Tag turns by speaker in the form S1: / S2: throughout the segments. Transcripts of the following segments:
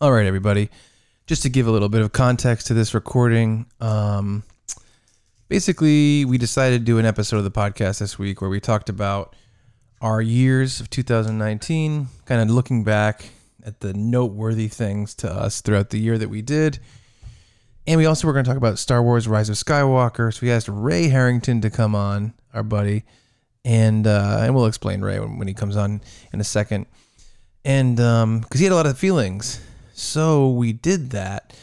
S1: All right, everybody. Just to give a little bit of context to this recording, um, basically, we decided to do an episode of the podcast this week where we talked about our years of 2019, kind of looking back at the noteworthy things to us throughout the year that we did. And we also were going to talk about Star Wars Rise of Skywalker. So we asked Ray Harrington to come on, our buddy. And uh, and we'll explain Ray when, when he comes on in a second. And because he had a lot of feelings. So we did that.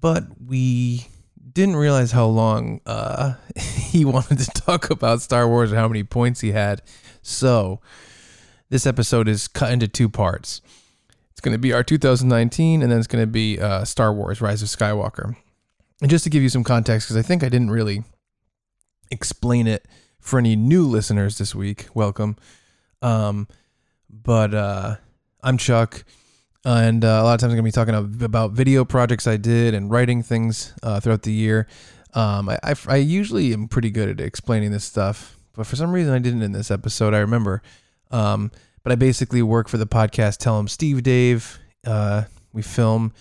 S1: But we didn't realize how long uh, he wanted to talk about Star Wars and how many points he had. So this episode is cut into two parts. It's going to be our 2019, and then it's going to be uh, Star Wars Rise of Skywalker. And just to give you some context, because I think I didn't really explain it for any new listeners this week, welcome. Um, but uh, I'm Chuck, and uh, a lot of times I'm going to be talking ab- about video projects I did and writing things uh, throughout the year. Um, I, I, I usually am pretty good at explaining this stuff, but for some reason I didn't in this episode, I remember. Um, but I basically work for the podcast Tell 'em Steve Dave. Uh, we film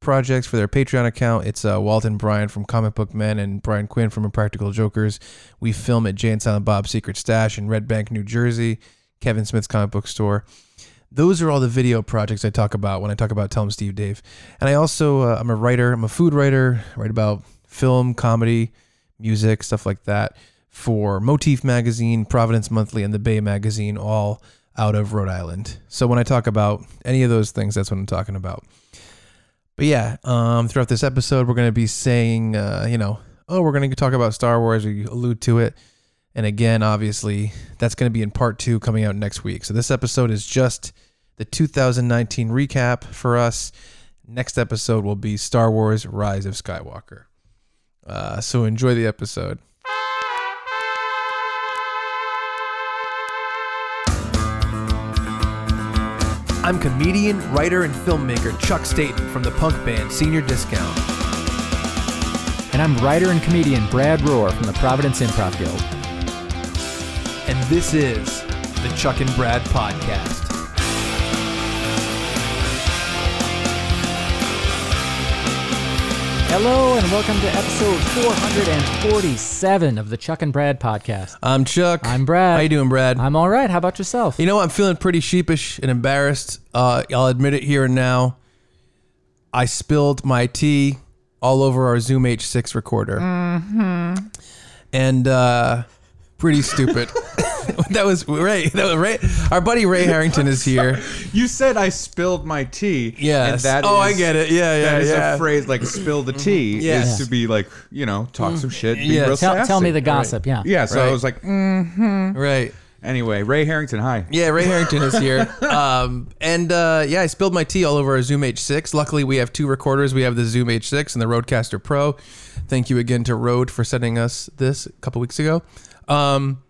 S1: projects for their Patreon account. It's uh, Walton Bryan from Comic Book Men and Brian Quinn from Impractical Jokers. We film at Jay and Silent Bob's Secret Stash in Red Bank, New Jersey, Kevin Smith's comic book store. Those are all the video projects I talk about when I talk about Tell 'em Steve Dave. And I also, uh, I'm a writer, I'm a food writer, I write about film, comedy, music, stuff like that for Motif Magazine, Providence Monthly, and The Bay Magazine, all out of Rhode Island. So when I talk about any of those things, that's what I'm talking about. But yeah, um, throughout this episode, we're going to be saying, uh, you know, oh, we're going to talk about Star Wars. We allude to it. And again, obviously, that's going to be in part two coming out next week. So this episode is just the 2019 recap for us. Next episode will be Star Wars Rise of Skywalker. Uh, so enjoy the episode. I'm comedian, writer, and filmmaker Chuck Staten from the punk band Senior Discount.
S2: And I'm writer and comedian Brad Rohr from the Providence Improv Guild.
S1: And this is the Chuck and Brad Podcast.
S2: Hello, and welcome to episode 447 of the Chuck and Brad podcast.
S1: I'm Chuck.
S2: I'm Brad.
S1: How you doing, Brad?
S2: I'm all right. How about yourself?
S1: you know, I'm feeling pretty sheepish and embarrassed. Uh, I'll admit it here and now. I spilled my tea all over our Zoom H6 recorder. Mm-hmm. And uh, pretty stupid. that was Ray. That was Ray. Our buddy Ray Harrington is here.
S3: You said I spilled my tea.
S1: Yes.
S3: And that
S1: oh,
S3: is-
S1: I get it. Yeah, yeah,
S3: That is
S1: yeah. Mm-hmm.
S3: a phrase like "spill the tea"
S1: Yes. Mm.
S3: is to be like you know talk some shit. Be
S1: Yes.
S3: real
S2: Tell, tell me
S3: sassy.
S2: the gossip. Yeah.
S3: Yeah. So
S1: Right.
S3: I was like, mm.
S1: Right.
S3: anyway, Ray Harrington. Hi.
S1: Yeah, Ray Harrington is here. Um, and uh, yeah, I spilled my tea all over our Zoom H6. Luckily, we have two recorders. We have the Zoom H6 and the Rodecaster Pro. Thank you again to Rode for sending us this a couple weeks ago. Um,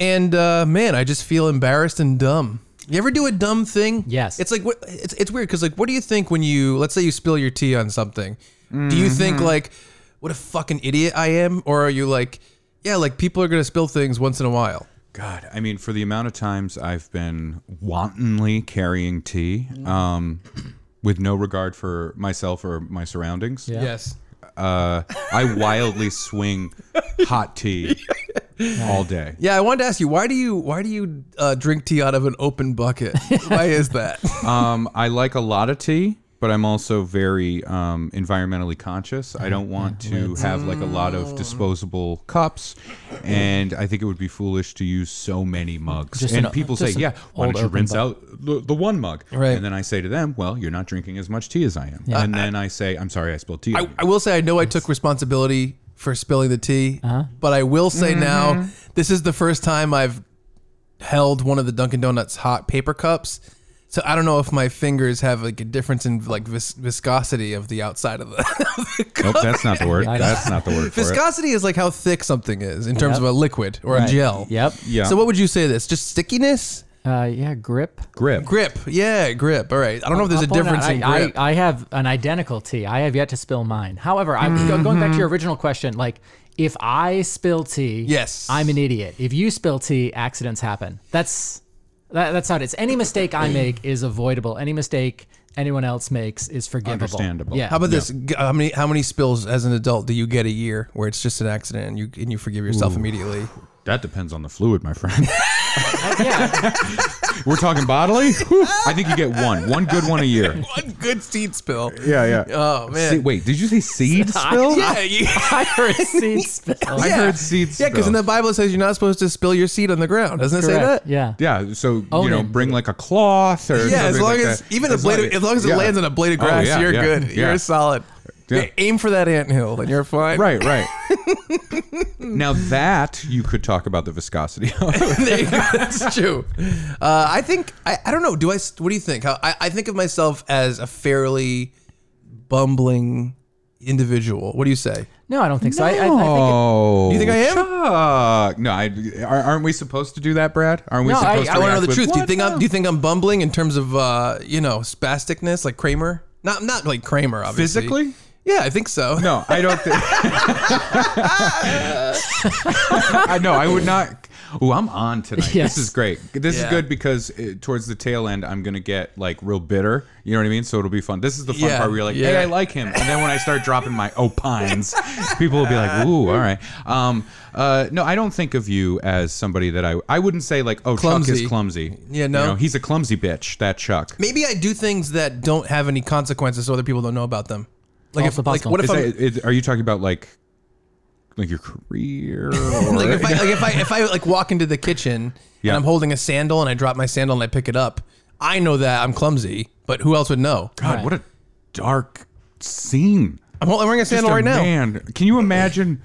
S1: and uh, man, I just feel embarrassed and dumb. You ever do a dumb thing?
S2: Yes.
S1: It's like what it's it's weird because like what do you think when you let's say you spill your tea on something? Do you
S2: Mm-hmm.
S1: think like what a fucking idiot I am, or are you like yeah like people are gonna spill things once in a while?
S3: God, I mean, for the amount of times I've been wantonly carrying tea,
S1: Mm.
S3: um, with no regard for myself or my surroundings,
S2: Yeah.
S1: Yes.
S3: uh, I wildly swing hot tea all day.
S1: Yeah, I wanted to ask you why do you why do you uh, drink tea out of an open bucket? why is that?
S3: Um, I like a lot of tea, but I'm also very um, environmentally conscious. I don't want to have like a lot of disposable cups, and I think it would be foolish to use so many mugs.
S2: Just
S3: and
S2: an-
S3: people say,
S2: just an
S3: "Yeah, why
S2: old
S3: don't you
S2: open
S3: rinse
S2: mug."
S3: out the, the one mug?"
S1: Right.
S3: And then I say to them, "Well, you're not drinking as much tea as I am." And then I say, "I'm sorry, I spilled tea." on
S1: I,
S3: you."
S1: I will say I know I took responsibility for spilling the tea,
S2: Uh-huh.
S1: but I will say now this is the first time I've held one of the Dunkin' Donuts hot paper cups. So I don't know if my fingers have like a difference in like vis- viscosity of the outside of the, of the cup.
S3: Nope, that's not the word.
S2: I know.
S3: That's not the word for it.
S1: Viscosity is like how thick something is in terms
S2: Yep.
S1: of a liquid or
S2: Right.
S1: a gel.
S2: Yep.
S3: Yeah.
S1: So what would you say this? Just stickiness?
S2: Uh, yeah. Grip.
S3: Grip.
S1: Grip. Yeah, grip. All right. I don't know if there's a
S2: Up on
S1: difference
S2: that,
S1: in
S2: I,
S1: grip.
S2: I, I have an identical tea. I have yet to spill mine. However, I'm go- going back to
S1: Mm-hmm.
S2: your original question. Like, if I spill tea,
S1: Yes.
S2: I'm an idiot. If you spill tea, accidents happen. That's that, that's how it is. Any mistake I make is avoidable. Any mistake anyone else makes is forgivable.
S3: Understandable.
S2: Yeah.
S1: How about this? G- How many how many spills as an adult do you get a year where it's just an accident and you and you forgive yourself immediately?
S3: That depends on the fluid, my friend.
S2: yeah.
S3: We're talking bodily. Whew. I think you get one, one good one a year.
S1: One good seed spill.
S3: Yeah, yeah.
S1: Oh man.
S3: Se- wait, did you say seed spill?
S1: yeah, you,
S2: I heard seed spill.
S3: I
S1: yeah.
S3: heard seed
S1: Yeah, because in
S3: spill.
S1: the Bible it says you're not supposed to spill your seed on the ground. Doesn't it say
S2: Correct.
S1: that?
S2: Yeah.
S3: Yeah, so you know,
S2: Onan.
S3: bring like a cloth or
S1: Oh, Yeah, as
S3: something
S1: long
S3: like
S1: as
S3: that.
S1: even a blade, of, as long as it
S3: yeah.
S1: lands on a blade of
S3: Oh,
S1: grass,
S3: yeah,
S1: you're
S3: yeah,
S1: good.
S3: yeah.
S1: You're solid.
S3: Yeah.
S1: A- Aim for that anthill and you're fine.
S3: Right, right. now that you could talk about the viscosity. of.
S1: There you go. That's true. Uh, I think I, I don't know. Do I? s- What do you think? How, I, I think of myself as a fairly bumbling individual. What do you say?
S2: No, I don't think so. I, I, I think
S3: oh,
S1: You think I am?
S3: Chuck. No, I, ar- aren't we supposed to do that, Brad? Aren't we
S2: No, I-
S3: supposed
S1: I
S3: to?
S1: want to know the
S3: react
S1: truth.
S3: with-
S1: Do you think
S3: What?
S1: I'm? Do you think I'm bumbling in terms of uh, you know spasticness, like Kramer? Not not like Kramer, obviously.
S3: physically?
S1: Yeah, I think so.
S3: No, I don't think. I know. Uh, I would not. Oh, I'm on tonight.
S2: Yes.
S3: This is great. This
S1: Yeah.
S3: is good because uh towards the tail end, I'm gonna get like real bitter. You know what I mean? So it'll be fun. This is the fun
S1: Yeah,
S3: part. Where you're like,
S1: yeah.
S3: hey, I like him, and then when I start dropping my opines, people will be like, ooh, all right. Um, uh, no, I don't think of you as somebody that I. I wouldn't say like, oh, Chuck
S1: Clumsy.
S3: is clumsy.
S1: Yeah, no.
S3: You know, he's a clumsy bitch. That Chuck.
S1: Maybe I do things that don't have any consequences, so other people don't know about them. Like
S2: Also
S1: if, like
S2: possible.
S1: what if
S3: Is
S1: I'm,
S3: that, is, are you talking about like, like your career? Or
S1: like if I like if I if I like walk into the kitchen
S3: Yeah.
S1: and I'm holding a sandal and I drop my sandal and I pick it up, I know that I'm clumsy, but who else would know?
S3: God,
S2: Right.
S3: what a dark scene.
S1: I'm hol- I'm wearing a
S3: Just
S1: sandal
S3: a
S1: right now.
S3: Man, can you imagine?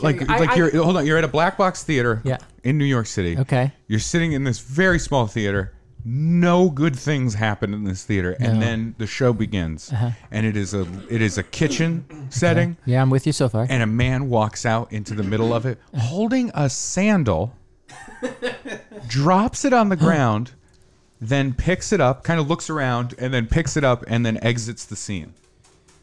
S3: Like,
S2: I-
S3: like
S2: I-
S3: you're hold on. You're at a black box theater.
S2: Yeah.
S3: In New York City.
S2: Okay.
S3: You're sitting in this very small theater. No good things happen in this theater, and
S2: No. Uh-huh.
S3: then the show begins, and it is a it is a kitchen setting,
S2: Yeah, I'm with you so far.
S3: and a man walks out into the middle of it holding a sandal, drops it on the ground, then picks it up, kind of looks around, and then picks it up, and then exits the scene.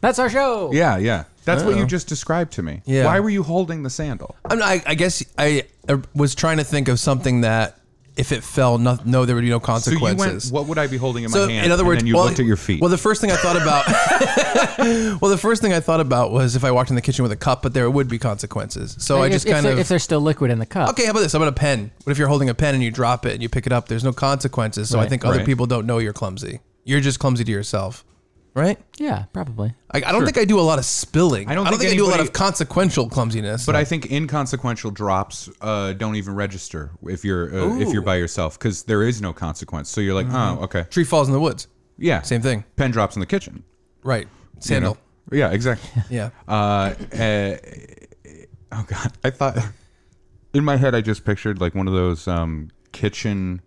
S2: That's our show.
S3: Yeah, yeah. That's what you
S1: Uh-oh.
S3: just described to me.
S1: Yeah.
S3: Why were you holding the sandal?
S1: I'm, I, I guess I uh, was trying to think of something that if it fell, no, no there would be no
S3: So you went.
S1: consequences.
S3: What would I be holding in my
S1: So,
S3: hand?
S1: in other words,
S3: and then you
S1: well,
S3: looked at your feet.
S1: Well, the first thing I thought about, well, the first thing I thought about was if I walked in the kitchen with a cup, but there would be consequences. So I
S2: If-
S1: just
S2: if,
S1: kind
S2: they're-
S1: of
S2: if there's still liquid in the cup.
S1: okay. How about this? How about a pen? What if you're holding a pen and you drop it and you pick it up? There's no consequences. So I
S2: Right.
S1: think other
S3: Right.
S1: people don't know you're clumsy. You're just clumsy to yourself, right?
S2: Yeah, probably.
S1: I, I don't think I do a lot of spilling. I
S3: don't
S1: don't, think,
S3: think
S1: I do a lot
S3: anybody-
S1: of consequential clumsiness.
S3: but I think inconsequential drops uh, don't even register if you're uh, if you're by yourself because there is no consequence. So you're like, oh, okay,
S1: tree falls in the woods.
S3: yeah,
S1: Mm-hmm. Same thing.
S3: Pen drops in the kitchen.
S1: Right.
S3: you know?
S1: Sandal.
S3: Yeah, exactly.
S1: Yeah.
S3: uh, uh, oh god, I thought in my head I just pictured like one of those um, kitchen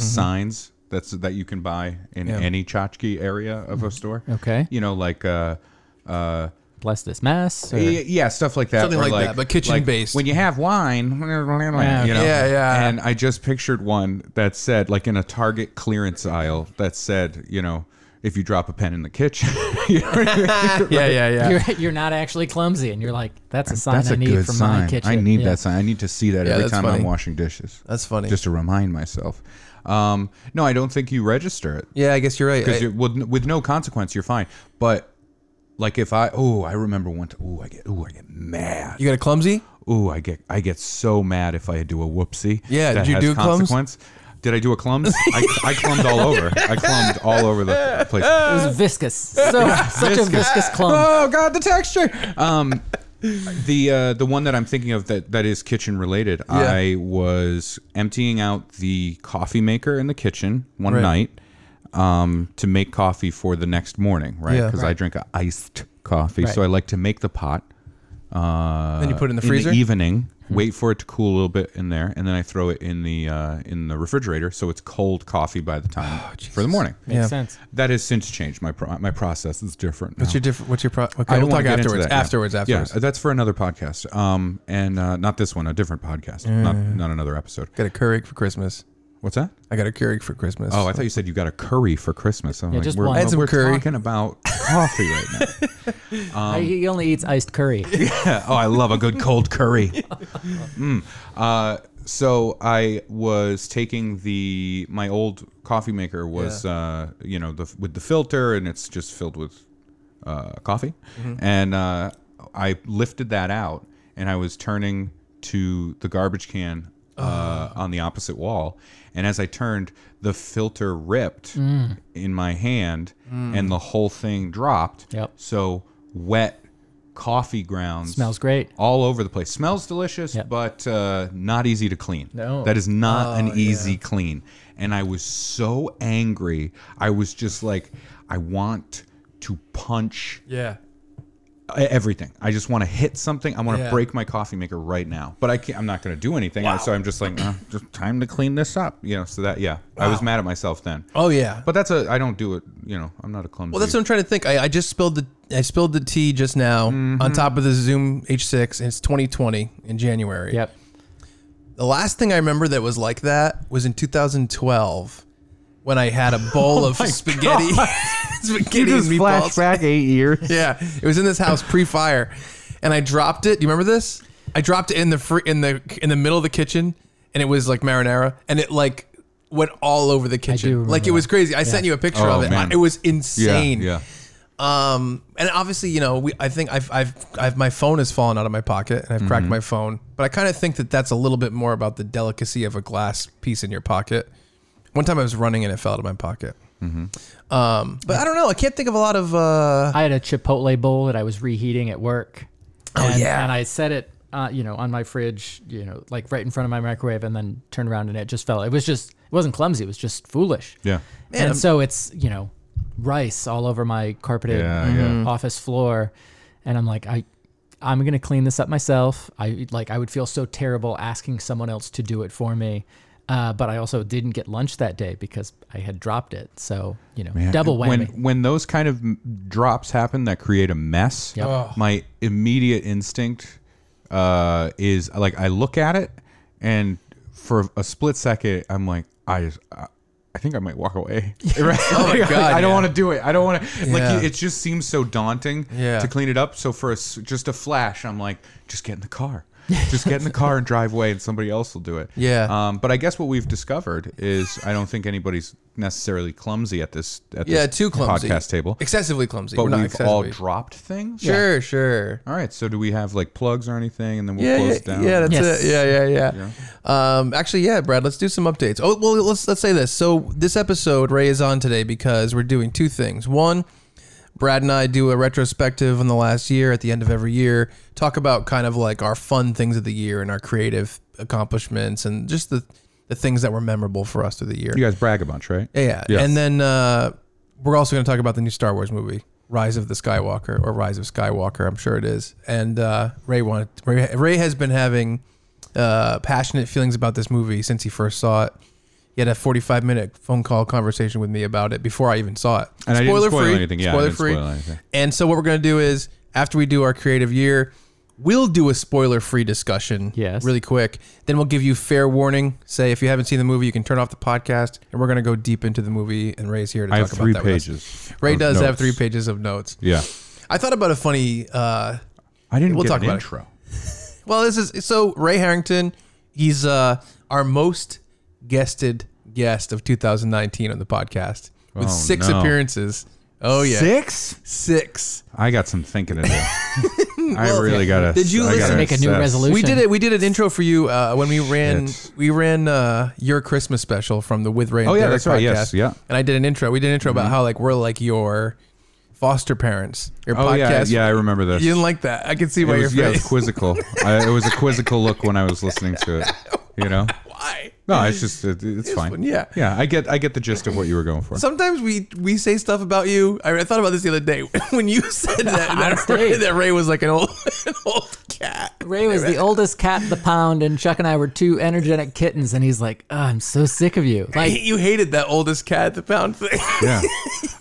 S3: signs that's that you can buy in
S1: Mm-hmm. Yeah. Mm-hmm.
S3: any tchotchke area of a store.
S2: Okay.
S3: you know like. Uh, uh,
S2: Bless this mess. or-
S3: y- yeah, stuff like that.
S1: Something
S3: or
S1: like that, but kitchen-based.
S3: When you have wine, you know.
S1: Yeah, yeah.
S3: And I just pictured one that said, like in a Target clearance aisle, that said, you know, if you drop a pen in the kitchen, you know what I mean?
S1: yeah. Yeah. Yeah.
S2: You're, you're not actually clumsy, and you're like, that's a sign
S3: That's
S2: I
S3: a
S2: need
S3: good
S2: for
S3: sign.
S2: my kitchen.
S3: I need
S2: Yeah.
S3: that sign. I need to see that
S1: Yeah,
S3: every
S1: that's
S3: time I'm
S1: funny.
S3: washing dishes.
S1: That's funny.
S3: Just to remind myself. Um, no, I don't think you register it
S1: yeah. I guess you're right. I-
S3: because with, with no consequence, you're fine. But like if I oh I remember one t- oh I get oh I get mad
S1: you got a clumsy?
S3: oh I get I get so mad if I do a whoopsie
S1: Yeah,
S3: that
S1: did you
S3: has
S1: do a clumps?
S3: consequence. Did I do a clumps? I, I clumbed all over. I clumbed all over the place.
S2: It was viscous. So, such a viscous clump.
S3: Oh god, the texture. Um, the uh, the one that I'm thinking of that that is kitchen related. I was emptying out the coffee maker in the kitchen one
S1: Right.
S3: night um, to make coffee for the next morning, right?
S1: Yeah.
S3: Because I
S1: Right.
S3: drink a iced coffee, so
S2: Right.
S3: I like to make the pot. Uh,
S1: Then you put it in the freezer? Hmm.
S3: evening. Wait for it to cool a little bit in there, and then I throw it in the uh, in the refrigerator, so it's cold coffee by the time for the morning.
S2: Makes
S1: Oh, Yeah.
S2: sense.
S3: That has since changed. My pro- my process is different. now.
S1: What's your different? What's your pro? Okay,
S3: I
S1: we'll
S3: don't
S1: talk
S3: want to get
S1: afterwards.
S3: into that, yeah. uh,
S1: Afterwards. Afterwards.
S3: Yeah, that's for another podcast. Um, and uh, not this one, a different podcast, not not another episode.
S1: Got a Keurig for Christmas.
S3: What's that?
S1: I got a Keurig for Christmas.
S3: Oh, I thought you said you got a curry for Christmas. I'm
S2: Yeah,
S3: like,
S2: just
S3: we're,
S2: one. I
S1: had some
S3: we're
S1: curry.
S3: talking about coffee right now. Um,
S2: I- he only eats iced curry.
S3: Yeah. Oh, I love a good cold curry. Mm. Uh, so I was taking the my old coffee maker was uh, you know the with the filter and it's just filled with uh, coffee, and uh, I lifted that out and I was turning to the garbage can. Uh, on the opposite wall, and as I turned, the filter ripped in my hand, and the whole thing dropped.
S2: Yep.
S3: So wet coffee grounds.
S2: Smells great.
S3: all over the place. Smells delicious,
S2: Yep.
S3: but uh, not easy to clean.
S2: No.
S3: that is not an easy clean. And I was so angry. I was just like, I want to punch e-,
S1: yeah.
S3: everything. I just want to hit something. I want to
S1: Yeah.
S3: break my coffee maker right now. But I can't, I'm not going to do anything. So I'm just like, "Uh, just time to clean this up. You know. So that yeah, I was mad at myself then.
S1: Oh yeah.
S3: But that's a I don't do it. You know, I'm not a clumsy.
S1: Well, that's what I'm trying to think. I, I just spilled the I spilled the tea just now
S3: Mm-hmm.
S1: on top of the Zoom H6, and it's 2020 in January.
S2: Yep.
S1: The last thing I remember that was like that was in 2012 when I had a
S3: Oh
S1: bowl of spaghetti, spaghetti and meatballs.
S3: eight years.
S1: Yeah, it was in this house pre-fire, and I dropped it. Do you remember this? I dropped it in the free, in the in the middle of the kitchen, and it was like marinara, and it like went all over the
S2: do
S1: kitchen.
S2: remember
S1: Like it was crazy. I sent you a picture
S3: Oh,
S1: of it.
S3: man.
S1: It was insane.
S3: Yeah, yeah.
S1: Um, and obviously, you know, we, I think I've, I've, I've, my phone has fallen out of my pocket and I've
S3: Mm-hmm.
S1: cracked my phone, but I kind of think that that's a little bit more about the delicacy of a glass piece in your pocket. One time I was running and it fell out of my pocket.
S3: Mm-hmm.
S1: Um, but I don't know. I can't think of a lot of, uh,
S2: I had a Chipotle bowl that I was reheating at work. Oh and,
S1: yeah.
S2: And I set it, uh, you know, on my fridge, you know, like right in front of my microwave, and then turned around and it just fell. It was just, it wasn't clumsy. It was just foolish.
S3: Yeah.
S2: and so it's you know rice all over my carpeted Mm-hmm.
S3: Yeah, yeah.
S2: office floor, and I'm like I. I'm gonna clean this up myself. I like I would feel so terrible asking someone else to do it for me, uh, but I also didn't get lunch that day because I had dropped it. So you know,
S3: Yeah.
S2: double whammy.
S3: When when those kind of m- drops happen that create a mess,
S2: Yep. Oh.
S3: my immediate instinct uh, is like I look at it, and for a split second, I'm like, I just. I I think I might walk away. Right? Oh
S1: my God,
S3: I don't
S1: yeah.
S3: want to do it. I don't want to. Like
S1: Yeah.
S3: it just seems so daunting
S1: Yeah.
S3: to clean it up. So for a s just a flash, I'm like, just get in the car. Just get in the car and drive away, and somebody else will do it.
S1: Yeah.
S3: Um, but I guess what we've discovered is I don't think anybody's necessarily clumsy at this. At
S1: yeah,
S3: this
S1: too clumsy.
S3: Podcast table,
S1: Excessively clumsy.
S3: but
S1: We're not
S3: we've all
S1: excessively.
S3: dropped things.
S1: Sure, sure.
S3: All right. So do we have like plugs or anything, and then we'll
S1: yeah,
S3: close
S1: yeah,
S3: it down?
S1: yeah, that's
S2: Yes.
S1: it. Yeah, yeah, yeah. Um, actually, yeah, Brad, let's do some updates. Oh, well, let's let's say this. So this episode, Ray is on today because we're doing two things. One, Brad and I do a retrospective on the last year at the end of every year. Talk about kind of like our fun things of the year and our creative accomplishments and just the the things that were memorable for us through the year.
S3: You guys brag a bunch, right?
S1: Yeah, yeah.
S3: Yes.
S1: And then uh, we're also going to talk about the new Star Wars movie, Rise of the Skywalker or Rise of Skywalker. I'm sure it is. And uh, Ray wanted Ray, Ray has been having uh, passionate feelings about this movie since he first saw it. He had a 45 minute phone call conversation with me about it before I even saw it.
S3: And I didn't spoil anything. Yeah, I
S1: spoiler
S3: didn't
S1: free.
S3: spoil anything.
S1: And so what we're going to do is after we do our creative year. We'll do a spoiler free discussion
S2: Yes.
S1: really quick. Then we'll give you fair warning. Say if you haven't seen the movie, you can turn off the podcast, and we're going to go deep into the movie. And Ray's here to
S3: I
S1: talk
S3: have three
S1: about that. with us.
S3: pages.
S1: Ray
S3: of
S1: does have
S3: notes.
S1: three pages of notes.
S3: Yeah.
S1: I thought about a funny. Uh,
S3: I didn't.
S1: We'll
S3: get
S1: talk
S3: an
S1: about it.
S3: intro.
S1: well, this is so Ray Harrington. He's uh, our most guested guest of 2019 on the podcast with
S3: Oh,
S1: six
S3: no.
S1: appearances. Oh yeah,
S3: Six.
S1: six.
S3: I got some thinking to do. I really gotta.
S1: did you
S3: I
S1: listen-
S3: gotta
S2: Make a new
S3: assess.
S2: resolution.
S1: We did it. We did an intro for you uh, when we ran.
S3: Shit.
S1: We ran uh, your Christmas special from the With Ray. And
S3: Oh, yeah,
S1: Derek
S3: that's right,
S1: Podcast,
S3: yes, yeah. Mm-hmm.
S1: And I did an intro. We did an intro about how like we're like your foster parents. Your
S3: Oh yeah,
S1: podcast.
S3: yeah. I remember this.
S1: You didn't like that. I can see
S3: it
S1: by
S3: was,
S1: your
S3: yeah, it was
S1: face.
S3: quizzical. I, it was a quizzical look when I was listening to it. You know.
S1: Why?
S3: No, it's just it, it's fine.
S1: fine, yeah.
S3: yeah. I get I get the gist of what you were going for.
S1: Sometimes we we say stuff about you. I, I thought about this the other day when you said that that, Ray,
S2: stage.
S1: that Ray was like an old an old cat.
S2: Ray was the oldest cat in the pound, and Chuck and I were two energetic kittens, and he's like, oh, "I'm so sick of you." Like,
S1: you hated that oldest cat at the pound thing.
S3: yeah.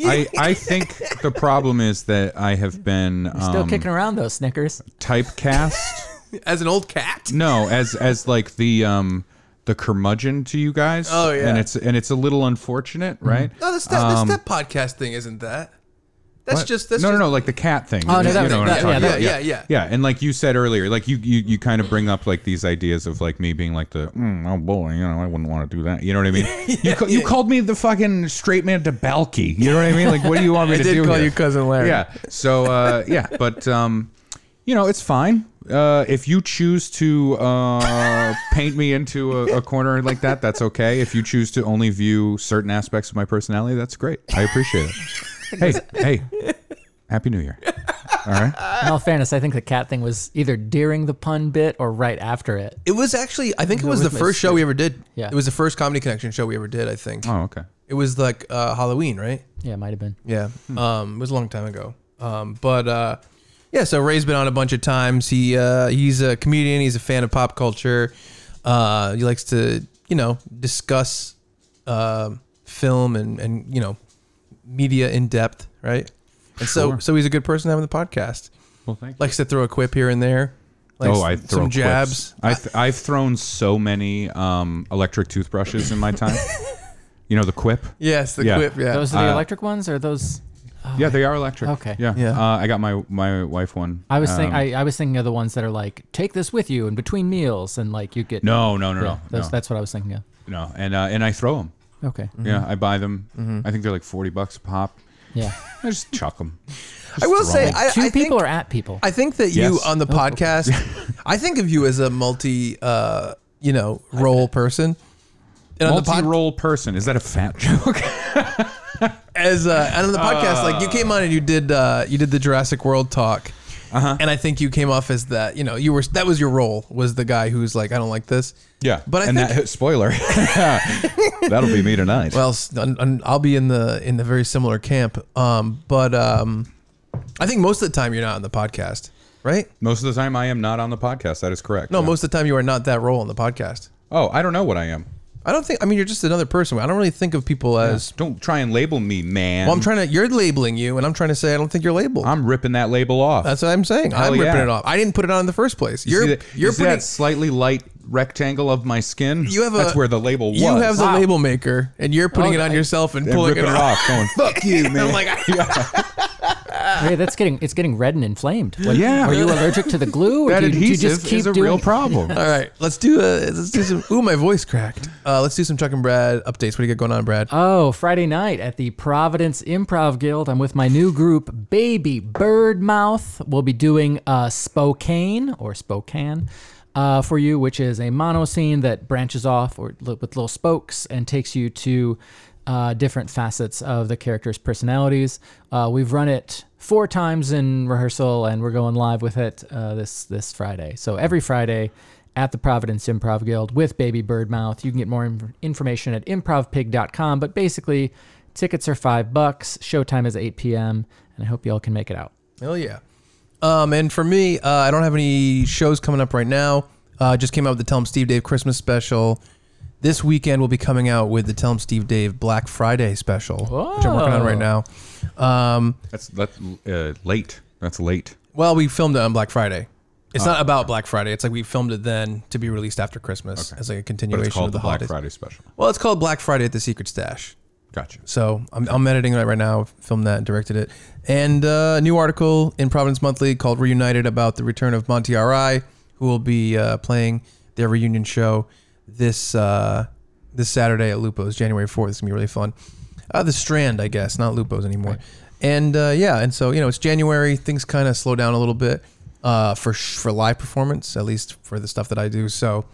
S3: I I think the problem is that I have been
S2: still
S3: um,
S2: kicking around those Snickers.
S3: typecast.
S1: As an old cat?
S3: No, as as like the um the curmudgeon to you guys.
S1: Oh, yeah. Oh,
S3: and it's and it's a little unfortunate, right?
S1: No, that's that, that's that podcast thing, isn't that? That's
S3: Um, What?
S1: just that's
S3: no,
S1: just,
S3: no, no, like the cat thing.
S2: Oh, no, that
S3: You know
S2: thing,
S3: what I'm
S2: that-
S3: talking
S2: yeah,
S3: about.
S1: that- yeah, yeah.
S3: yeah. And like you said earlier, like you, you, you kind of bring up like these ideas of like me being like the mm, oh boy, you know, I wouldn't want to do that. You know what I mean? you, ca- you called me the fucking straight man to Balky. You know what I mean? Like, what do you want me to
S1: did
S3: do?
S1: call
S3: here?
S1: you cousin Larry.
S3: Yeah. So uh, yeah, but um, you know, it's fine. Uh, if you choose to uh, paint me into a, a corner like that, that's okay. If you choose to only view certain aspects of my personality, that's great. I appreciate it. hey, hey, happy New Year. All right.
S2: In all fairness, I think the cat thing was either during the pun bit or right after it.
S1: It was actually I think it was the
S2: with me,
S1: first show we ever did.
S2: Yeah.
S1: It was the first comedy connection show we ever did, I think.
S3: Oh, okay.
S1: It was like uh, Halloween, right?
S2: Yeah, it might have been.
S1: Yeah. Um, it was a long time ago. Um, but uh, yeah, so Ray's been on a bunch of times. He uh, he's a comedian. He's a fan of pop culture. Uh, he likes to you know discuss um film and and you know media in depth, right? And so
S3: Sure.
S1: so he's a good person to have on the podcast.
S3: Well, thank
S1: Likes to throw a quip here and there. Likes
S3: Oh, I
S1: some
S3: throw quips.
S1: jabs.
S3: I th- I've thrown so many um, electric toothbrushes in my time. you know the quip.
S1: Yes, the
S3: Yeah.
S1: quip. Yeah.
S2: Those are the
S3: Uh,
S2: electric ones, or those?
S3: Yeah, they are electric.
S2: Oh, Okay.
S3: Yeah.
S1: Yeah.
S3: Uh, I got my my wife one.
S2: I was
S3: Um,
S2: thinking. I, I was thinking of the ones that are like take this with you and between meals, and like you get.
S3: No, no, no,
S2: Yeah,
S3: no, Mm.
S2: those,
S3: no,
S2: That's what I was thinking of.
S3: no, and uh, and I throw them.
S2: Okay.
S1: Mm-hmm.
S3: Yeah, I buy them. I think they're like forty bucks a pop.
S2: Yeah.
S3: I just chuck them.
S1: I will say I,
S2: Two
S1: I think,
S2: people are Oh, at people.
S1: I think that you
S3: Yes.
S1: on the podcast, I think of you as a multi, uh, you know, role person. And on the pod,
S3: Multi-roll person. Is that a fat joke?
S1: as uh, and on the podcast, like you came on and you did uh, you did the Jurassic World talk,
S3: Uh-huh.
S1: and I think you came off as that. You know, you were that was your role was the guy who's like, I don't like this.
S3: yeah,
S1: But I
S3: and
S1: think-
S3: that, spoiler. That'll be me tonight.
S1: Well, s- un- un- I'll be in the in the very similar camp. Um, but um, I think most of the time you're not on the podcast, right?
S3: most of the time, I am not on the podcast. That is correct.
S1: No,
S3: Yeah.
S1: most of the time you are not that role on the podcast.
S3: Oh, I don't know what I am.
S1: I don't think. I mean, you're just another person. I don't really think of people as
S3: Don't try and label me, man.
S1: Well, I'm trying to. You're labeling you, and I'm trying to say I don't think you're labeled.
S3: I'm ripping that label off.
S1: That's what I'm saying. I'm ripping
S3: yeah.
S1: it off. I didn't put it on in the first place.
S3: You
S1: You're
S3: see that, you
S1: you're
S3: see
S1: putting.
S3: that slightly light rectangle of my skin.
S1: You have a-
S3: that's where the label was.
S1: You have the
S2: Wow.
S1: label maker, and you're putting
S2: Oh,
S1: it on
S2: I-
S1: yourself and
S3: and
S1: pulling
S3: ripping
S1: it off.
S3: going fuck you, man.
S1: I'm like,
S2: Hey, that's getting it's getting red and inflamed. What,
S3: Yeah.
S2: Are you allergic to the glue? Or
S3: that
S2: do, you- do you
S3: adhesive
S2: just keep
S3: is a
S2: doing
S3: real problem.
S1: all right, let's do a let's do some. Ooh, my voice cracked. Uh, let's do some Chuck and Brad updates. What do you got going on, Brad?
S2: Oh, Friday night at the Providence Improv Guild. I'm with my new group, Baby Birdmouth. We'll be doing uh, Spokane or Spokane uh, for you, which is a mono scene that branches off or li- with little spokes and takes you to uh, different facets of the characters' personalities. Uh, we've run it four times in rehearsal, and we're going live with it uh, this this Friday. So every Friday at the Providence Improv Guild with Baby Birdmouth. You can get more inf- information at improvpig.com, but basically, tickets are five bucks. Showtime is 8 p.m., and I hope you all can make it out.
S1: Hell yeah. Um, and for me, uh, I don't have any shows coming up right now. Uh, just came out with the Tell 'em Steve Dave Christmas special. This weekend we'll be coming out with the Tell 'em Steve Dave Black Friday special, which I'm working on right now. Um,
S3: That's that's uh, late. That's late.
S1: Well, we filmed it on Black Friday. It's
S3: Oh.
S1: not about Black Friday. It's like we filmed it then to be released after Christmas as like a
S3: But
S1: continuation
S3: it's called
S1: of
S3: the
S1: the,
S3: Black
S1: holidays.
S3: Friday special.
S1: Well, it's called Black Friday at the Secret Stash.
S3: Gotcha.
S1: So I'm, I'm editing that right now. Filmed that and directed it. And uh, a new article in Providence Monthly called "Reunited" about the return of Monty R.I., who will be uh, playing their reunion show this uh, this Saturday at Lupo's, January 4th. It's gonna be really fun. Uh, the Strand, I guess, not Lupo's anymore. And uh, yeah, and so you know, it's January. Things kind of slow down a little bit uh, for sh- for live performance, at least for the stuff that I do. So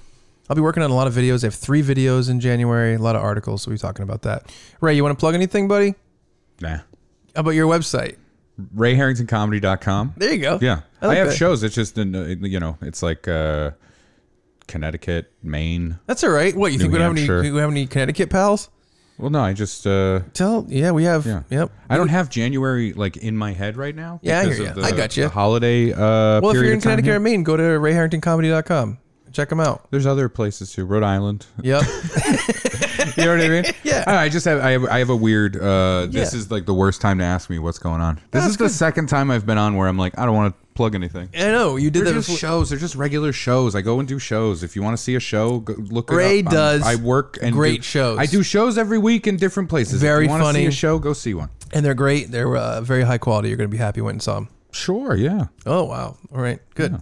S1: I'll be working on a lot of videos. I have three videos in January, a lot of articles. So we'll be talking about that. Ray, you want to plug anything, buddy?
S3: Nah.
S1: How about your website?
S3: RayHarringtonComedy.com.
S1: There you go.
S3: Yeah,
S1: I
S3: I,
S1: like
S3: have
S1: that.
S3: shows. It's just in, uh, you know, it's like uh, Connecticut, Maine.
S1: That's all right. What you think
S3: New
S1: we don't have any?
S3: Hampshire.
S1: We have any Connecticut pals?
S3: Well, no, I just uh,
S1: Tell yeah, we have.
S3: yeah.
S1: Yep.
S3: I don't have January like in my head right now.
S1: Yeah, I
S3: because
S1: hear
S3: of
S1: ya.
S3: The,
S1: I gotcha.
S3: the holiday. Uh,
S1: Well, if
S3: period
S1: you're in
S3: of time
S1: Connecticut
S3: here.
S1: or Maine, go to RayHarringtonComedy.com. Check them out.
S3: there's other places too. Rhode Island.
S1: Yep.
S3: you know what I mean?
S1: Yeah.
S3: I, I just have I, have I have a weird. Uh, this
S1: Yeah.
S3: is like the worst time to ask me what's going on. This
S1: That's
S3: is the second time I've been on where I'm like I don't want to plug anything.
S1: I know oh, you did
S3: They're
S1: that.
S3: just
S1: Before.
S3: shows. They're just regular shows. I go and do shows. If you want to see a show, go look. it
S1: Ray
S3: up. I'm-
S1: does
S3: I work and
S1: great
S3: do-
S1: shows.
S3: I do shows every week in different places.
S1: Very
S3: if you want
S1: funny.
S3: To see a show, go see one.
S1: and they're great. They're uh, very high quality. You're going to be happy when you saw them.
S3: Sure. Yeah.
S1: Oh wow! All right, good.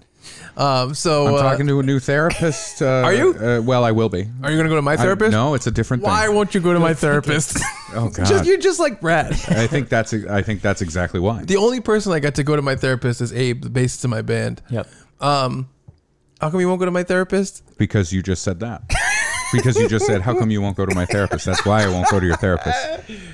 S1: Um, so
S3: I'm
S1: uh,
S3: talking to a new therapist. Uh, are
S1: you?
S3: Uh, well, I will be.
S1: are you going to go to my
S3: I-
S1: therapist?
S3: no, it's a different
S1: Why
S3: thing.
S1: won't you go to my therapist?
S3: Oh God.
S1: just, you're just like Brad.
S3: I think that's I think that's exactly why.
S1: The only person I got to go to my therapist is Abe, the bassist in my band.
S2: Yep.
S1: Um, how come you won't go to my therapist?
S3: Because you just said that. Because you just said, "How come you won't go to my therapist?" That's why I won't go to your therapist.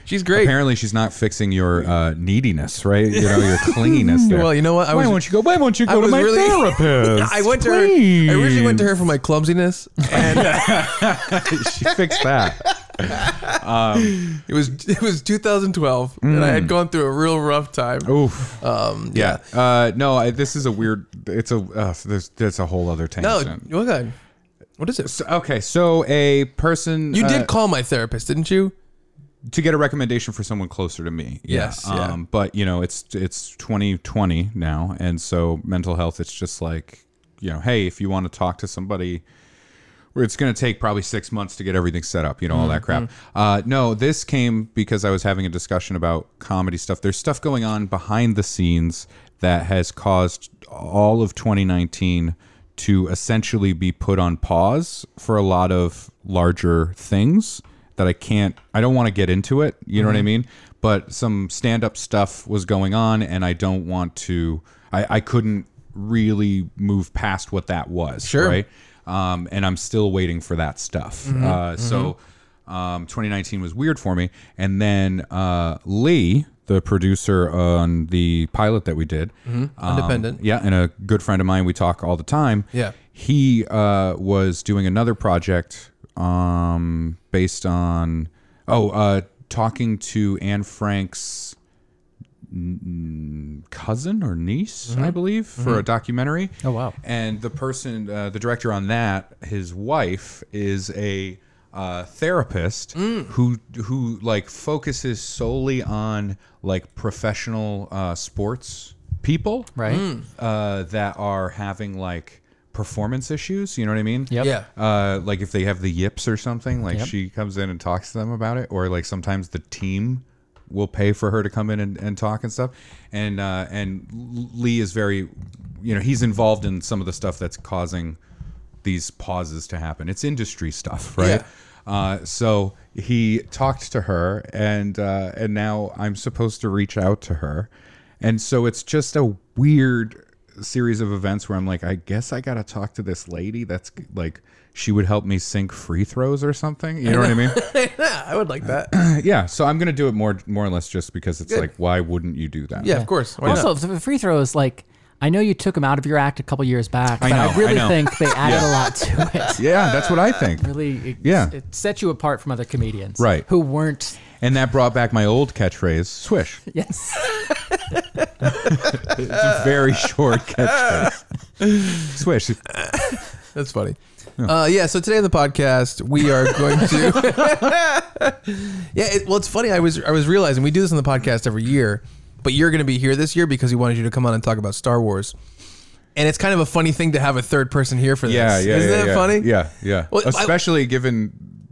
S1: She's great.
S3: Apparently, she's not fixing your uh, neediness, right? You know, your clinginess. There.
S1: Well, you know what? I
S3: why
S1: was-
S3: won't you go? Why won't you
S1: I
S3: go to
S1: was
S3: my
S1: really-
S3: therapist?
S1: I went to her. I originally went to her for my clumsiness, and
S3: her. she fixed that.
S1: it was it was 2012, and I had gone through a real rough time.
S3: Oof.
S1: Um,
S3: Mm. Oh. Yeah. Uh, no, I, this is a weird. It's a. Uh, there's. That's a whole other
S1: No,
S3: tangent.
S1: okay. What is it?
S3: So, okay, so a person
S1: You
S3: uh,
S1: did call my therapist, didn't you?
S3: to get a recommendation for someone closer to me. Yeah.
S1: Yes, yeah.
S3: Um, but you know, it's it's 2020 now, and so mental health. It's just like you know, hey, if you want to talk to somebody, where it's going to take probably six months to get everything set up. You know, all that crap. Uh, no, this came because I was having a discussion about comedy stuff. There's stuff going on behind the scenes that has caused all of 2019 to essentially be put on pause for a lot of larger things that I can't I don't want to get into it, you know what I mean? But some stand up stuff was going on and I don't want to I, I couldn't really move past what that was.
S1: Sure.
S3: Right. Um, and I'm still waiting for that stuff. Uh, so um, 2019 was weird for me. And then uh, Lee, the producer on the pilot that we did, um,
S1: Independent.
S3: yeah, and a good friend of mine. We talk all the time.
S1: Yeah.
S3: he uh, was doing another project um, based on oh, uh, talking to Anne Frank's n- cousin or niece, I believe, for a documentary.
S2: Oh, wow.
S3: And the person, uh, the director on that, his wife is a uh, therapist who who like focuses solely on like professional uh, sports people,
S2: Right.
S1: Mm,
S3: Uh, that are having like performance issues. You know what I mean?
S2: Yep.
S1: Yeah.
S3: Uh, like if they have the yips or something, like
S2: Yep.
S3: she comes in and talks to them about it, or like sometimes the team will pay for her to come in and, and talk and stuff. And uh, and Lee is very, you know, he's involved in some of the stuff that's causing these pauses to happen. It's industry stuff, right?
S1: Yeah.
S3: Uh, so he talked to her, and uh, and now I'm supposed to reach out to her, and so it's just a weird series of events where I'm like, I guess I gotta talk to this lady. That's like she would help me sink free throws or something. You know what I mean?
S1: yeah, I would like that.
S3: yeah. So I'm gonna do it more more or less just because it's
S1: Good.
S3: like, why wouldn't you do that?
S1: Yeah, of course. Why
S2: also,
S1: not?
S2: the free throws, like, I know you took them out of your act a couple years back,
S3: I
S2: but
S3: know, I
S2: I really
S3: know.
S2: think they added a lot to it.
S3: Yeah, that's what I think.
S2: Really, it,
S3: Yeah.
S2: it set you apart from other comedians,
S3: Right.
S2: Who weren't.
S3: And that brought back my old catchphrase, swish.
S2: Yes.
S3: It's a very short catchphrase. Swish.
S1: That's funny. Uh, yeah. So today on the podcast, we are going to. yeah. It, well, it's funny. I was I was realizing we do this on the podcast every year, but you're going to be here this year because we wanted you to come on and talk about Star Wars. And it's kind of a funny thing to have a third person here for this.
S3: Yeah, yeah.
S1: Isn't
S3: yeah,
S1: that
S3: yeah.
S1: funny?
S3: Yeah, yeah.
S1: Well, I-
S3: Especially given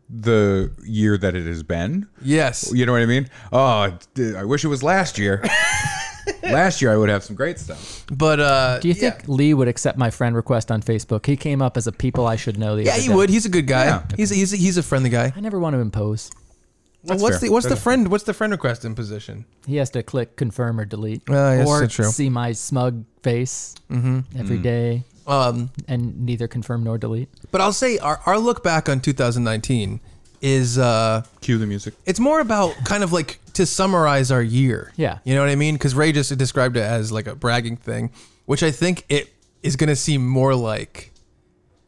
S3: the year that it has been.
S1: Yes.
S3: You know what I mean? Oh, d- I wish it was last year. last year I would have some great stuff.
S1: But uh,
S2: Do you
S1: yeah.
S2: think Lee would accept my friend request on Facebook? He came up as a people I should know. The
S1: Yeah,
S2: other
S1: he
S2: day.
S1: would. He's a good guy.
S3: Yeah.
S1: He's a, he's a, he's a friendly guy.
S2: I never want to impose.
S1: Well,
S3: That's
S1: what's
S3: fair.
S1: the what's the
S3: That's
S1: friend what's the friend request in position?
S2: He has to click confirm or delete,
S1: Oh, yes,
S2: or
S1: so true. Mm-hmm.
S2: see my smug face every day,
S1: Um,
S2: and neither confirm nor delete.
S1: but I'll say our our look back on 2019 is uh.
S3: Cue the music.
S1: It's more about kind of like to summarize our year.
S2: Yeah.
S1: You know what I mean? Because Ray just described it as like a bragging thing, which I think it is going to seem more like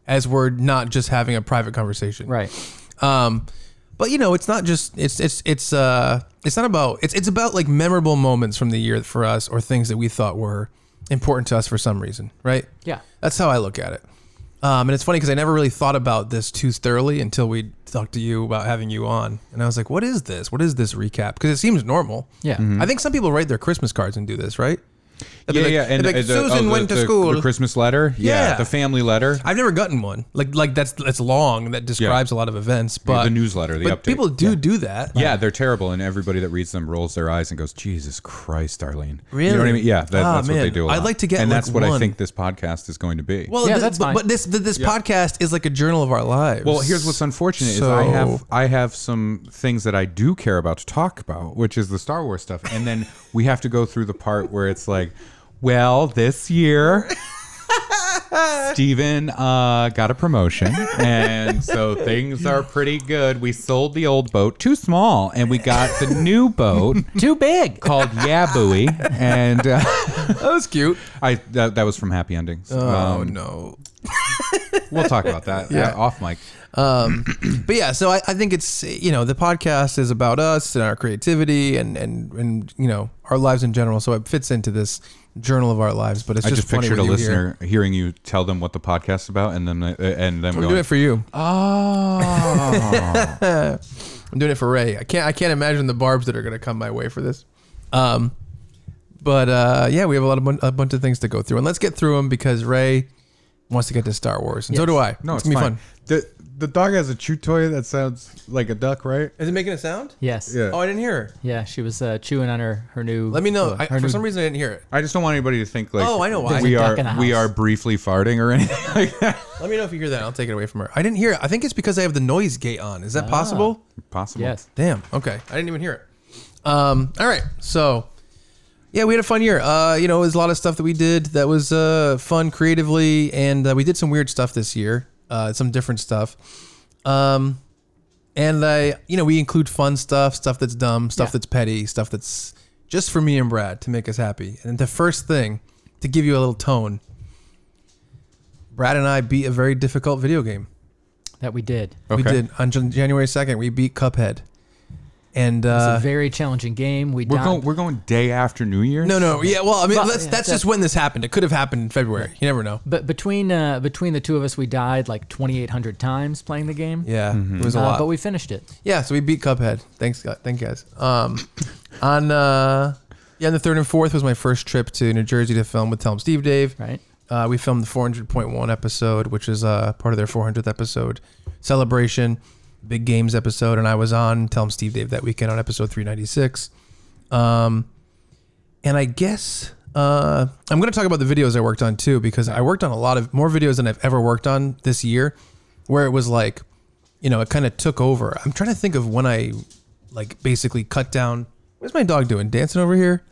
S1: as we're not just having a private conversation.
S2: Right.
S1: Um, but you know, it's not just it's it's it's uh it's not about it's it's about like memorable moments from the year for us or things that we thought were important to us for some reason, right?
S2: Yeah.
S1: That's how I look at it. Um, and it's funny because I never really thought about this too thoroughly until we talked to you about having you on, and I was like, "What is this? What is this recap?" Because it seems normal.
S2: Yeah.
S1: I think some people write their Christmas cards and do this, right? They'll be
S3: Mm-hmm. yeah,
S1: like-
S3: yeah. And
S1: they'll be like,
S3: uh, the- oh,
S1: Susan
S3: the-
S1: went to
S3: the-
S1: school.
S3: The Christmas letter. Yeah,
S1: Yeah.
S3: the family letter.
S1: I've never gotten one. Like like that's that's long. That describes a lot of events. But
S3: the newsletter, the
S1: but
S3: update.
S1: people do do that.
S3: Yeah, they're terrible, and everybody that reads them rolls their eyes and goes, "Jesus Christ, Darlene." You know what
S1: Really?
S3: I mean? Yeah, that,
S1: Ah,
S3: that's what they
S1: man.
S3: do. i
S1: I'd like to get,
S3: and
S1: like,
S3: that's what I
S1: one.
S3: think this podcast is going to be.
S1: Well,
S2: Yeah,
S1: th-
S2: that's
S1: but,
S2: fine.
S1: but this th- this podcast is like a journal of our lives.
S3: Well, here's what's unfortunate is
S1: So-
S3: I have I have some things that I do care about to talk about, which is the Star Wars stuff, and then we have to go through the part where it's like, well, this year. Steven uh, got a promotion, and so things are pretty good. We sold the old boat, too small, and we got the new boat
S2: Too big.
S3: called Yabooey, and uh,
S1: that was cute.
S3: I that, that was from Happy Endings.
S1: Oh
S3: um,
S1: no.
S3: we'll talk about that yeah. off mic.
S1: But yeah, so I, I think it's you know the podcast is about us and our creativity and and and you know our lives in general. So it fits into this journal of our lives. But it's
S3: I
S1: just,
S3: just
S1: funny
S3: pictured a
S1: when you hear-
S3: listener hearing you tell them what the podcast's about, and then uh, and then
S1: I'm doing
S3: going,
S1: it for you.
S3: oh,
S1: I'm doing it for Ray. I can't I can't imagine the barbs that are gonna come my way for this. Um, but uh, yeah, we have a lot of bun- a bunch of things to go through, and let's get through them because Ray wants to get to Star Wars, and so
S2: Yes.
S1: do I.
S3: no, it's,
S1: gonna
S3: fine.
S1: be fun.
S3: The the dog has a chew toy that sounds like a duck, right?
S1: Is it making a sound?
S2: Yes.
S3: Yeah.
S1: Oh, I didn't hear her.
S2: Yeah, she was uh, chewing on her her new.
S1: Let me know.
S2: uh,
S1: I,
S2: her
S1: for
S2: new-
S1: some reason, I didn't hear it.
S3: I just don't want anybody to think like
S1: Oh, I know why.
S3: we
S2: There's a duck
S3: are
S2: in the
S3: we
S2: house.
S3: are briefly farting or anything like that.
S1: Let me know if you hear that. I'll take it away from her. I didn't hear it. I think it's because I have the noise gate on. Is that possible?
S3: Possible.
S2: Yes.
S1: Damn. Okay. I didn't even hear it. Um, all right. So, yeah, we had a fun year. Uh, you know, it was a lot of stuff that we did that was uh, fun creatively, and uh, we did some weird stuff this year, uh, some different stuff. Um, and I, you know, we include fun stuff, stuff that's dumb, stuff
S2: Yeah.
S1: that's petty, stuff that's just for me and Brad to make us happy. And the first thing to give you a little tone, Brad and I beat a very difficult video game.
S2: That we did.
S1: We
S3: Okay.
S1: did on Jan- January second. We beat Cuphead, and
S2: It's a
S1: uh,
S2: very challenging game. We
S3: We're
S2: don-
S3: going we're going day after New Year's.
S1: no, no, yeah. Well, I mean,
S2: Well,
S1: that's
S2: yeah,
S1: that's just when this happened. It could have happened in February. You never know.
S2: But between uh, between the two of us, we died like 2,800 times playing the game.
S1: Yeah, it was a
S2: Uh,
S1: lot.
S2: but we finished it.
S1: yeah, so we beat Cuphead. Thanks, God. Thank you guys. Um, on uh, yeah, on the third and fourth was my first trip to New Jersey to film with Tell 'em Steve Dave.
S2: Right.
S1: Uh, we filmed the 400.1 episode, which is uh, part of their 400th episode celebration, big games episode, and I was on Tell 'em Steve Dave that weekend on episode 396. Um, and I guess uh, I'm going to talk about the videos I worked on too because I worked on a lot of more videos than I've ever worked on this year, where it was like, you know, it kind of took over. I'm trying to think of when I like basically cut down. What's my dog doing? Dancing over here.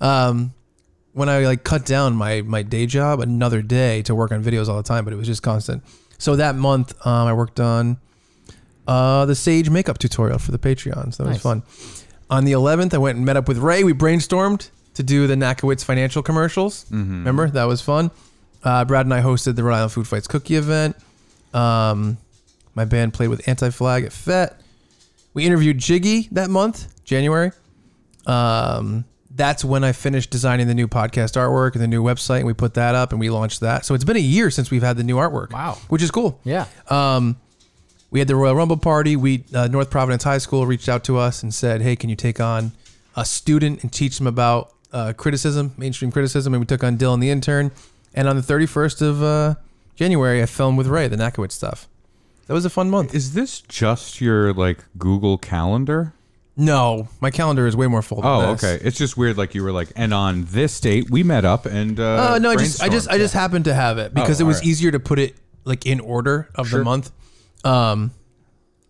S1: Um, when I like cut down my my day job another day to work on videos all the time, but it was just constant. So that month, um, I worked on uh, the Sage makeup tutorial for the Patreon. So that was
S2: Nice.
S1: fun. On the 11th, I went and met up with Ray. We brainstormed to do the Nakowitz financial commercials. Remember that was fun. Uh, Brad and I hosted the Rhode Island Food Fights cookie event. Um, my band played with Anti Flag at FET. We interviewed Jiggy that month, January. Um, that's when I finished designing the new podcast artwork and the new website, and we put that up and we launched that. So it's been a year since we've had the new artwork.
S2: Wow.
S1: which is cool.
S2: Yeah.
S1: Um, we had the Royal Rumble party. We uh, North Providence High School reached out to us and said, "Hey, can you take on a student and teach them about uh, criticism, mainstream criticism?" And we took on Dylan the intern. And on the 31st of uh, January, I filmed with Ray the Nakowitz stuff. That was a fun month.
S3: Is this just your like Google Calendar?
S1: No, my calendar is way more full. Than
S3: Oh,
S1: this.
S3: okay. It's just weird. Like you were like, and on this date we met up and. Uh,
S1: Uh, no, I just I
S3: brainstormed."
S1: just I just happened to have it because
S3: Oh,
S1: it was
S3: alright.
S1: easier to put it like in order of the
S3: Sure.
S1: month. Um,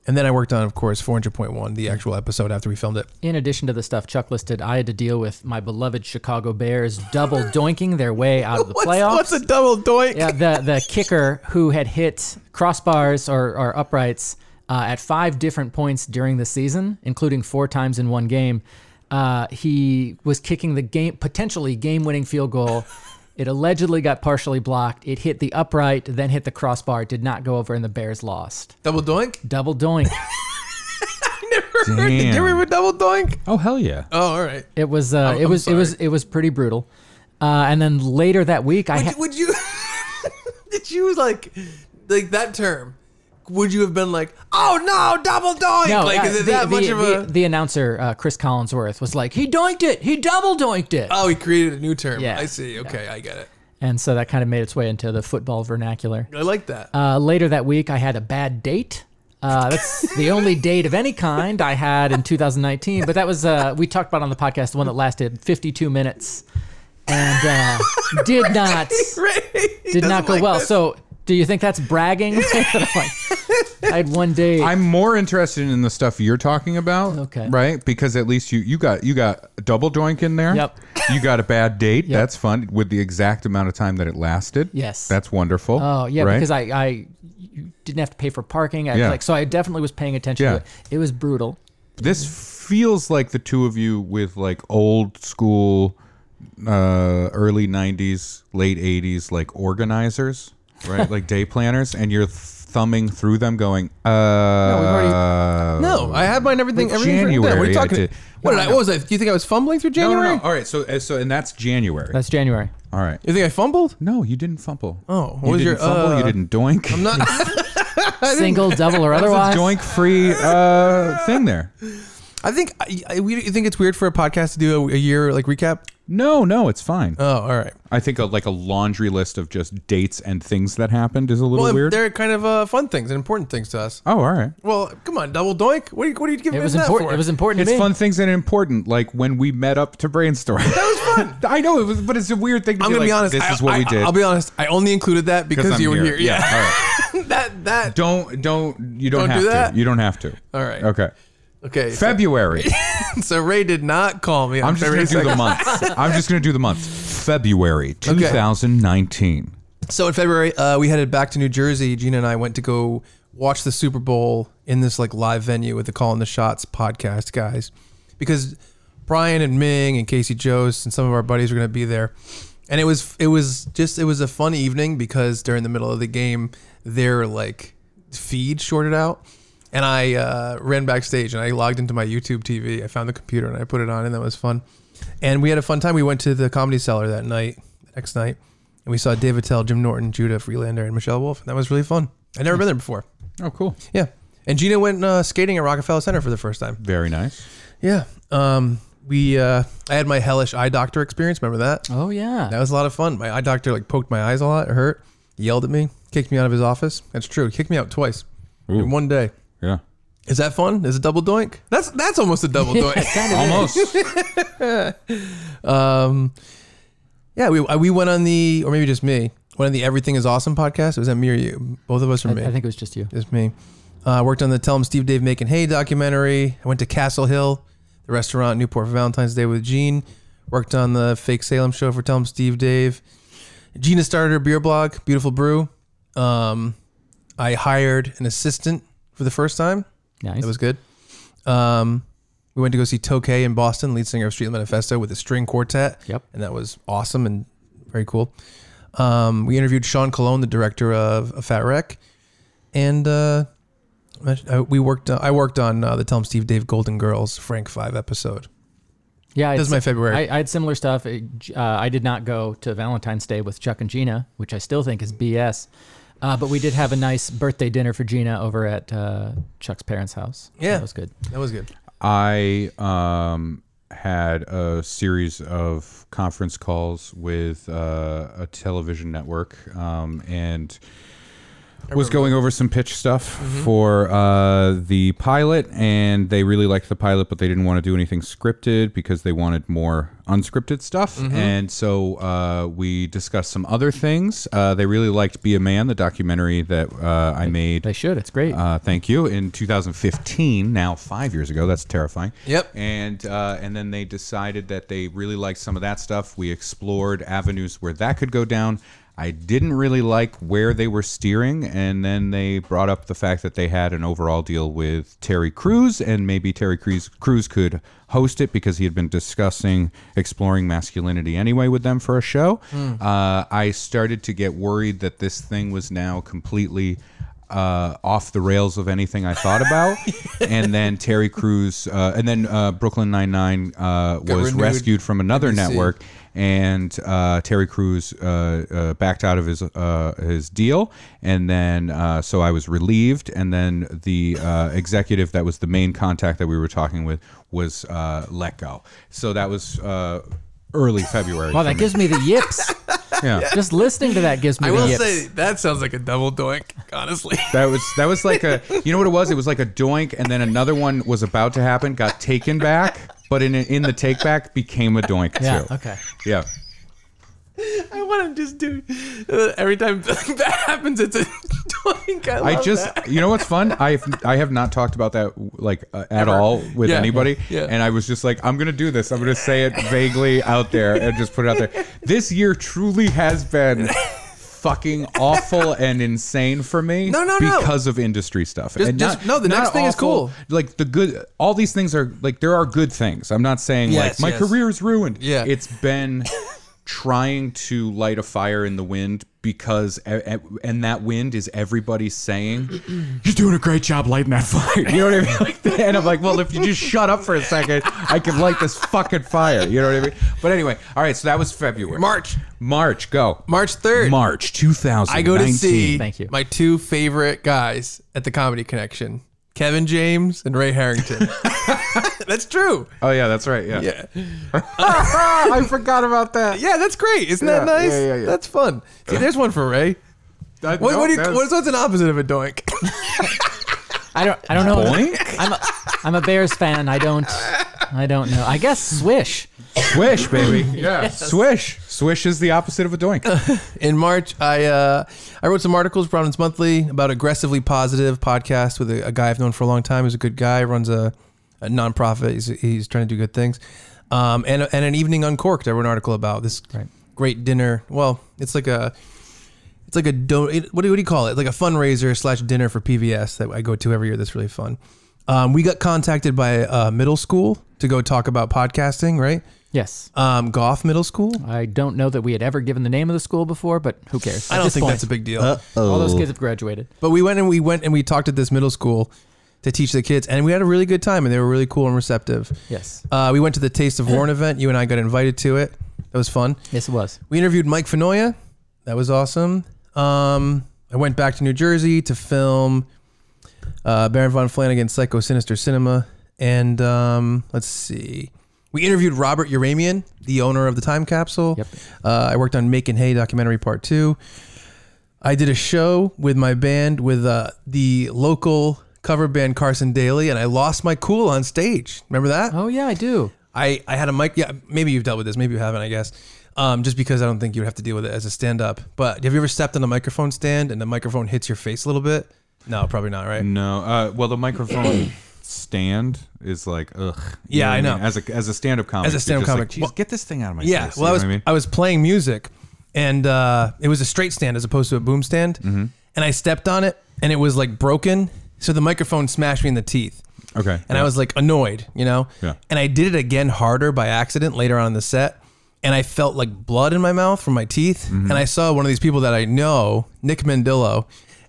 S1: and then I worked on, of course, 400.1,
S3: Mm.
S1: the actual episode after we filmed it.
S2: In addition to the stuff Chuck listed, I had to deal with my beloved Chicago Bears double doinking their way out of the playoffs.
S1: What's, what's a double doink?
S2: yeah, the the kicker who had hit crossbars or, or uprights uh, at five different points during the season, including four times in one game. Uh, he was kicking the game potentially game winning field goal. It allegedly got partially blocked. It hit the upright, then hit the crossbar. It did not go over, and the Bears lost.
S1: Double doink?
S2: Double doink.
S1: Did you
S3: Damn.
S1: remember double doink?
S3: Oh hell yeah!
S1: Oh, all right.
S2: It was uh, it
S1: I'm
S2: was it was it was pretty brutal. Uh, and then later that week, I
S1: Would
S2: had
S1: you, would you did you like like that term? would you have been like, "Oh no, double doink"? like,
S2: uh,
S1: is it
S2: the,
S1: that
S2: the-
S1: much of
S2: the-
S1: a?
S2: the announcer, uh, Chris Collinsworth, was like, he doinked it. He double doinked it.
S1: oh, he created a new term.
S2: Yeah.
S1: I see. Okay, I get it.
S2: and so that kind of made its way into the football vernacular.
S1: I like that.
S2: Uh, later that week, I had a bad date. Uh, that's the only date of any kind I had in 2019. But that was uh, we talked about on the podcast the one that lasted 52 minutes and uh, did not did not go well. So do you think that's bragging? I had one date.
S3: I'm more interested in the stuff you're talking about.
S2: Okay.
S3: Right? Because at least you you got you got a double doink in there.
S2: Yep.
S3: You got a bad date.
S2: Yep.
S3: That's fun with the exact amount of time that it lasted.
S2: Yes.
S3: That's wonderful.
S2: Oh yeah,
S3: right?
S2: because I, I you didn't have to pay for parking. I,
S3: Yeah.
S2: like so I definitely was paying attention
S3: Yeah.
S2: to it. It was brutal.
S3: this feels like the two of you with like old school uh early 90s late 80s like organizers right like day planners and you're thumbing through them going uh no,
S1: we've already- no, I had mine everything.
S3: Like
S1: everything written down. What are
S3: January,
S1: you
S3: I
S1: talking?
S3: did.
S1: What did I? What was I? Do you think I was fumbling through
S3: no,
S1: January?
S3: no. all right so uh, so and that's january
S2: That's January.
S3: all right
S1: You think I fumbled?
S3: no you didn't fumble
S1: Oh, what
S3: you
S1: was
S3: didn't
S1: your,
S3: fumble you
S1: uh,
S3: didn't doink i'm
S1: Not.
S2: Single, double, or
S3: a
S2: otherwise.
S3: doink free uh thing there
S1: I think I, I, we, you think it's weird for a podcast to do a, a year like recap.
S3: no no it's fine
S1: Oh, all right.
S3: i think a, like a laundry list of just dates and things that happened is a little
S1: Well,
S3: weird
S1: they're kind of uh, fun things and important things to us.
S3: oh all right
S1: Well, come on, double doink. What are you, what are you giving
S2: It
S1: us
S2: was
S1: that
S2: important.
S1: for?
S2: It was important
S3: It's
S2: to me.
S3: fun things that are important, like when we met up to brainstorm. That was fun. I know it was, but it's a weird thing. To
S1: I'm
S3: be
S1: gonna
S3: like,
S1: be honest.
S3: This
S1: I,
S3: is what
S1: I,
S3: we did.
S1: I'll be honest. I only included that because
S3: I'm
S1: you were here. Yeah.
S3: all right.
S1: that that.
S3: Don't don't you don't,
S1: Don't do
S3: have
S1: that?
S3: to. You don't have to.
S1: All right.
S3: Okay.
S1: Okay. so-
S3: February.
S1: So Ray did not call me. On
S3: I'm just
S1: February
S3: gonna do
S1: 2nd.
S3: the month. I'm just gonna do the month. February 2019.
S1: So in February, uh, we headed back to New Jersey. Gina and I went to go watch the Super Bowl in this like live venue with the Call in the Shots podcast guys, because Brian and Ming and Casey Jost and some of our buddies were going to be there, and it was it was just it was a fun evening because during the middle of the game, their like feed shorted out, and I uh, ran backstage and I logged into my YouTube TV. I found the computer and I put it on, and that was fun. And we had a fun time. We went to the Comedy Cellar that night, next night, and we saw Dave Attell, Jim Norton, Judah Freelander, and Michelle Wolf. And that was really fun. I'd never been there before.
S3: Oh, cool.
S1: Yeah. And Gina went uh, skating at Rockefeller Center for the first time.
S3: Very nice.
S1: Yeah. Um, we uh, I had my hellish eye doctor experience. Remember that?
S2: Oh yeah.
S1: That was a lot of fun. My eye doctor like poked my eyes a lot. It hurt. Yelled at me. Kicked me out of his office. That's true. He kicked me out twice in one day.
S3: Yeah.
S1: Is that fun? Is it double doink? That's that's almost a double doink.
S2: Kind of
S3: Almost.
S1: Um, yeah, we uh, we went on the, or maybe just me, went on the Everything Is Awesome podcast. It was that me or you? Both of us or
S2: I,
S1: me?
S2: I think it was just you.
S1: just me. Uh, I worked on the Tell 'em Steve Dave Making Hay documentary. I went to Castle Hill, the restaurant in Newport for Valentine's Day with Gene. Worked on the fake Salem show for Tell 'em Steve Dave. Gina started her beer blog, Beautiful Brew. Um, I hired an assistant for the first time.
S2: Nice.
S1: That was good. Um, we went to go see Tokay in Boston, lead singer of Street Manifesto with a string quartet.
S2: Yep.
S1: And that was awesome and very cool. Um, we interviewed Sean Colon, the director of, of Fat Wreck. And uh, I, we worked. I worked on uh, the Tell 'em Steve Dave Golden Girls Frank Five episode.
S2: yeah. I had
S1: This is my
S2: s-
S1: February.
S2: I, I had similar stuff. It j- uh, I did not go to Valentine's Day with Chuck and Gina, which I still think is BS. Uh, but we did have a nice birthday dinner for Gina over at uh, Chuck's parents' house. So
S1: Yeah.
S2: that was good.
S1: that was good.
S3: I um, had a series of conference calls with uh, a television network um, and was going over some pitch stuff for uh, the pilot, and they really liked the pilot, but they didn't want to do anything scripted because they wanted more unscripted stuff. And so uh, we discussed some other things. Uh, they really liked Be a Man, the documentary that uh, I made.
S2: They should. It's great.
S3: Uh, thank you. In 2015, now five years ago, that's terrifying.
S1: Yep.
S3: And uh, and then they decided that they really liked some of that stuff. We explored avenues where that could go down. I didn't really like where they were steering, and then they brought up the fact that they had an overall deal with Terry Crews, and maybe Terry Crews Crews could host it because he had been discussing exploring masculinity anyway with them for a show. Uh, I started to get worried that this thing was now completely uh, off the rails of anything I thought about. and then Terry Crews, uh, and then uh, Brooklyn Nine Nine uh, was
S1: renewed.
S3: rescued from another
S1: NBC.
S3: network. and uh, Terry Crews uh, uh, backed out of his uh, his deal, and then uh, so I was relieved, and then the uh, executive that was the main contact that we were talking with was uh, let go. So that was uh, early February.
S2: Wow,
S3: for
S2: that
S3: me.
S2: gives me the yips.
S3: yeah.
S2: Just listening to that gives me
S1: I
S2: the
S1: will
S2: yips.
S1: say that sounds like a double doink, honestly.
S3: That was that was like a you know what it was? It was like a doink, and then another one was about to happen, got taken back, but in in the take back became a doink
S2: yeah.
S3: too.
S2: Okay.
S3: Yeah.
S1: I want to just do every time that happens. It's a doink. I,
S3: I
S1: love
S3: just
S1: that.
S3: you know what's fun? I have I have not talked about that like uh, at all with
S1: Yeah.
S3: anybody,
S1: Yeah.
S3: and I was just like, I'm gonna do this. I'm gonna say it vaguely out there and just put it out there. This year truly has been. Fucking awful and insane for me.
S1: No, no, no.
S3: because of industry stuff. and
S1: just- no, the next thing is cool.
S3: Like the good, all these things are like there are good things. I'm not saying
S1: Yes,
S3: like my
S1: yes.
S3: career's ruined.
S1: Yeah.
S3: it's been trying to light a fire in the wind because e, and that wind is everybody saying you're doing a great job lighting that fire you know what i mean like, and i'm like well if you just shut up for a second i can light this fucking fire you know what i mean but anyway all right so that was february
S1: March.
S3: march go
S1: March third.
S3: march 2000
S1: I go to see
S2: Thank you.
S1: my two favorite guys at the Comedy Connection, Kevin James and Ray Harrington. that's true.
S3: oh yeah that's right yeah,
S1: Yeah.
S3: i forgot about that
S1: Yeah, that's great. Isn't that
S3: Yeah, yeah,
S1: nice?
S3: yeah, yeah.
S1: That's fun. See, there's one for Ray.
S3: That-
S1: What,
S3: no,
S1: what do you,
S3: that was-
S1: what's, what's an opposite of a doink?
S2: I don't. I don't know.
S3: Boink?
S2: I'm a, I'm a Bears fan. I don't. I don't know. I guess swish.
S3: swish baby yeah swish swish is the opposite of a doink
S1: in March, I uh, I wrote some articles, Providence Monthly, about aggressively positive podcast with a, a guy I've known for a long time. He's a good guy, runs a, a nonprofit. He's, he's trying to do good things. Um, and and an evening uncorked, I wrote an article about this
S2: Right.
S1: great dinner. Well, it's like a it's like a do it, what do what do you call it? Like a fundraiser slash dinner for PBS that I go to every year. That's really fun. Um, we got contacted by uh, middle school to go talk about podcasting, right?
S2: Yes.
S1: Um, Goff Middle School.
S2: I don't know that we had ever given the name of the school before, but who cares?
S1: I
S2: At
S1: don't
S2: this
S1: think
S2: point, Uh,
S1: that's a big deal.
S2: all those kids have graduated.
S1: But we went and we went and we talked at this middle school to teach the kids, and we had a really good time, and they were really cool and receptive.
S2: Yes.
S1: Uh, we went to the Taste of Warren event. You and I got invited to it. That was fun.
S2: Yes, it was.
S1: We interviewed Mike Fenoya. That was awesome. Um, I went back to New Jersey to film uh, Baron von Flanagan's Psycho Sinister Cinema, and um, let's see. We interviewed Robert Uramian, the owner of the Time Capsule.
S2: Yep.
S1: Uh, I worked on Making Hay documentary part two. I did a show with my band with uh, the local cover band Carson Daly, and I lost my cool on stage. Remember that?
S2: Oh yeah, I do.
S1: I, I had a mic. Yeah, maybe you've dealt with this. Maybe you haven't, I guess. Um, just because I don't think you would have to deal with it as a stand up. But have you ever stepped on a microphone stand and the microphone hits your face a little bit? No, probably not, right?
S3: No. Uh, well, the microphone stand is like, ugh. You
S1: Yeah, I
S3: what
S1: know.
S3: mean? As a as a stand up comic.
S1: As a
S3: you're
S1: stand-up
S3: just
S1: comic.
S3: like, "Jeez,
S1: Well-
S3: get this thing out of my
S1: Yeah.
S3: face.
S1: Well, I
S3: you
S1: was
S3: know what
S1: I was playing music, and uh, it was a straight stand as opposed to a boom stand,
S3: Mm-hmm.
S1: and I stepped on it, and it was like broken. So the microphone smashed me in the teeth.
S3: I mean? Okay.
S1: And I was like annoyed, you know?
S3: Yeah.
S1: And I did it again harder by accident later on in the set. And I felt like blood in my mouth from my teeth.
S3: Mm-hmm.
S1: And I saw one of these people that I know, Nick Mandillo,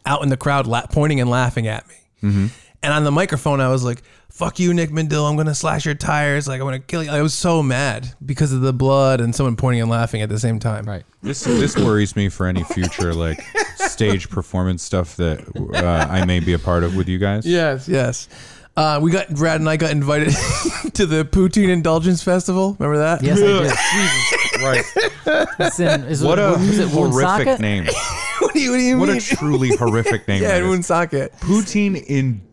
S1: out in the crowd la- pointing and laughing at me.
S3: Mm-hmm.
S1: And on the microphone, I was like, fuck you, Nick Mandillo. I'm going to slash your tires. Like, I'm going to kill you. I was so mad because of the blood and someone pointing and laughing at the same time.
S2: Right.
S3: this this worries me for any future like stage performance stuff that uh, I may be a part of with you guys.
S1: Yes, yes. Uh, we got, Brad and I got invited to the Poutine Indulgence Festival. Remember that?
S2: Yes, I did.
S3: Jesus Christ!
S2: It's in, is
S3: What
S2: it,
S3: a
S2: is it
S3: horrific
S2: Woonsocket?
S3: name!
S1: what do you, what do you
S3: What
S1: mean?
S3: a truly horrific name!
S1: yeah,
S3: that
S1: in
S3: is.
S1: Woonsocket.
S3: Poutine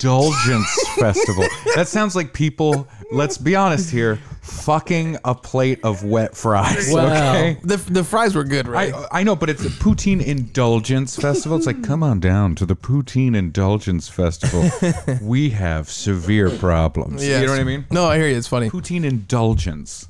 S3: Indulgence Festival. That sounds like people. Let's be honest here. Fucking a plate of wet fries.
S2: Wow.
S3: Okay.
S1: The, the fries were good, right?
S3: I, I know, but it's a poutine indulgence festival. It's like, come on down to the poutine indulgence festival. we have severe problems.
S1: Yes.
S3: You know what I mean?
S1: No, I hear you. It's funny.
S3: Poutine indulgence.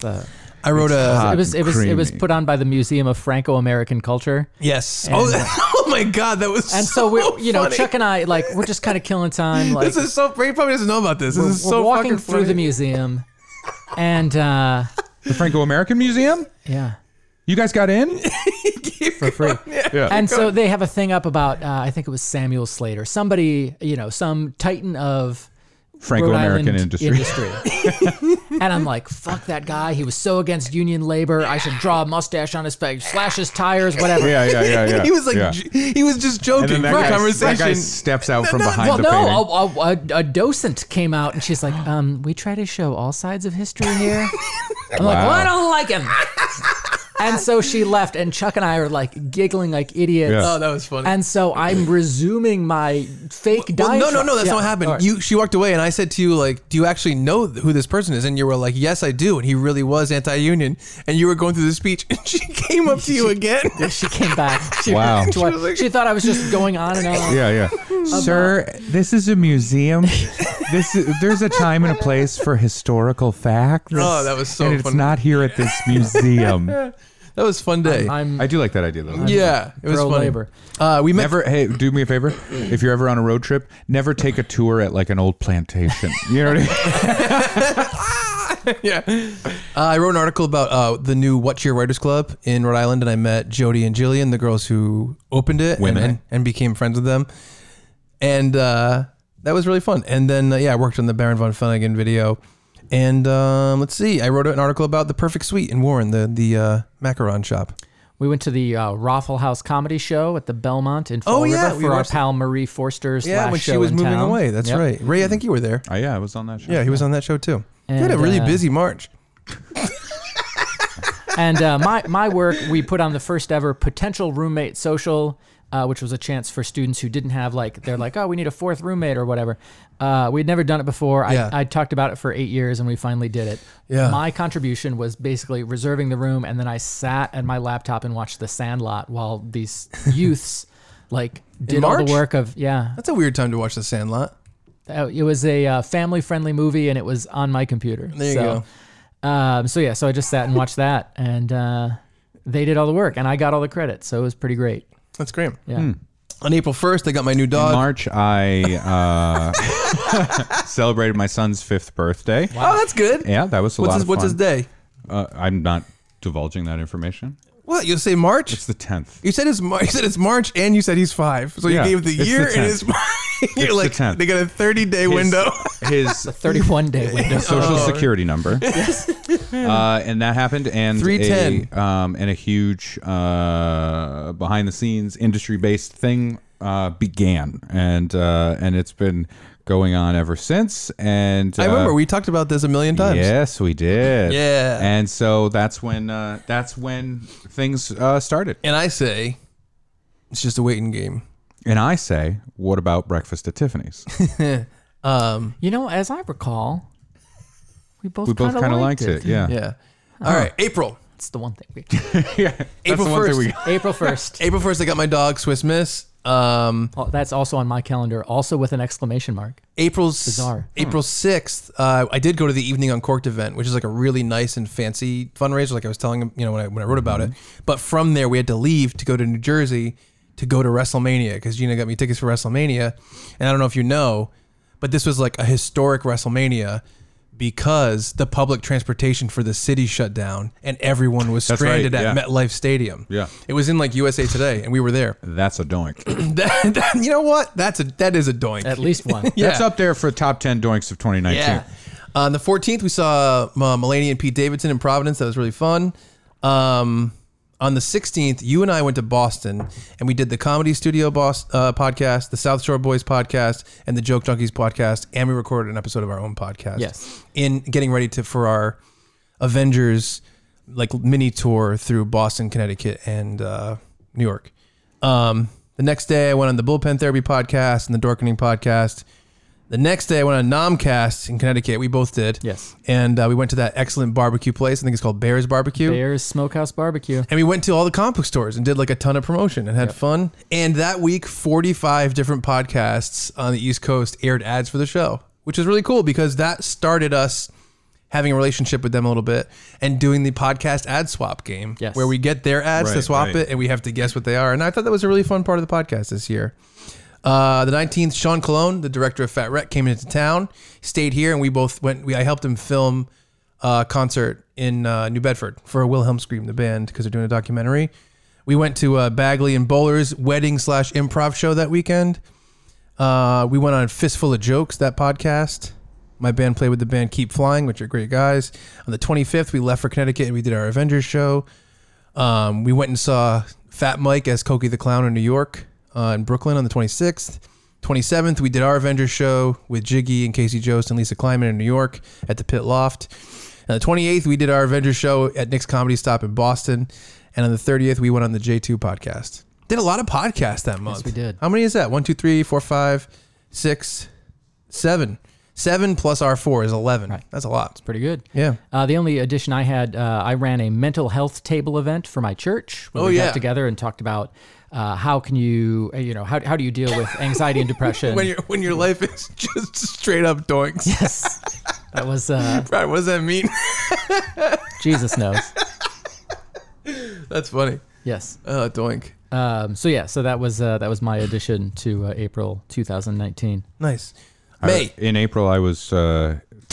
S1: I wrote a
S3: hot.
S2: It was it was it was
S3: Creamy.
S2: put on by the Museum of Franco-American Culture.
S1: yes. Oh, oh my god, that was
S2: And so,
S1: so,
S2: we're you know
S1: funny.
S2: Chuck and I like we're just kind of killing time. Like
S1: This is so. He probably doesn't know about this. This
S2: we're,
S1: is so
S2: we're walking
S1: fucking
S2: through the
S1: funny.
S2: museum, and uh,
S3: The Franco American Museum?
S2: yeah,
S3: You guys got in?
S2: for free.
S3: Yeah.
S2: And so they have a thing up about uh, I think it was Samuel Slater, somebody you know, some titan of
S3: Franco-American
S2: Rhode
S3: industry.
S2: industry. and I'm like, fuck that guy. He was so against union labor. I should draw a mustache on his face, slash his tires, whatever.
S3: yeah, yeah, yeah, yeah.
S1: he was like,
S3: yeah.
S1: j- he was just joking. for
S3: guy,
S1: conversation.
S3: that guy steps out from behind
S2: Well,
S3: the painting.
S2: no, oh, a, a, a, a docent came out and she's like, um, we try to show all sides of history here. I'm like,
S3: Wow.
S2: well, I don't like him. and so she left, and Chuck and I are like giggling like idiots.
S3: Yeah.
S1: oh, that was funny.
S2: And so I'm resuming my fake
S1: Well,
S2: diet.
S1: no, no, no, that's not what happened. You, she walked away, and I said to you, like, do you actually know th- who this person is? And you were like, yes, I do. And he really was anti-union. And you were going through the speech, and she came up to you again.
S2: she came back. She,
S3: Wow.
S2: she, she thought I was just going on and on.
S3: Yeah, yeah. Sir, this is a museum. this is, there's a time and a place for historical facts.
S1: Oh, that was so
S3: And it's
S1: funny.
S3: not here at this museum.
S1: That was a fun day.
S2: I'm
S3: I do like that idea though.
S1: yeah, it was
S2: pro
S1: funny.
S2: labor.
S1: Uh, we met.
S3: Never, hey, do me a favor. If you're ever on a road trip, never take a tour at like an old plantation. You know what I mean?
S1: yeah, uh, I wrote an article about uh, the new What's Your Writers Club in Rhode Island, and I met Jody and Jillian, the girls who opened it, and,
S3: Women.
S1: and, and became friends with them. And uh, that was really fun. And then uh, yeah, I worked on the Baron von Funnigan video. And um, let's see, I wrote an article about the Perfect Suite in Warren, the the uh, macaron shop.
S2: We went to the uh, Raffle House comedy show at the Belmont in Fall
S1: Oh, yeah,
S2: River
S1: we
S2: for our
S1: watched-
S2: pal Marie Forster's
S1: Yeah,
S2: last
S1: when
S2: show
S1: she was
S2: in
S1: moving
S2: town.
S1: away. That's
S2: Yep.
S1: right. Ray, I think you were there.
S3: Oh, yeah, I was on that show.
S1: Yeah, he was on that show too. he had a
S2: And,
S1: really
S2: uh,
S1: busy March.
S2: and uh, my my work, we put on the first ever potential roommate social, uh, which was a chance for students who didn't have like they're like, oh, we need a fourth roommate or whatever. Uh, we'd never done it before.
S1: Yeah.
S2: I, I talked about it for eight years, and we finally did it.
S1: Yeah.
S2: My contribution was basically reserving the room, and then I sat at my laptop and watched The Sandlot while these youths like did all
S1: March?
S2: the work of yeah.
S1: That's a weird time to watch The Sandlot.
S2: Uh, It was a uh, family-friendly movie, and it was on my computer.
S1: There you
S2: so,
S1: go.
S2: Um, so yeah, so I just sat and watched that, and uh, they did all the work, and I got all the credit, so it was pretty great.
S1: That's great.
S2: Yeah,
S3: Hmm.
S1: On April first, I got my new
S3: In
S1: dog.
S3: March, I uh, celebrated my son's fifth birthday.
S1: Oh, that's good.
S3: Yeah, that was a
S1: What's
S3: lot
S1: his
S3: of
S1: What's his
S3: fun.
S1: day?
S3: Uh, I'm not divulging that information.
S1: What you say March?
S3: It's the 10th.
S1: you said it's Mar- you said it's March, and you said he's five. So
S3: Yeah,
S1: you gave the
S3: it's the
S1: year and
S3: 10th.
S1: his. You're
S3: the uh,
S1: like
S3: 10th.
S1: they got a thirty day window.
S3: His
S2: thirty-one day window.
S3: social security number. uh, and that happened. And
S1: 310.
S3: A, um, and a huge uh, behind the scenes industry based thing uh, began, and uh, and it's been going on ever since. And
S1: I remember
S3: uh,
S1: we talked about this a million times.
S3: Yes, we did.
S1: Yeah.
S3: And so that's when uh, that's when things uh, started.
S1: And I say, it's just a waiting game.
S3: And I say, what about breakfast at Tiffany's?
S1: Um.
S2: You know, as I recall, we both
S3: We both kind of liked it. Yeah.
S1: Yeah. All right. April.
S2: That's the one thing. We,
S3: yeah. That's
S1: April
S3: the one thing
S1: 1st.
S3: we-
S2: April first.
S1: April first, I got my dog Swiss Miss. Um.
S2: Oh, that's also on my calendar, also with an exclamation mark.
S1: April's
S2: Bizarre.
S3: Hmm.
S1: April sixth. Uh, I did go to the evening uncorked event, which is like a really nice and fancy fundraiser. Like I was telling him, you know, when I when I wrote about
S3: Mm-hmm.
S1: it. But from there, we had to leave to go to New Jersey to go to WrestleMania because Gina got me tickets for WrestleMania, and I don't know if you know, but this was like a historic WrestleMania because the public transportation for the city shut down and everyone was
S3: That's right,
S1: stranded at
S3: yeah.
S1: MetLife Stadium.
S3: Yeah.
S1: it was in like USA Today, and we were there.
S3: That's a doink.
S1: That- that- you know what? That's a that is a doink.
S2: At least one.
S3: That's up there for top 10 doinks of 2019.
S1: Yeah. Uh, On the 14th, we saw uh, Mulaney and Pete Davidson in Providence. That was really fun. Um, on the 16th, you and I went to Boston and we did the Comedy Studio Boss uh, podcast, the South Shore Boys podcast, and the Joke Junkies podcast, and we recorded an episode of our own podcast.
S2: Yes.
S1: In getting ready to for our Avengers like mini tour through Boston, Connecticut, and uh, New York. Um, the next day, I went on the Bullpen Therapy podcast and the Dorkening podcast. The next day, I went on Nomcast in Connecticut. We both did.
S2: Yes.
S1: And uh, we went to that excellent barbecue place. I think it's called Bears Barbecue.
S2: Bears Smokehouse Barbecue.
S1: And we went to all the comic book stores and did like a ton of promotion and had fun. And that week, 45 different podcasts on the East Coast aired ads for the show, which is really cool because that started us having a relationship with them a little bit and doing the podcast ad swap game
S2: Yes.
S1: where we get their ads to
S3: Right,
S1: swap
S3: right.
S1: it and we have to guess what they are. And I thought that was a really fun part of the podcast this year. Uh, the 19th, Sean Colon, the director of Fat Wreck, came into town, stayed here, and we both went. We, I helped him film a concert in uh, New Bedford for Wilhelm Scream, the band, because they're doing a documentary. We went to uh, Bagley and Bowler's wedding slash improv show that weekend. Uh, we went on Fistful of Jokes, that podcast. My band played with the band Keep Flying, which are great guys. On the 25th, we left for Connecticut and we did our Avengers show. Um, we went and saw Fat Mike as Cokie the Clown in New York, uh, in Brooklyn on the 26th. 27th, we did our Avengers show with Jiggy and Casey Jost and Lisa Kleinman in New York at the Pit Loft. On the 28th, we did our Avengers show at Nick's Comedy Stop in Boston. And on the 30th, we went on the J2 podcast. Did a lot of podcasts that month.
S2: we did.
S1: How many is that? One, two, three, four, five, six, seven. Seven plus R4 is 11. That's a lot.
S2: Pretty good.
S1: Yeah.
S2: Uh, the only addition I had, uh, I ran a mental health table event for my church where
S1: Oh,
S2: we
S1: yeah.
S2: got together and talked about uh, how can you, uh, you know, how, how do you deal with anxiety and depression?
S1: When, your when your life is just straight up doinks.
S2: yes. That was, uh,
S1: Right, what does that mean?
S2: Jesus knows.
S1: That's funny.
S2: Yes.
S1: Uh, doink.
S2: Um, so yeah, so that was, uh, that was my addition to uh, April 2019.
S1: Nice.
S3: I-
S1: May.
S3: in April, I was. Uh,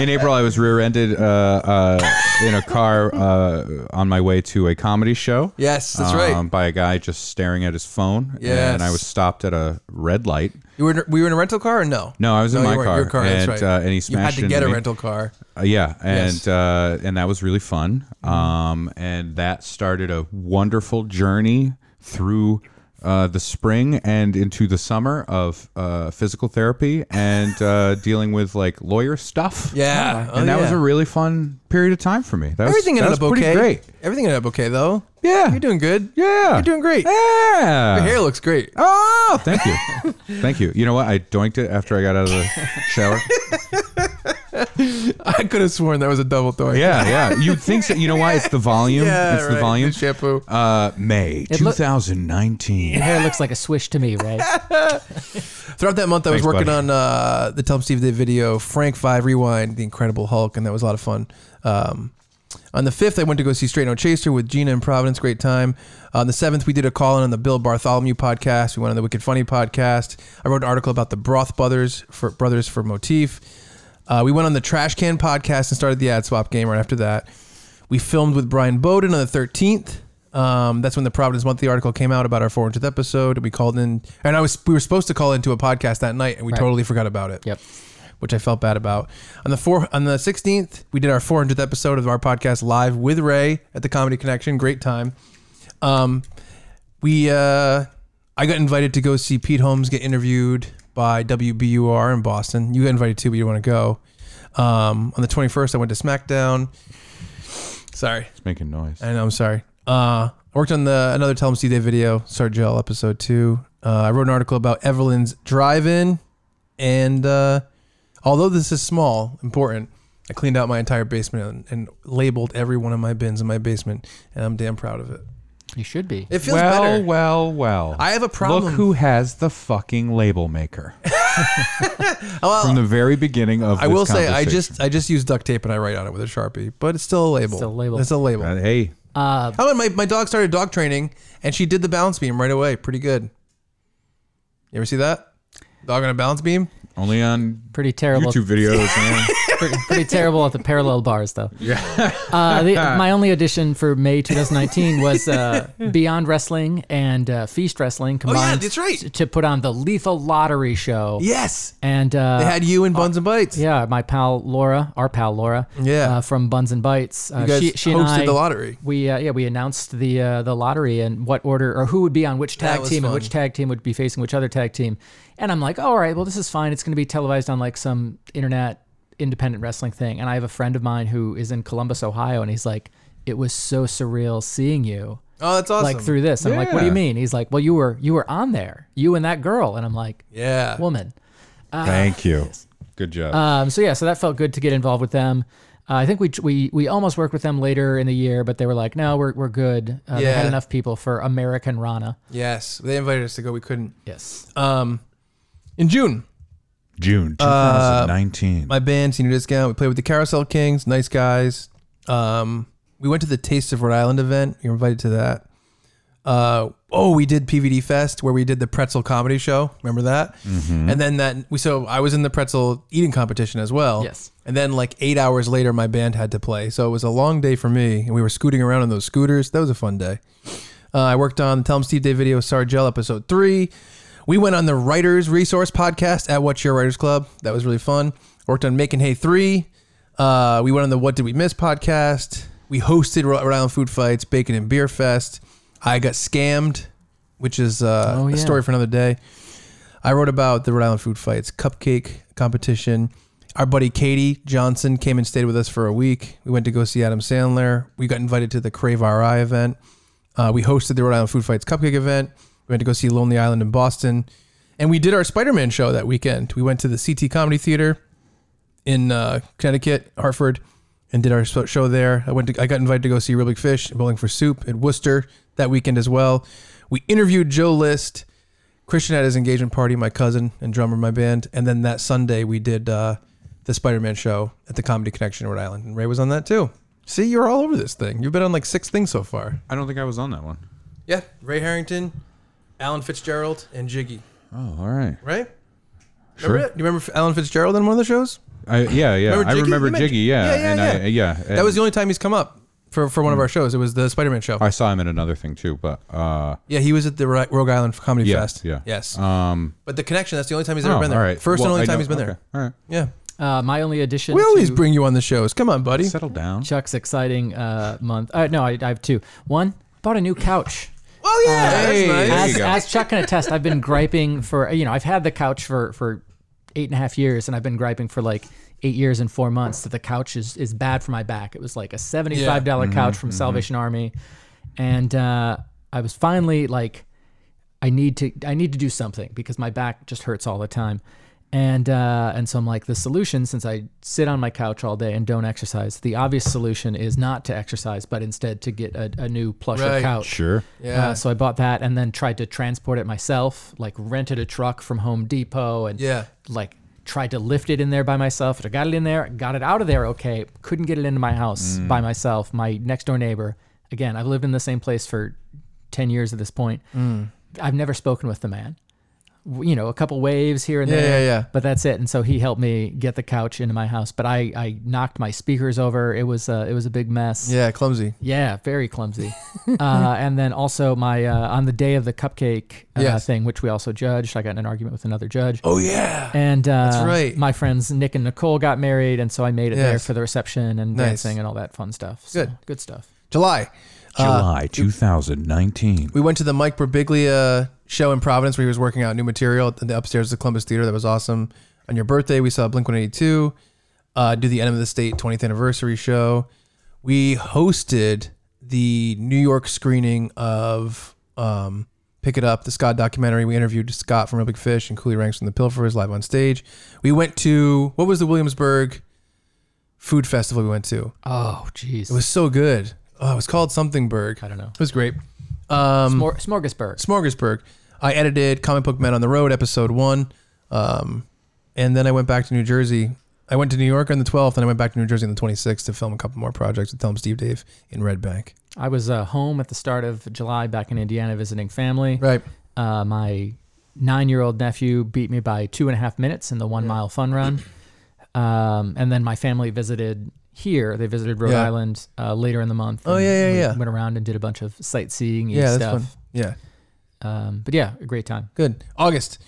S3: in April, I was rear-ended uh, uh, in a car uh, on my way to a comedy show.
S1: Yes, that's right.
S3: um, By a guy just staring at his phone.
S1: Yes.
S3: And I was stopped at a red light.
S1: You were in, we were in a rental car or no?
S3: No, I was in
S1: you
S3: my
S1: weren't.
S3: car,
S1: Your car,
S3: and,
S1: that's right.
S3: uh, and he
S1: you had
S3: smashed
S1: to get
S3: into
S1: a
S3: me.
S1: rental car.
S3: Uh, yeah, and
S1: Yes. Mm-hmm.
S3: uh, and that was really fun. Um, and that started a wonderful journey through uh, the spring and into the summer of uh, physical therapy and uh, dealing with like lawyer stuff.
S1: Yeah. Oh,
S3: and that was
S1: yeah.
S3: a really fun period of time for me. That was,
S1: Everything
S3: that
S1: ended
S3: was
S1: up okay.
S3: pretty great.
S1: Everything ended up okay though.
S3: Yeah,
S1: You're doing good.
S3: Yeah,
S1: You're doing great.
S3: Yeah,
S1: Your hair looks great.
S3: Oh, thank you, thank you. You know what? I doinked it after I got out of the shower.
S1: I could have sworn that was a double doink.
S3: Yeah, yeah. You'd think so. You know why? It's the volume.
S1: Yeah,
S3: it's
S1: right.
S3: the volume.
S1: Good shampoo.
S3: Uh, May
S2: It look-
S3: 2019.
S2: Your hair looks like a swish to me, right?
S1: Throughout that month, I was
S3: Thanks,
S1: working
S3: buddy.
S1: on uh, the Tell 'em Steve Dave video, Frank Five Rewind, The Incredible Hulk, and that was a lot of fun. Um, on the fifth, I went to go see Straight No Chaser with Gina in Providence. Great time. On the seventh, we did a call in on the Bill Bartholomew podcast. We went on the Wicked Funny podcast. I wrote an article about the Broth Brothers for Brothers for Motif. Uh, we went on the Trash Can podcast and started the Ad Swap game right after that. We filmed with Brian Bowden on the 13th. Um, that's when the Providence Monthly article came out about our 400th episode. We called in, and I was we were supposed to call into a podcast that night, and we
S2: Right.
S1: totally forgot about it
S2: Yep.
S1: which I felt bad about. On the four on the sixteenth, we did our 400th episode of our podcast live with Ray at the Comedy Connection. Great time. Um, we uh, I got invited to go see Pete Holmes get interviewed by WBUR in Boston. You got invited too, but you didn't want to go. Um, on the 21st, I went to SmackDown. Sorry.
S3: It's making noise.
S1: I know. I'm sorry. Uh, I worked on the another Tell 'em Steve Day video, Sargell episode two. Uh, I wrote an article about Evelyn's drive-in, and uh, although this is small, important, I cleaned out my entire basement and, and labeled every one of my bins in my basement, and I'm damn proud of it.
S2: You should be.
S1: It feels
S3: well,
S1: better.
S3: well, well.
S1: I have a problem.
S3: Look who has the fucking label maker. From the very beginning of
S1: I
S3: this
S1: will say I
S3: conversation.
S1: just I just use duct tape and I write on it with a sharpie, but it's still a label.
S2: Still a label.
S1: It's a label.
S3: Uh, hey,
S1: Oh, and my, my dog started dog training, and she did the balance beam right away. Pretty good. You ever see that? Dog on a balance beam?
S3: only on
S2: Pretty terrible.
S3: YouTube videos. man.
S2: pretty, pretty terrible at the parallel bars though. Yeah. uh, the, my only addition for May 2019 was uh, Beyond Wrestling and uh, Feast Wrestling combined.
S1: Oh, that's right.
S2: t- To put on the Lethal Lottery show.
S1: Yes.
S2: And uh,
S1: They had you in Buns and Bites.
S2: yeah, my pal Laura, our pal Laura,
S1: Yeah.
S2: uh, from Buns and Bites. Uh,
S1: You guys
S2: she, she and
S1: hosted
S2: I,
S1: the lottery.
S2: We uh, yeah, we announced the uh, the lottery and what order or who would be on which tag
S1: was
S2: team and
S1: fun.
S2: which tag team would be facing which other tag team. And I'm like, all right, well this is fine. It's going to be televised on like some internet independent wrestling thing. And I have a friend of mine who is in Columbus, Ohio, and he's like, it was so surreal seeing you
S1: Oh, that's awesome.
S2: like through this. I'm like, what do you
S3: Yeah.
S2: mean? He's like, well you were you were on there, you and that girl. And I'm like,
S1: yeah.
S2: woman.
S3: Thank
S1: Uh,
S3: you. Good job.
S2: Um, so yeah, so that felt good to get involved with them. Uh, I think we, we we almost worked with them later in the year, but they were like, no, we're, we're good. Uh, They had
S1: Yeah.
S2: enough people for American Rana. Uh,
S1: yes. They invited us to go. We couldn't.
S2: Yes.
S1: Um, in June, uh,
S3: June 2019.
S1: my band, Senior Discount, we played with the Carousel Kings. Nice guys. Um, we went to the Taste of Rhode Island event. We were invited to that. Uh, oh, we did PVD Fest where we did the pretzel comedy show. Remember that? And then that we so I was in the pretzel eating competition as well.
S2: Yes.
S1: And then like eight hours later, my band had to play, so it was a long day for me. And we were scooting around on those scooters. That was a fun day. Uh, I worked on the Tell 'em Steve Day video Sargell episode three. We went on the Writers Resource Podcast at What's Your Writers Club. That was really fun. Worked on Making Hay 3. Uh, we went on the What Did We Miss podcast. We hosted Rhode Rhode Island Food Fights, Bacon and Beer Fest. I got scammed, which is uh,
S2: Oh, yeah.
S1: a story for another day. I wrote about the Rhode Island Food Fights cupcake competition. Our buddy Katie Johnson came and stayed with us for a week. We went to go see Adam Sandler. We got invited to the Crave RI event. Uh, we hosted the Rhode Island Food Fights Cupcake event. We went to go see Lonely Island in Boston. And we did our Spider Man show that weekend. We went to the CT Comedy Theater in uh, Connecticut, Hartford, and did our sp- show there. I went to, I got invited to go see Real Big Fish, and Bowling for Soup at Worcester that weekend as well. We interviewed Joe List, Christian at his engagement party, my cousin and drummer in my band, and then that Sunday we did uh, the Spider Man show at the Comedy Connection in Rhode Island, and Ray was on that too. See, you're all over this thing. You've been on like six things so far.
S3: I don't think I was on that one.
S1: Yeah, Ray Harrington, Alan Fitzgerald, and Jiggy.
S3: Oh, all right.
S1: Right?
S3: Sure.
S1: Remember it? You remember Alan Fitzgerald in one of the shows?
S3: I, yeah, yeah.
S1: Remember
S3: I
S1: Jiggy?
S3: remember
S1: You mentioned-
S3: Jiggy. Yeah,
S1: Yeah, yeah,
S3: and I, yeah.
S1: That was the only time he's come up for, for one of our shows. It was the Spider Man show.
S3: I saw him in another thing too, but uh,
S1: Yeah, he was at the Ro- Rogue Island Comedy
S3: yeah,
S1: Fest.
S3: yeah.
S1: Yes.
S3: Um,
S1: but the connection, that's the only time he's
S3: oh,
S1: ever been there.
S3: All right.
S1: First
S3: Well,
S1: and only
S3: I
S1: time
S3: know-
S1: he's been
S3: okay,
S1: there.
S3: All right.
S1: Yeah.
S2: Uh, my only addition.
S1: We always
S2: to
S1: bring you on the shows. Come on, buddy.
S3: Settle down.
S2: Chuck's exciting uh, month. Uh, no, I, I have two. One, bought a new couch.
S1: Oh, yeah.
S3: Hey.
S1: that's nice.
S3: There you
S2: as,
S3: go.
S2: as Chuck can attest, I've been griping for you know I've had the couch for for eight and a half years, and I've been griping for like eight years and four months that the couch is is bad for my back. It was like a seventy five dollar
S3: Mm-hmm,
S2: couch from Salvation Army, and uh, I was finally like, I need to I need to do something because my back just hurts all the time. And uh, and so I'm like the solution since I sit on my couch all day and don't exercise. The obvious solution is not to exercise, but instead to get a, a new plusher
S1: Right.
S2: couch.
S3: Sure.
S1: Yeah.
S2: Uh, so I bought that and then tried to transport it myself, like rented a truck from Home Depot and
S1: Yeah.
S2: like tried to lift it in there by myself. I got it in there, got it out of there okay. Couldn't get it into my house by myself. My next door neighbor, again, I've lived in the same place for 10 years at this point.
S1: Mm.
S2: I've never spoken with the man. W- You know, a couple waves here and
S1: Yeah,
S2: there.
S1: yeah, yeah.
S2: But that's it. And so he helped me get the couch into my house. But I, I knocked my speakers over. It was uh, it was a big mess.
S1: Yeah, clumsy.
S2: Yeah, very clumsy. uh, and then also my uh, on the day of the cupcake uh,
S1: Yes.
S2: thing, which we also judged. I got in an argument with another judge.
S1: Oh, yeah.
S2: And uh,
S1: That's right.
S2: my friends Nick and Nicole got married, and so I made it there
S1: Yes.
S2: for the reception and
S1: Nice.
S2: dancing and all that fun stuff. So,
S1: Good.
S2: good stuff.
S1: July. Uh,
S3: July 2019.
S1: We went to the Mike Birbiglia show in Providence where he was working out new material at the upstairs of the Columbus Theater. That was awesome. On your birthday, we saw Blink 182, uh, do the End of the State 20th anniversary show. We hosted the New York screening of um, Pick It Up, the Scott documentary. We interviewed Scott from Real Big Fish and Cooley Ranks from the Pilferers live on stage. We went to, what was the Williamsburg food festival we went to?
S2: Oh, jeez.
S1: It was so good. Oh, it was called something Berg.
S2: I don't know.
S1: It was great. Um,
S2: Smor- smorgasbord.
S1: Smorgasburg. I edited Comic Book Men on the Road, episode one. Um, and then I went back to New Jersey. I went to New York on the 12th, and I went back to New Jersey on the 26th to film a couple more projects with Thelm Steve Dave in Red Bank.
S2: I was uh, home at the start of July back in Indiana visiting family.
S1: Right.
S2: Uh, my nine year old nephew beat me by two and a half minutes in the one mile fun run. Um, and then my family visited here. They visited Rhode
S1: Yeah.
S2: Island uh, later in the month.
S1: Oh,
S2: and
S1: yeah, yeah,
S2: we
S1: yeah.
S2: Went around and did a bunch of sightseeing
S1: Yeah, that's fun.
S2: stuff.
S1: Yeah,
S2: Um, but yeah, a great time.
S1: good. August.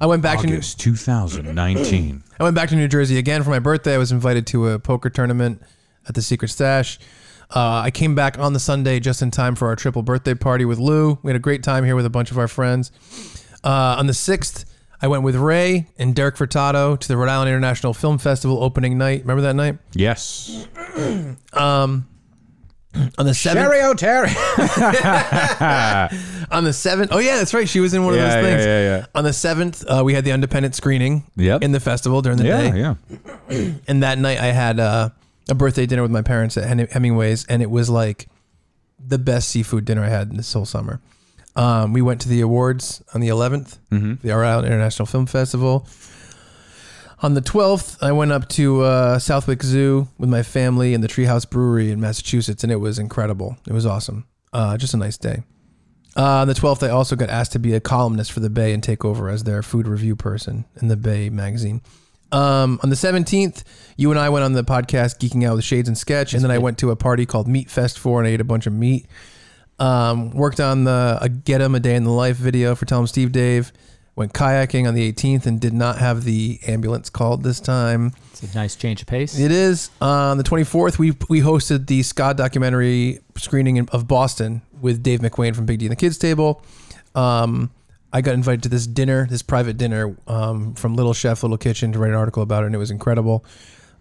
S1: I went back to New-
S3: August 2019.
S1: I went back to New Jersey again for my birthday. I was invited to a poker tournament at the Secret Stash. Uh, I came back on the Sunday just in time for our triple birthday party with Lou. We had a great time here with a bunch of our friends. Uh, on the 6th, I went with Ray and Derek Furtado to the Rhode Island International Film Festival opening night. Remember that night?
S3: Yes.
S1: On the 7th.
S3: O'Terry.
S1: On the 7th. Oh, yeah, that's right. She was in one of
S3: Yeah,
S1: those
S3: yeah,
S1: things.
S3: yeah, yeah.
S1: On the 7th, uh, we had the independent screening
S3: Yep.
S1: in the festival during the day.
S3: Yeah, yeah.
S1: and that night I had uh, a birthday dinner with my parents at Hen- Hemingway's, and it was like the best seafood dinner I had this whole summer. Um, we went to the awards on the 11th, the Rhode Island International Film Festival. On the 12th, I went up to uh, Southwick Zoo with my family and the Treehouse Brewery in Massachusetts, and it was incredible. It was awesome. Uh, just a nice day. Uh, on the 12th, I also got asked to be a columnist for the Bay and take over as their food review person in the Bay magazine. Um, on the 17th, you and I went on the podcast Geeking Out with Shades and Sketch, and then I went to a party called Meat Fest 4 and I ate a bunch of meat. Um, worked on the a Get 'em a Day in the Life video for Tell 'em Steve Dave. went kayaking on the 18th and did not have the ambulance called this time.
S2: It's a nice change of pace.
S1: It is uh, on the 24th. We we hosted the Scott documentary screening in, of Boston with Dave McWayne from Big D and the Kids Table. Um, I got invited to this dinner, this private dinner um, from Little Chef, Little Kitchen, to write an article about it, and it was incredible.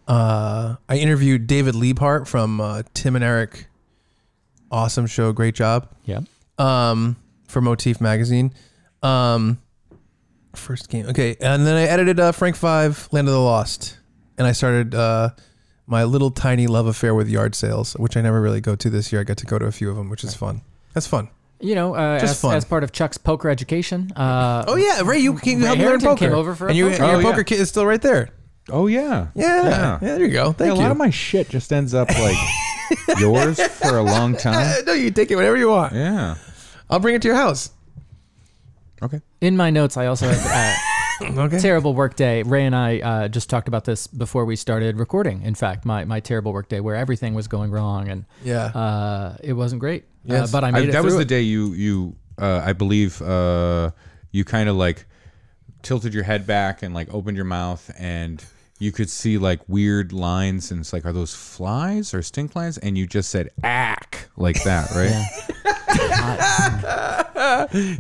S1: Uh, I interviewed David Liebhart from uh, Tim and Eric. Awesome show, great job
S2: yeah.
S1: um, for Motif Magazine. Um, first game, okay, and then I edited uh, Frank Five, Land of the Lost, and I started uh, my little tiny love affair with yard sales, which I never really go to this year. I got to go to a few of them, which is fun. That's fun.
S2: You know, uh,
S1: Just
S2: as,
S1: fun.
S2: as part of Chuck's poker education. Uh,
S1: Oh yeah, Ray, you can you
S2: Ray
S1: help me learn
S2: Harrington
S1: poker.
S2: came over for a
S1: and you,
S2: poker.
S1: your
S3: Oh,
S1: poker
S3: yeah.
S1: kit is still right there.
S3: Oh yeah.
S1: Yeah, yeah.
S3: Yeah.
S1: there you go. Thank
S3: Yeah, a
S1: you.
S3: lot of my shit just ends up like yours for a long time.
S1: Uh, no, you can take it whenever you want.
S3: Yeah.
S1: I'll bring it to your house.
S3: Okay.
S2: in my notes, I also have. Uh,
S1: Okay.
S2: terrible work day. Ray and I uh, just talked about this before we started recording. In fact, my my terrible work day where everything was going wrong and
S1: Yeah.
S2: uh, it wasn't great.
S1: Yes.
S2: Uh, but I
S3: I,
S2: made it
S3: that was
S2: through
S3: the
S2: it.
S3: day you you uh, I believe uh, you kind of like tilted your head back and like opened your mouth and you could see like weird lines and it's like are those flies or stink lines and you just said ack like that right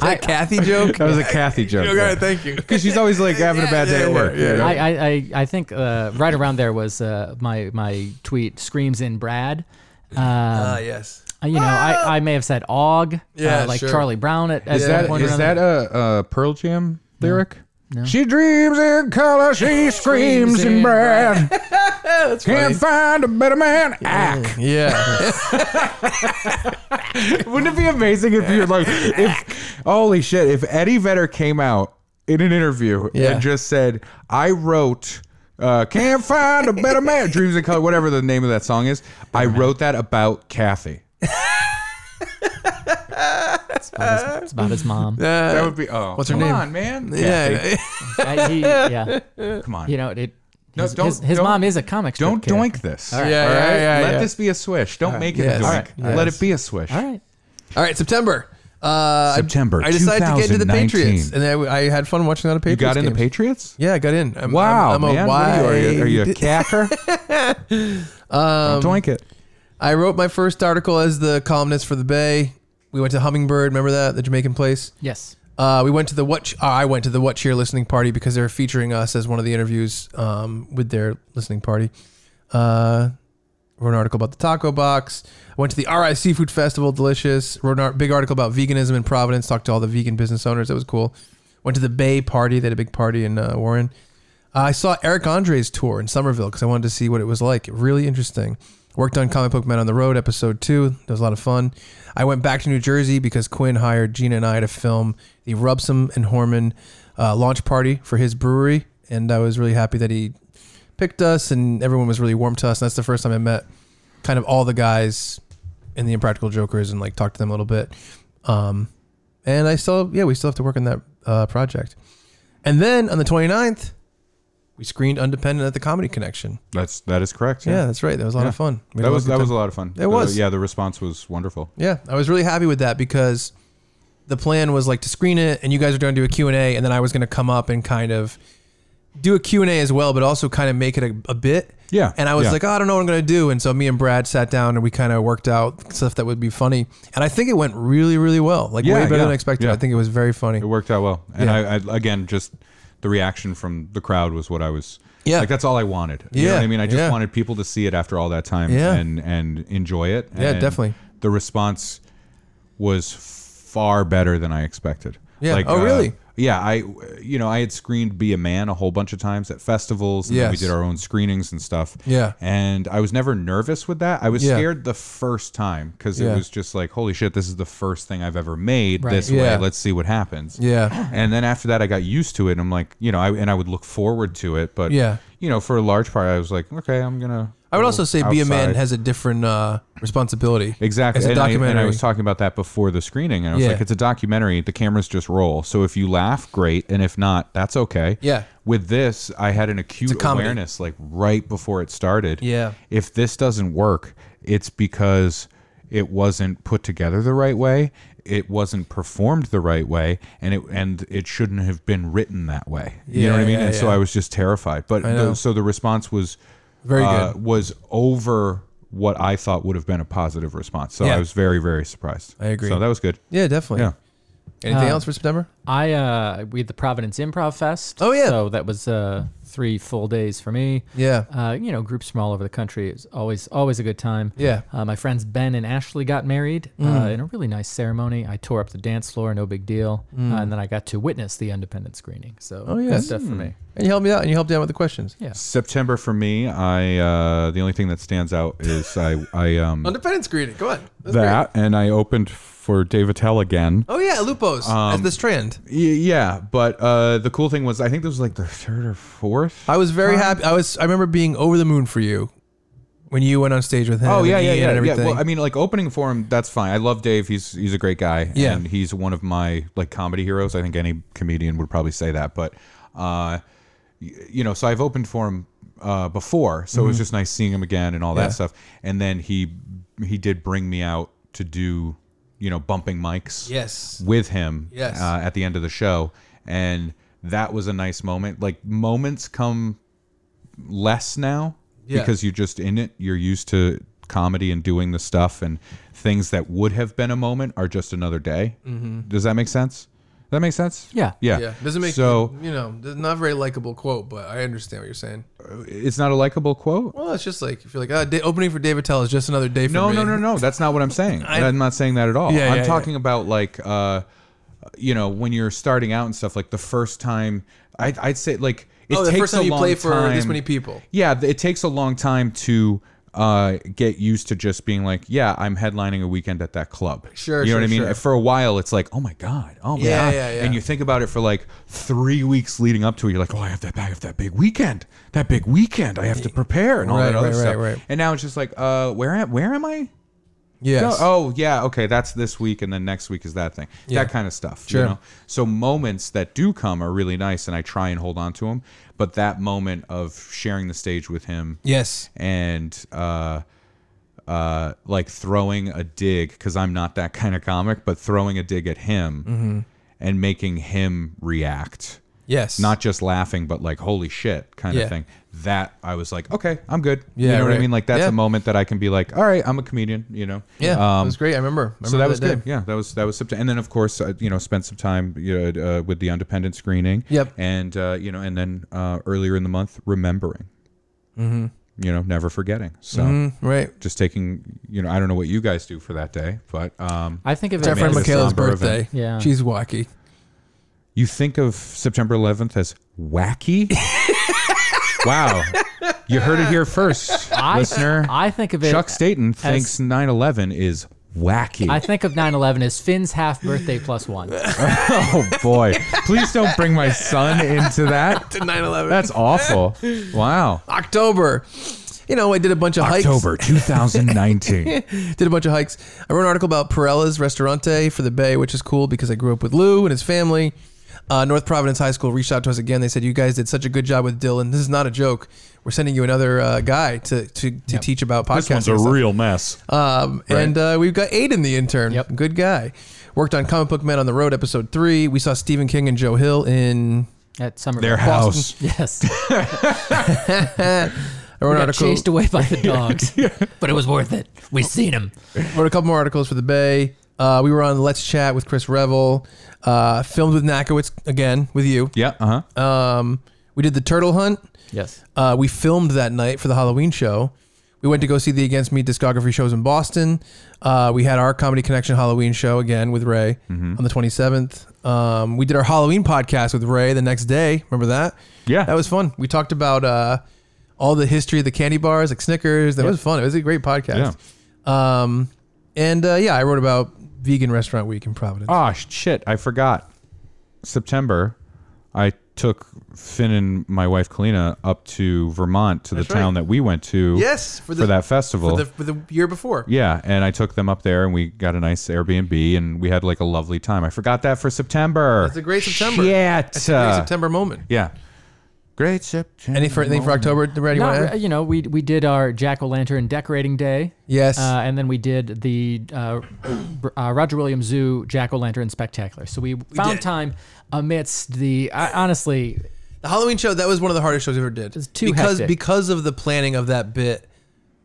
S1: that Kathy joke.
S3: that was a Kathy joke
S1: okay, thank you.
S3: because she's always like having a bad day
S1: yeah,
S3: at work
S1: yeah, yeah.
S3: you know?
S2: I, I, I, I think uh, right around there was uh, my my tweet screams in Brad.
S1: Ah,
S2: Uh,
S1: yes.
S2: you know, I, I may have said Og,
S1: Yeah,
S2: uh, like
S1: sure.
S2: Charlie Brown at, at
S3: is
S2: one
S3: that
S2: point.
S3: is
S2: around
S3: that
S2: there.
S3: a, a Pearl Jam lyric she dreams in color she screams in
S2: in
S3: bread
S1: funny.
S3: can't find a better man ack
S1: Yeah.
S3: Wouldn't it be amazing if you're like, if, holy shit, if Eddie Vedder came out in an interview
S1: Yeah.
S3: and just said, I wrote. Uh, can't find a better man. Dreams in color, whatever the name of that song is. I wrote that about Kathy.
S2: It's about his, it's about his mom.
S3: That would be oh,
S1: What's her
S3: come
S1: name?
S3: on, man. Kathy,
S1: yeah.
S2: Uh, he- yeah,
S3: come on.
S2: you know, it.
S3: No,
S2: his
S3: don't-
S2: his, his
S3: don't-
S2: mom is a comic. strip
S3: Don't
S2: character.
S3: doink this.
S2: All right.
S1: Yeah,
S3: All right?
S1: yeah, yeah,
S3: Let
S1: yeah.
S3: this be a swish. Don't make it
S1: Yes.
S3: a
S1: All
S3: doink.
S1: right.
S3: Let
S1: Yes.
S3: it be a swish.
S2: All right.
S1: All right, September. Uh, I-
S3: September
S1: I decided to get into the
S3: 2019.
S1: Patriots, and I, I had fun watching that.
S3: You
S1: Patriots.
S3: got in the
S1: games.
S3: Patriots?
S1: Yeah, I got in. I'm,
S3: Wow,
S1: I'm, I'm
S3: man.
S1: a
S3: What
S1: wide.
S3: Are, you, are you a cacker? um, don't doink it.
S1: I wrote my first article as the columnist for the Bay. We went to Hummingbird. Remember that the Jamaican place.
S2: Yes.
S1: Uh, we went to the what Ch- uh, I went to the what cheer listening party because they're featuring us as one of the interviews um, with their listening party. Uh, wrote an article about the taco box. I went to the RI Seafood Festival, delicious. Wrote a ar- big article about veganism in Providence. Talked to all the vegan business owners. That was cool. Went to the Bay party. They had a big party in uh, Warren. I saw Eric Andre's tour in Somerville because I wanted to see what it was like. Really interesting. Worked on Comic Book Men on the Road episode two. That was a lot of fun. I went back to New Jersey because Quinn hired Gina and I to film the Rubsum and Horman uh, launch party for his brewery, and I was really happy that he picked us and everyone was really warm to us. And that's the first time I met kind of all the guys in the Impractical Jokers and like talked to them a little bit. Um, and I still, yeah, we still have to work on that uh, project. And then on the 29th, we screened Undependent at the Comedy Connection.
S3: That's that is correct.
S1: Yeah, that's right. That was a lot
S3: Yeah.
S1: of fun. We had
S3: That
S1: a
S3: was
S1: lot
S3: that
S1: of
S3: was
S1: good
S3: a lot of fun.
S1: It was.
S3: Yeah, the response was wonderful.
S1: time. yeah. I was really happy with that because the plan was like to screen it, and you guys were going to do a Q and A, and then I was going to come up and kind of do a Q and A as well, but also kind of make it a, a bit.
S3: Yeah,
S1: And I was
S3: yeah.
S1: like, oh, I don't know what I'm going to do, and so me and Brad sat down and we kind of worked out stuff that would be funny, and I think it went really, really well. Like way
S3: Yeah,
S1: better
S3: yeah,
S1: than expected.
S3: yeah.
S1: I think it was very funny.
S3: It worked out well. And
S1: Yeah.
S3: I, I again just the reaction from the crowd was what I was
S1: Yeah.
S3: Like that's all I wanted. You know
S1: Yeah,
S3: what I mean? I just
S1: yeah.
S3: wanted people to see it after all that time
S1: Yeah.
S3: and and enjoy it.
S1: Yeah,
S3: And
S1: definitely.
S3: The response was far better than I expected. uh,
S1: Yeah. Oh, really?
S3: yeah, I you know, I had screened Be a Man a whole bunch of times at festivals and then we
S1: Yes.
S3: did our own screenings and stuff.
S1: Yeah.
S3: And I was never nervous with that. I was
S1: Yeah.
S3: scared the first time cuz
S1: Yeah.
S3: it was just like, holy shit, this is the first thing I've ever made
S2: Right.
S3: this
S1: Yeah.
S3: way. Let's see what happens.
S1: Yeah.
S3: And then after that, I got used to it. And I'm like, you know, I, and I would look forward to it. But,
S1: Yeah.
S3: you know, for a large part, I was like, okay, I'm going to.
S1: I would also say Be a Man
S3: outside.
S1: has a different uh, responsibility.
S3: Exactly.
S1: It's a
S3: and I, and
S1: documentary.
S3: I was talking about that before the screening. And I was
S1: Yeah.
S3: like, it's a documentary. The cameras just roll. So if you laugh, great. And if not, that's okay.
S1: Yeah.
S3: With this, I had an acute
S1: comedy.
S3: awareness like right before it started.
S1: Yeah.
S3: If this doesn't work, it's because it wasn't put together the right way, it wasn't performed the right way, and it and it shouldn't have been written that way. you know what I
S1: Yeah,
S3: mean?
S1: yeah,
S3: and so
S1: yeah.
S3: I was just terrified. But
S1: know.
S3: the, so the response was
S1: Very
S3: uh,
S1: good.
S3: was over what I thought would have been a positive response. So
S1: Yeah.
S3: I was very very surprised.
S1: I agree.
S3: So that was good.
S1: Yeah, definitely.
S3: Yeah.
S1: Anything
S2: Uh,
S1: else for September?
S2: I uh, we had the Providence Improv Fest.
S1: Oh, yeah.
S2: So that was uh, three full days for me.
S1: Yeah.
S2: Uh, you know, groups from all over the country. It's always always a good time.
S1: Yeah.
S2: Uh, my friends Ben and Ashley got married uh, in a really nice ceremony. I tore up the dance floor, no big deal, uh, and then I got to witness the independent screening. So
S1: Oh,
S2: good
S1: yes.
S2: stuff for me.
S1: And you helped me out and you helped me out with the questions.
S2: Yeah.
S3: September for me, I uh, the only thing that stands out is I I um
S1: Independence greeting. Go on. That's great.
S3: that and I opened for Dave Attell again.
S1: Oh yeah, Lupos
S3: Um,
S1: as the strand.
S3: Y- Yeah, but uh, the cool thing was I think this was like the third or fourth.
S1: I was very happy. I was. I remember being over the moon for you when you went on stage with him.
S3: Oh
S1: and
S3: yeah, yeah,
S1: Ian
S3: yeah,
S1: and
S3: yeah.
S1: everything.
S3: Well, I mean, like opening for him, that's fine. I love Dave. He's he's a great guy.
S1: Yeah.
S3: and he's one of my like comedy heroes. I think any comedian would probably say that. But, uh, y- you know, so I've opened for him uh, before, so it was just nice seeing him again and all
S1: Mm-hmm. Yeah.
S3: that stuff. And then he he did bring me out to do, you know, bumping mics
S1: yes.
S3: with him
S1: Yes.
S3: uh, at the end of the show, and that was a nice moment. Like moments come less now
S1: Yeah.
S3: because you're just in it. You're used to comedy and doing the stuff, and things that would have been a moment are just another day. Does that make sense? That makes sense.
S2: Yeah.
S3: Yeah.
S1: Mm-hmm. Yeah. Doesn't make
S3: so.
S1: You know, there's not a very likable quote, but I understand what you're saying.
S3: It's not a likable quote.
S1: Well, it's just like if you're like ah, da- opening for David Tell is just another day for
S3: No,
S1: me.
S3: no, no, no. That's not what I'm saying. I, am not saying that at all.
S1: Yeah,
S3: I'm
S1: yeah,
S3: talking about like, uh, you know, when you're starting out and stuff. Like the first time, I, I'd say like it
S1: Oh, the
S3: takes
S1: first time
S3: a
S1: you
S3: long
S1: play for
S3: time,
S1: this many people.
S3: Yeah, th- it takes a long time to uh, get used to just being like, yeah, I'm headlining a weekend at that club.
S1: Sure,
S3: you know
S1: sure,
S3: what I mean.
S1: sure.
S3: For a while, it's like, oh my god, oh my
S1: Yeah,
S3: god,
S1: yeah, yeah.
S3: and you think about it for like three weeks leading up to it. You're like, oh, I have that, I have that big weekend, that big weekend. I have to prepare and all
S1: Right,
S3: that other
S1: right, right,
S3: stuff.
S1: right.
S3: And now it's just like, uh, where am where am I?
S1: Yes.
S3: Oh, oh, yeah. Okay, that's this week, and then next week is that thing. That kind of stuff.
S1: Sure.
S3: You know? So moments that do come are really nice, and I try and hold on to them. But that moment of sharing the stage with him
S1: Yes.
S3: and uh, uh, like throwing a dig because I'm not that kind of comic, but throwing a dig at him
S1: Mm-hmm.
S3: and making him react.
S1: Yes.
S3: Not just laughing, but like holy shit kind
S1: Yeah.
S3: of thing. That I was like, okay, I'm good. you
S1: Yeah,
S3: know what
S1: right.
S3: I mean? Like that's
S1: Yeah.
S3: a moment that I can be like, all right, I'm a comedian. You know?
S1: Yeah.
S3: Um,
S1: it was great. I remember.
S3: so that was
S1: day.
S3: good. Yeah, that was that was September. And then of course, uh, you know, spent some time you know, uh, with the independent screening.
S1: Yep.
S3: And uh, you know, and then uh, earlier in the month, remembering. Mm-hmm. You know, never forgetting. So
S1: Mm, right.
S3: just taking, you know, I don't know what you guys do for that day, but um,
S2: I think of
S1: It's
S2: it
S1: our friend
S2: as-
S3: Amanda
S1: Michaela's
S3: Somber
S1: birthday.
S3: event.
S2: Yeah.
S1: She's wacky.
S3: you think of September 11th as wacky. wow, you heard it here first,
S2: I,
S3: listener.
S2: I think of it.
S3: Chuck Staten thinks 9/11 is wacky.
S2: I think of 9/11 as Finn's half birthday plus one.
S3: oh boy, please don't bring my son into that.
S1: 9/11.
S3: That's awful. Wow.
S1: October. You know, I did a bunch of hikes.
S3: October 2019.
S1: did a bunch of hikes. I wrote an article about Perella's Restaurante for the Bay, which is cool because I grew up with Lou and his family. Uh, North Providence High School reached out to us again. They said, "You guys did such a good job with Dylan. This is not a joke. We're sending you another uh, guy to to, to teach about podcasting." and stuff."
S3: real mess.
S1: Um, And uh, we've got Aiden the intern.
S2: Yep.
S1: Good guy. Worked on Comic Book Men on the Road episode three. We saw Stephen King and Joe Hill in.
S2: At summer.
S3: Their house.
S2: Yes.
S1: I wrote an
S2: Got
S1: article.
S2: chased away by the dogs, but it was worth it. We seen him.
S1: Wrote a couple more articles for the Bay. Uh, we were on Let's Chat with Chris Revel. Uh, filmed with Nakowitz again with you.
S3: Yeah. Uh huh.
S1: Um, we did the turtle hunt.
S2: Yes.
S1: Uh, we filmed that night for the Halloween show. We went to go see the Against Me discography shows in Boston. Uh, we had our Comedy Connection Halloween show again with Ray on the 27th. Um, we did our Halloween podcast with Ray the next day. Remember that?
S3: Yeah.
S1: That was fun. We talked about uh, all the history of the candy bars, like Snickers. That was fun. It was a great podcast. Um, and uh, yeah, I wrote about Vegan Restaurant Week in Providence.
S3: Oh shit! I forgot. September, I took Finn and my wife Kalina up to Vermont to the
S1: right.
S3: town that we went to.
S1: Yes, for
S3: For,
S1: the-
S3: that festival.
S1: for, the, for the year before.
S3: yeah, and I took them up there, and we got a nice Airbnb, and we had like a lovely time. I forgot that for September.
S1: That's a great September.
S3: Shit.
S1: That's a great September moment.
S3: Yeah. Great September.
S1: Any for anything for October? Brad, you
S2: Not
S1: want to
S2: re- you know, we we did our jack o' lantern decorating day,
S1: Yes.
S2: uh, and then we did the uh, br- uh, Roger Williams Zoo jack o' lantern spectacular. So we found
S1: did.
S2: time amidst the I, honestly
S1: the Halloween show that was one of the hardest shows we ever did.
S2: was too
S1: because
S2: hectic.
S1: because of the planning of that bit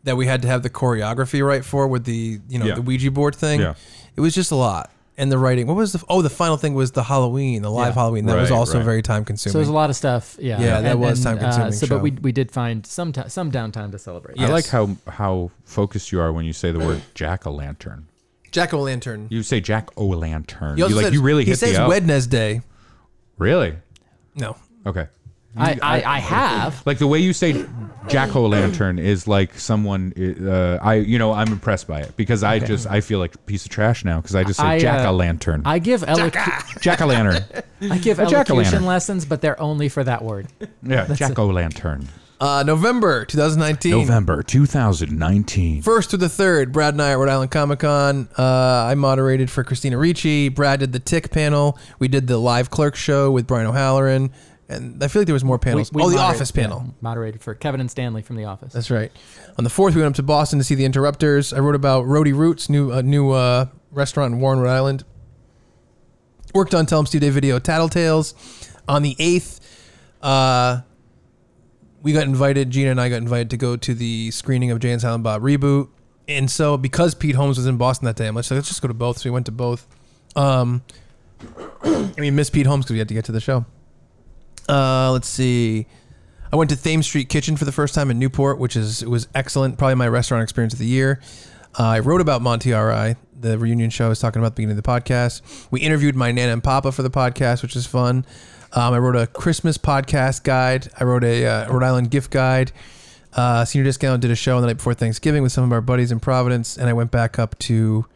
S1: that we had to have the choreography right for with the you know
S3: Yeah.
S1: the Ouija board thing.
S3: Yeah.
S1: It was just a lot. And the writing. What was the oh the final thing was the Halloween, the live
S2: Yeah.
S1: Halloween. That was
S3: Right,
S1: also
S3: right.
S1: very time
S2: so
S1: consuming.
S2: there's a lot of stuff. Yeah, uh,
S1: Yeah, that was time-consuming
S2: so,
S1: show.
S2: but we we did find some ti- some downtime to celebrate.
S1: Yeah.
S3: I like
S1: Yes.
S3: how how focused you are when you say the word jack o' lantern.
S1: Jack o' lantern.
S3: You say jack o' lantern.
S1: He
S3: You
S1: also
S3: like
S1: says-
S3: you really
S1: he
S3: hit
S1: says
S3: the O.
S1: Wednesday.
S3: Really?
S1: No.
S3: Okay.
S2: I, I, I have.
S3: Like the way you say jack o' lantern is like someone. Uh, I you know I'm impressed by it because I just I feel like a piece of trash now because I just
S2: I,
S3: say
S2: uh,
S3: jack o' lantern.
S2: I give elocu-
S3: Jack o' lantern.
S2: I give
S3: jack-o'-lantern.
S2: elocution lessons, but they're only for that word.
S3: Yeah, jack o' lantern.
S1: Uh, November 2019.
S3: November 2019.
S1: First to the third, Brad and I at Rhode Island Comic Con. Uh, I moderated for Christina Ricci. Brad did the Tick panel. We did the live clerk show with Brian O'Halloran. And I feel like there was more panels. oh, the
S2: moderate-
S1: office panel.
S2: yeah, moderated for Kevin and Stanley from the office.
S1: That's right. On the fourth, we went up to Boston to see the Interrupters. I wrote about Roadie Roots, new uh, new uh, restaurant in Warren, Rhode Island. Worked on Tell 'Em Steve Day video Tattletales. On the eighth, uh, we got invited. Gina and I got invited to go to the screening of Jay and Silent Bob reboot. And so, because Pete Holmes was in Boston that day, I'm like, let's just go to both. So we went to both. Um, and we missed Pete Holmes because we had to get to the show. Uh, let's see. I went to Thames Street Kitchen for the first time in Newport, which is it was excellent. Probably my restaurant experience of the year. Uh, I wrote about Monty R.I., the reunion show I was talking about at the beginning of the podcast. We interviewed my Nana and Papa for the podcast, which is fun. Um, I wrote a Christmas podcast guide. I wrote a uh, Rhode Island gift guide. Uh, Senior Discount did a show on the night before Thanksgiving with some of our buddies in Providence, and I went back up to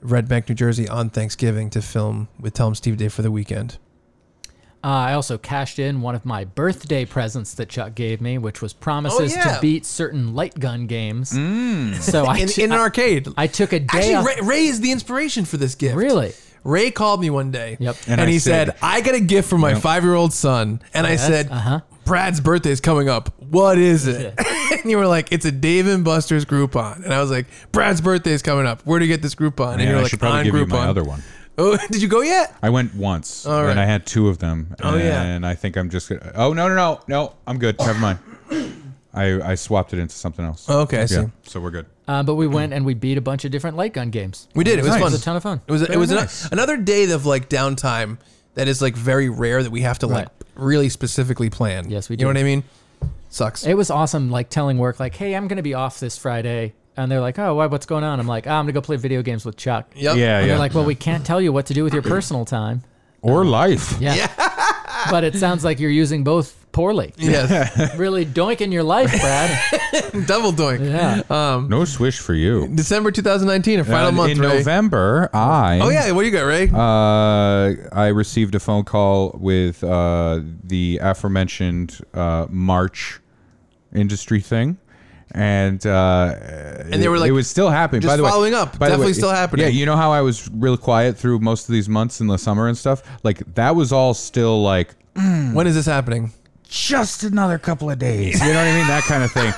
S1: Red Bank, New Jersey on Thanksgiving to film with Tell 'Em Steve Day for the weekend.
S2: Uh, I also cashed in one of my birthday presents that Chuck gave me, which was promises
S1: yeah. Mm.
S2: to beat certain light gun games. So I,
S1: In,
S2: t-
S1: in an
S2: I-
S1: arcade.
S2: I took a
S1: Actually,
S2: day off.
S1: Ray, Ray is the inspiration for this gift.
S2: Really?
S1: Ray called me one day.
S2: Yep.
S1: And,
S3: And I
S1: he said,
S3: said-
S1: I got a gift for my five year old son. And I
S2: Yes,
S1: said,
S2: uh-huh.
S1: Brad's birthday is coming up. What is it? and you were like, it's a Dave and Buster's Groupon. And I was like, Brad's birthday is coming up. Where do you get this Groupon? And
S3: Man,
S1: you were
S3: I
S1: like,
S3: should probably
S1: on
S3: give
S1: Groupon.
S3: you my other one.
S1: Oh, did you go yet?
S3: I went once,
S1: All right.
S3: and I had two of them.
S1: Oh,
S3: and
S1: yeah.
S3: I think I'm just gonna. Oh no no no no! I'm good. Never mind. I I swapped it into something else.
S1: Oh, Okay, I see.
S3: Yeah, so we're good.
S2: Uh, but we went and we beat a bunch of different light gun games.
S1: We did. It was
S3: Nice.
S1: fun.
S2: It was a ton of fun.
S1: Mm. It was it
S3: Very
S1: was ano-
S3: nice.
S1: another day of like downtime that is like very rare that we have to like
S2: Right.
S1: really specifically plan.
S2: Yes, we
S1: You know what
S2: do.
S1: I mean? Sucks.
S2: It was awesome, like telling work, like, "Hey, I'm gonna be off this Friday," and they're like, "Oh, why, what's going on?" I'm like, "Ah, "I'm gonna go play video games with Chuck."
S1: yep.
S3: Yeah
S2: And
S3: yeah.
S2: they're like, "Well, we can't tell you what to do with your personal time."
S3: or life.
S2: Yeah. but it sounds like you're using both poorly.
S1: Yes.
S2: Really doinking your life, Brad.
S1: Double doink.
S2: Yeah.
S3: No swish for you.
S1: December 2019, a final
S3: Uh,
S1: month.
S3: in
S1: Ray.
S3: November, I
S1: Oh yeah, what do you got, Ray?
S3: Uh, I received a phone call with uh, the aforementioned uh, March industry thing. And uh, and
S1: they were like,
S3: it was still happening.
S1: just
S3: by the way,
S1: following up,
S3: by the
S1: definitely
S3: way,
S1: still happening.
S3: Yeah, you know how I was real quiet through most of these months in the summer and stuff. Like that was all still like
S1: when is this happening?
S3: just another couple of days. You know what I mean? That kind of thing.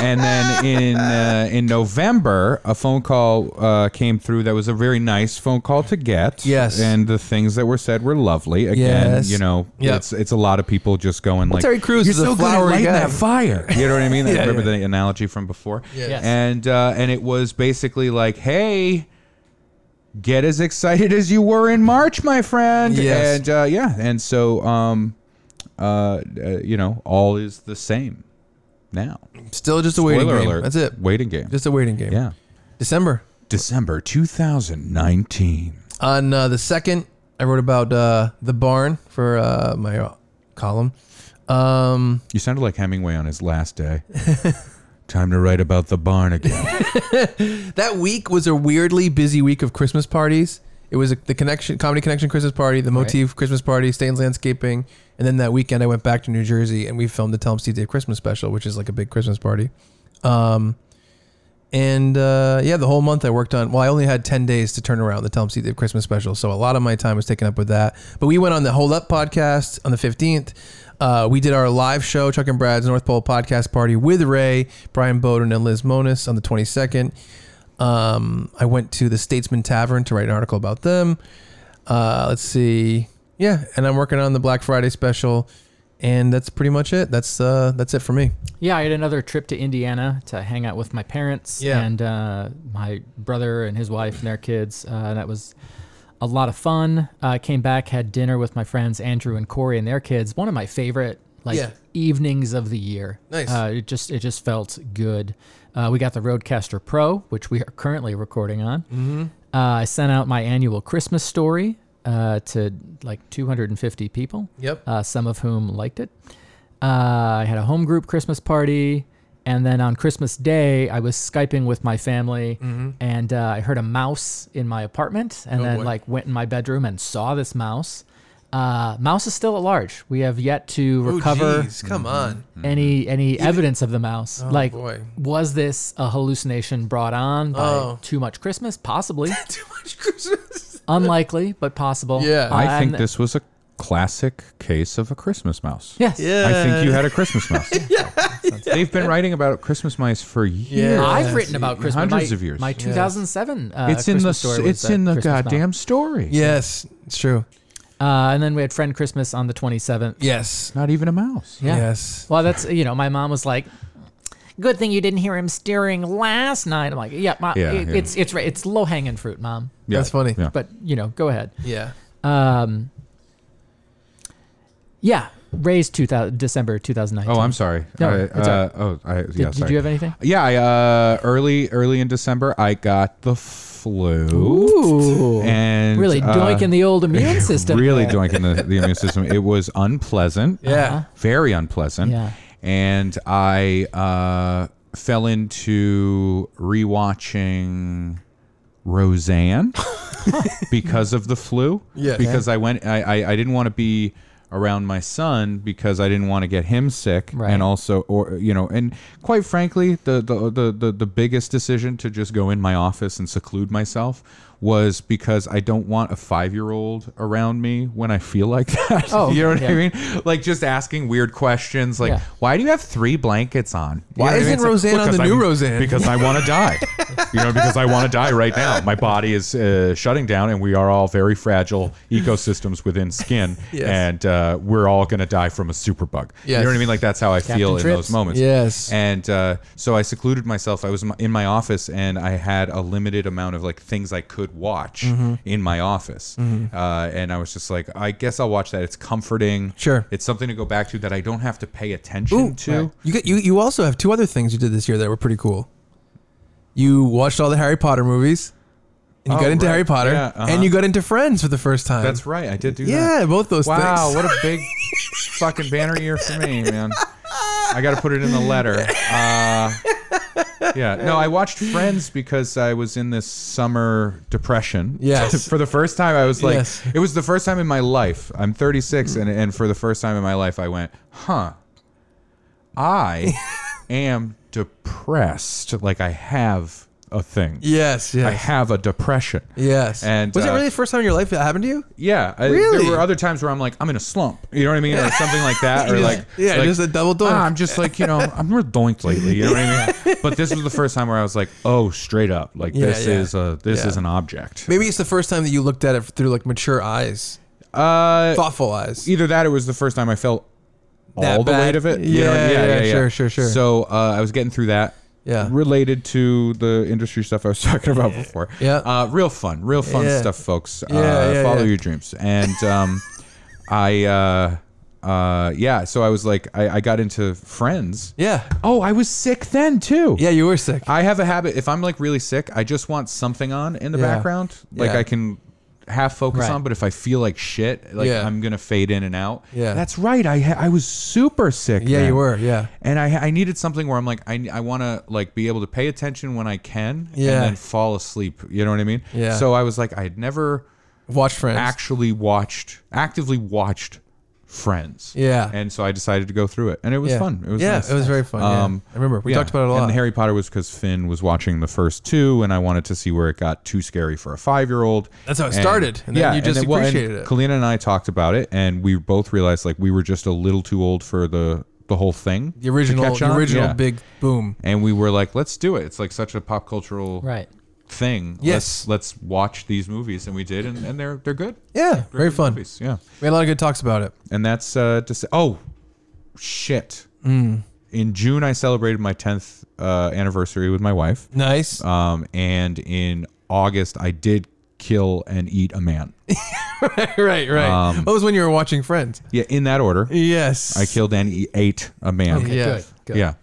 S3: And then in uh, in November, a phone call uh, came through that was a very nice phone call to get.
S1: Yes.
S3: And the things that were said were lovely. Again,
S1: Yes.
S3: you know,
S1: Yep.
S3: it's it's a lot of people just going like
S1: Terry Crews
S3: You're
S1: is a
S3: so good at
S1: flowery
S3: lighting
S1: guy."
S3: that fire. You know what I mean? I
S1: Yeah,
S3: remember
S1: yeah.
S3: the analogy from before.
S1: Yes.
S2: Yes.
S3: And uh, and it was basically like, hey, get as excited as you were in March, my friend.
S1: Yes.
S3: And uh, yeah, and so um, uh, uh, you know, all is the same now.
S1: Still just a waiting game. That's it.
S3: Waiting game.
S1: Just a waiting game.
S3: yeah.
S1: December.
S3: December 2019.
S1: On uh, the second, I wrote about uh, the barn for uh, my uh, column. Um,
S3: You sounded like Hemingway on his last day. Time to write about the barn again.
S1: that week was a weirdly busy week of Christmas parties. It was a, the connection comedy connection Christmas party, the motif Christmas party, Stains Landscaping, and then that weekend I went back to New Jersey and we filmed the Tell 'em Steve Dave Christmas special, which is like a big Christmas party. Um, And uh, yeah, the whole month I worked on. Well, I only had ten days to turn around the Tom C. Dave Christmas special, so a lot of my time was taken up with that. But we went on the Hold Up podcast on the fifteenth. Uh, we did our live show, Chuck and Brad's North Pole podcast party with Ray, Brian Bowden, and Liz Monis on the twenty second. Um, I went to the Statesman Tavern to write an article about them. Uh, let's see. Yeah, and I'm working on the Black Friday special, and that's pretty much it. That's uh, that's it for me.
S2: Yeah, I had another trip to Indiana to hang out with my parents
S1: Yeah.
S2: and uh, my brother and his wife and their kids. Uh, that was a lot of fun. Uh, I came back, had dinner with my friends Andrew and Corey and their kids. One of my favorite like
S1: Yeah.
S2: evenings of the year.
S1: Nice.
S2: Uh, it just it just felt good. Uh, we got the Roadcaster Pro, which we are currently recording on.
S1: Mm-hmm.
S2: Uh, I sent out my annual Christmas story uh, to like 250 people
S1: Yep.
S2: uh, some of whom liked it. Uh, I had a home group Christmas party, and then on Christmas Day, I was skyping with my family, and uh, I heard a mouse in my apartment, and
S1: Mm-hmm. Oh,
S2: then
S1: boy.
S2: like went in my bedroom and saw this mouse. Uh, mouse is still at large. We have yet to recover
S1: Oh, Come
S3: Mm-hmm.
S1: on.
S2: any any evidence of the mouse. like,
S1: Mm-hmm. Oh, boy.
S2: was this a hallucination brought on by
S1: Oh.
S2: too much Christmas? Possibly,
S1: Too much Christmas.
S2: unlikely, but possible.
S1: Yeah.
S2: Uh,
S3: I think
S2: and-
S3: this was a classic case of a Christmas mouse.
S2: Yes.
S1: Yeah.
S3: I think you had a Christmas mouse. They've been writing about Christmas mice for years.
S1: Yeah.
S2: I've written about Christmas.
S3: Hundreds
S2: my,
S3: of years.
S2: My 2007. Uh,
S3: it's in the
S2: Christmas
S3: s-
S2: story was
S3: it's
S2: that
S3: in the
S2: Christmas novel.
S3: goddamn story.
S1: Yes, it's true.
S2: Uh, and then we had Friend Christmas on the 27th.
S1: Yes.
S3: Not even a mouse.
S2: Yeah.
S1: Yes.
S2: Well, that's you know, my mom was like, "Good thing you didn't hear him steering last night." I'm like, "Yeah, mom,
S3: Yeah,
S2: it,
S3: yeah.
S2: it's it's right. It's low hanging fruit, mom."
S3: Yeah.
S1: That's funny.
S3: Yeah.
S2: But you know, go ahead.
S1: Yeah.
S3: Uh-huh.
S2: Um, yeah, Ray's 2000, December 2019.
S3: Oh, I'm sorry.
S2: No,
S3: I,
S2: it's all
S3: uh, oh, I,
S2: Did,
S3: yeah,
S2: did
S3: sorry.
S2: you have anything?
S3: yeah, I, uh, early early in December, I got the flu.
S2: Ooh,
S3: And
S2: really
S3: uh,
S2: doinking the old immune system.
S3: Really
S2: there.
S3: doinking the, the immune system. It was unpleasant.
S1: Yeah.
S3: very unpleasant.
S2: Yeah.
S3: And I uh, fell into rewatching Roseanne because of the flu.
S1: Yes.
S3: Because I went, I, I, I didn't want to be around my son because I didn't want to get him sick.
S2: Right.
S3: And also, or, you know, and quite frankly, the, the, the, the, the biggest decision to just go in my office and seclude myself was because I don't want a five year old around me when I feel like that.
S2: Oh,
S3: you know what I
S2: yeah.
S3: mean? Like just asking weird questions, like
S2: Yeah.
S3: why do you have three blankets on?
S1: Why
S3: You know what I mean?
S1: isn't
S3: It's like,
S1: Roseanne
S3: "Look,
S1: on
S3: 'cause
S1: the new Roseanne?"
S3: Because I want to die. you know, because I want to die right now. My body is uh, shutting down, and we are all very fragile ecosystems within skin,
S1: Yes.
S3: and uh, we're all going to die from a superbug. You know
S1: Yes.
S3: what I mean? Like that's how I feel in
S2: Trips.
S3: those moments.
S1: Yes.
S3: And uh, so I secluded myself. I was in my office, and I had a limited amount of like things I could watch
S1: Mm-hmm.
S3: in my office. Uh, and I was just like, I guess I'll watch that. It's comforting.
S1: Sure.
S3: It's something to go back to that I don't have to pay attention to.
S2: right.
S1: You get you. You also have two other things you did this year that were pretty cool. You watched all the Harry Potter movies, and you
S3: Oh,
S1: got into
S3: right.
S1: Harry Potter,
S3: Yeah, uh-huh.
S1: and you got into Friends for the first time.
S3: That's right. I did do that.
S1: yeah, both those
S3: Wow,
S1: things.
S3: what a big fucking banner year for me, man. I got to put it in the letter. Uh, yeah, no, I watched Friends because I was in this summer depression.
S1: Yes.
S3: for the first time, I was like,
S1: Yes. Mm.
S3: it was the first time in my life. I'm 36, and, and for the first time in my life, I went, huh, I am depressed. Like, I have a thing.
S1: Yes,
S3: I
S1: yes,
S3: have a depression.
S1: yes.
S3: And,
S1: was it
S3: uh,
S1: really the first time in your life that happened to you?
S3: Yeah, I-
S1: Really?
S3: There were other times where I'm like, I'm in a slump. You know what I mean, or something like that, or
S1: Just-
S3: like,
S1: yeah, um,
S3: like,
S1: just a double doink.
S3: "Ah, I'm just like, you know, I'm real doinked lately. You know what I mean? But this was the first time where I was like, oh, straight up, like
S1: Yeah,
S3: this
S1: yeah.
S3: is a this
S1: Yeah.
S3: is an object.
S1: Maybe it's the first time that you looked at it through like mature eyes,
S3: Uh,
S1: thoughtful eyes.
S3: either that, or it was the first time I felt
S1: That
S3: all the
S1: bad?
S3: weight of it.
S1: Yeah,
S3: what I mean?
S1: yeah, sure, sure, sure.
S3: So uh, I was getting through that.
S1: Yeah.
S3: Related to the industry stuff I was talking about before.
S1: Yeah.
S3: Uh, real fun, real fun
S1: Yeah.
S3: stuff, folks.
S1: Yeah,
S3: uh,
S1: yeah,
S3: follow
S1: yeah.
S3: your dreams. And um, I, uh, uh, yeah. So I was like, I, I got into Friends.
S1: Yeah,
S3: Oh, I was sick then too.
S1: yeah, you were sick.
S3: I have a habit. If I'm like really sick, I just want something on in the
S1: Yeah.
S3: background, like
S1: Yeah.
S3: I can half focus
S2: Right.
S3: on. But if I feel like shit, like
S1: Yeah.
S3: I'm gonna fade in and out.
S1: Yeah.
S3: that's right. I ha- I was super sick.
S1: yeah,
S3: then.
S1: you were. Yeah,
S3: And I I needed something where I'm like I I want to like be able to pay attention when I can
S1: Yeah.
S3: and then fall asleep. You know what I mean?
S1: Yeah.
S3: So I was like I had never
S1: watched Friends.
S3: actually watched actively watched friends.
S1: Yeah.
S3: And so I decided to go through it, and it was
S1: Yeah.
S3: fun. It was
S1: yeah,
S3: nice.
S1: it was very fun. yeah.
S3: Um,
S1: I remember we
S3: Yeah,
S1: talked about it a lot.
S3: And Harry Potter was because Finn was watching the first two, and I wanted to see where it got too scary for a five-year-old.
S1: That's how it started, and then you just
S3: well,
S1: appreciated it.
S3: Kalina and I talked about it, and we both realized like we were just a little too old for the the whole thing.
S1: the original,
S3: catch on,
S1: the original
S3: yeah.
S1: big boom.
S3: And we were like, let's do it. It's like such a pop cultural
S2: Right.
S3: thing.
S1: Yes.
S3: Let's, let's watch these movies, and we did, and, and they're they're good.
S1: Yeah, very
S3: Good
S1: fun.
S3: movies, yeah.
S1: We had a lot of good talks about it.
S3: And that's uh, to say, oh, shit. In June, I celebrated my 10th uh, anniversary with my wife.
S1: Nice.
S3: Um, and in August, I did kill and eat a man.
S1: right, right. that was when you were watching Friends.
S3: Yeah, in that order.
S1: Yes.
S3: Um, I killed and e- ate a man.
S1: Okay. Yeah.
S2: Good. Good.
S3: Yeah.
S1: So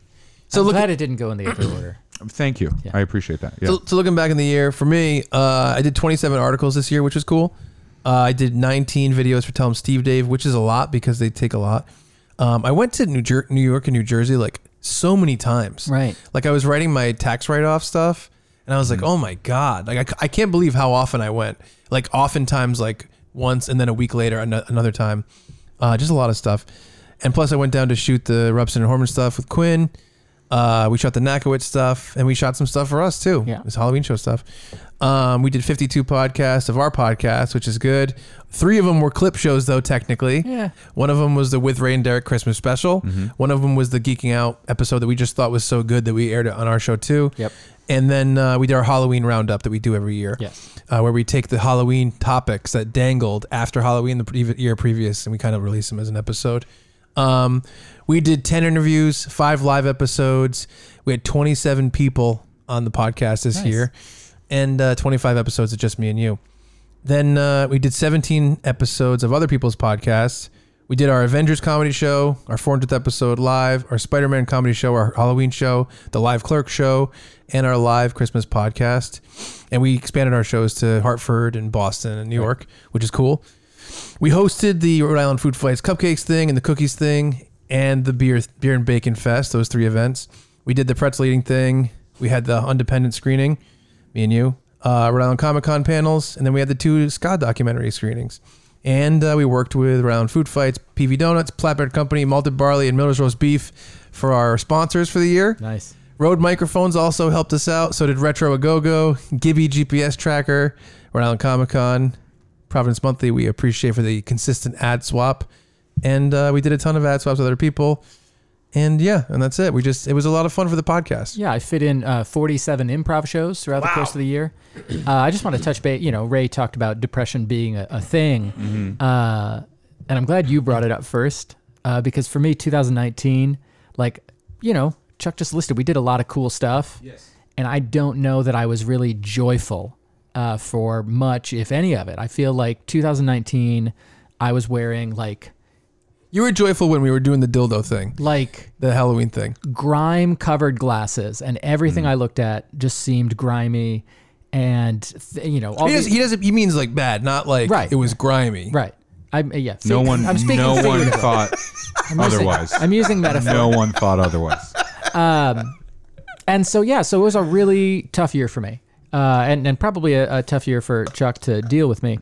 S2: So I'm
S1: look-
S2: glad it didn't go in the other order.
S3: Thank you. I appreciate that. Yeah.
S1: So, so looking back in the year, for me, uh, I did 27 articles this year, which was cool. Uh, I did 19 videos for Tell 'em Steve Dave, which is a lot because they take a lot. Um, I went to New, Jer- New York and New Jersey like so many times.
S2: Right.
S1: Like I was writing my tax write off stuff, and I was
S2: Mm-hmm.
S1: like, oh my god, like I, c- I can't believe how often I went. Like oftentimes, like once, and then a week later, ano- another time. Uh, just a lot of stuff. And plus, I went down to shoot the Rupson and Horman stuff with Quinn. Uh, we shot the Nakowitz stuff, and we shot some stuff for us too.
S2: Yeah.
S1: it's Halloween show stuff. Um, we did 52 podcasts of our podcast, which is good. Three of them were clip shows, though technically.
S2: Yeah.
S1: One of them was the With Ray and Derek Christmas special.
S2: Mm-hmm.
S1: One of them was the Geeking Out episode that we just thought was so good that we aired it on our show too.
S2: Yep.
S1: And then uh, we did our Halloween roundup that we do every year,
S2: Yes.
S1: uh, where we take the Halloween topics that dangled after Halloween the pre- year previous, and we kind of release them as an episode. Um, we did ten interviews, five live episodes. We had twenty-seven people on the podcast this
S2: Nice.
S1: year, and uh, twenty-five episodes of just me and you. Then uh, we did 17 episodes of other people's podcasts. We did our Avengers comedy show, our 400th episode live, our Spider Man comedy show, our Halloween show, the Live Clerk show, and our live Christmas podcast. And we expanded our shows to Hartford and Boston and New York, which is cool. We hosted the Rhode Island Food Flights cupcakes thing and the cookies thing and the beer beer and bacon fest. Those three events. We did the pretzel eating thing. We had the independent screening, me and you, uh, Rhode Island Comic Con panels, and then we had the two ska documentary screenings. And uh, we worked with Rhode Island Food Fights, PV Donuts, Flatbread Company, Malted Barley, and Miller's Roast Beef for our sponsors for the year.
S2: Nice.
S1: Rode microphones also helped us out. So did Retro A Go Go, Gibby GPS Tracker, Rhode Island Comic Con, Providence Monthly. We appreciate for the consistent ad swap, and uh, we did a ton of ad swaps with other people. And yeah, and that's it. We just it was a lot of fun for the podcast.
S2: Yeah, I fit in uh, 47 improv shows throughout the course of the year. Uh, I just want to touch base. You know, Ray talked about depression being a, a thing, uh, and I'm glad you brought it up first uh, because for me, 2019, like you know, Chuck just listed, we did a lot of cool stuff. Yes. And I don't know that I was really joyful uh, for much, if any of it. I feel like 2019, I was wearing like
S1: You were joyful when we were doing the dildo thing,
S2: like
S1: the Halloween thing.
S2: grime covered glasses and
S3: Mm.
S2: everything I looked at just seemed grimy and th- you know all
S1: He, does,
S2: these,
S1: he doesn't. He means like bad, not like
S2: Right.
S1: it was grimy.
S2: right I'm yeah
S3: no
S2: fig-
S3: one,
S2: I'm speaking
S3: no one
S2: figuratively.
S3: thought
S2: I'm using-
S3: otherwise.
S2: I'm using metaphor
S3: no one thought otherwise.
S2: and so yeah so it was a really tough year for me uh, and and probably a, a tough year for Chuck to deal with me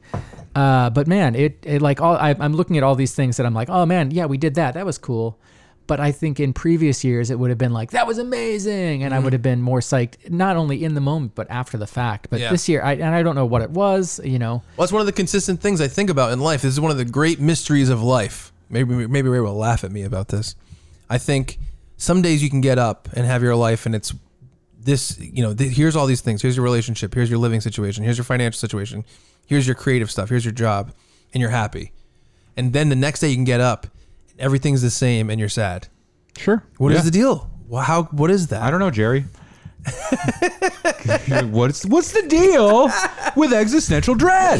S2: uh, but man it, it like all I, I'm looking at all these things that I'm like oh man yeah we did that that was cool but I think in previous years it would have been like that was amazing and I would have been more psyched not only in the moment but after the fact but
S1: Yeah.
S2: this year I and I don't know what it was you know
S1: Well, that's one of the consistent things I think about in life. This is one of the great mysteries of life. Maybe maybe Ray will laugh at me about this. I think some days you can get up and have your life, and it's this. You know, th- here's all these things. Here's your relationship. Here's your living situation. Here's your financial situation. Here's your creative stuff. Here's your job, and you're happy. And then the next day you can get up, and everything's the same, and you're sad.
S3: Sure.
S1: What is the deal? Wh- How? What is that?
S3: I don't know, Jerry. what's what's the deal with existential dread?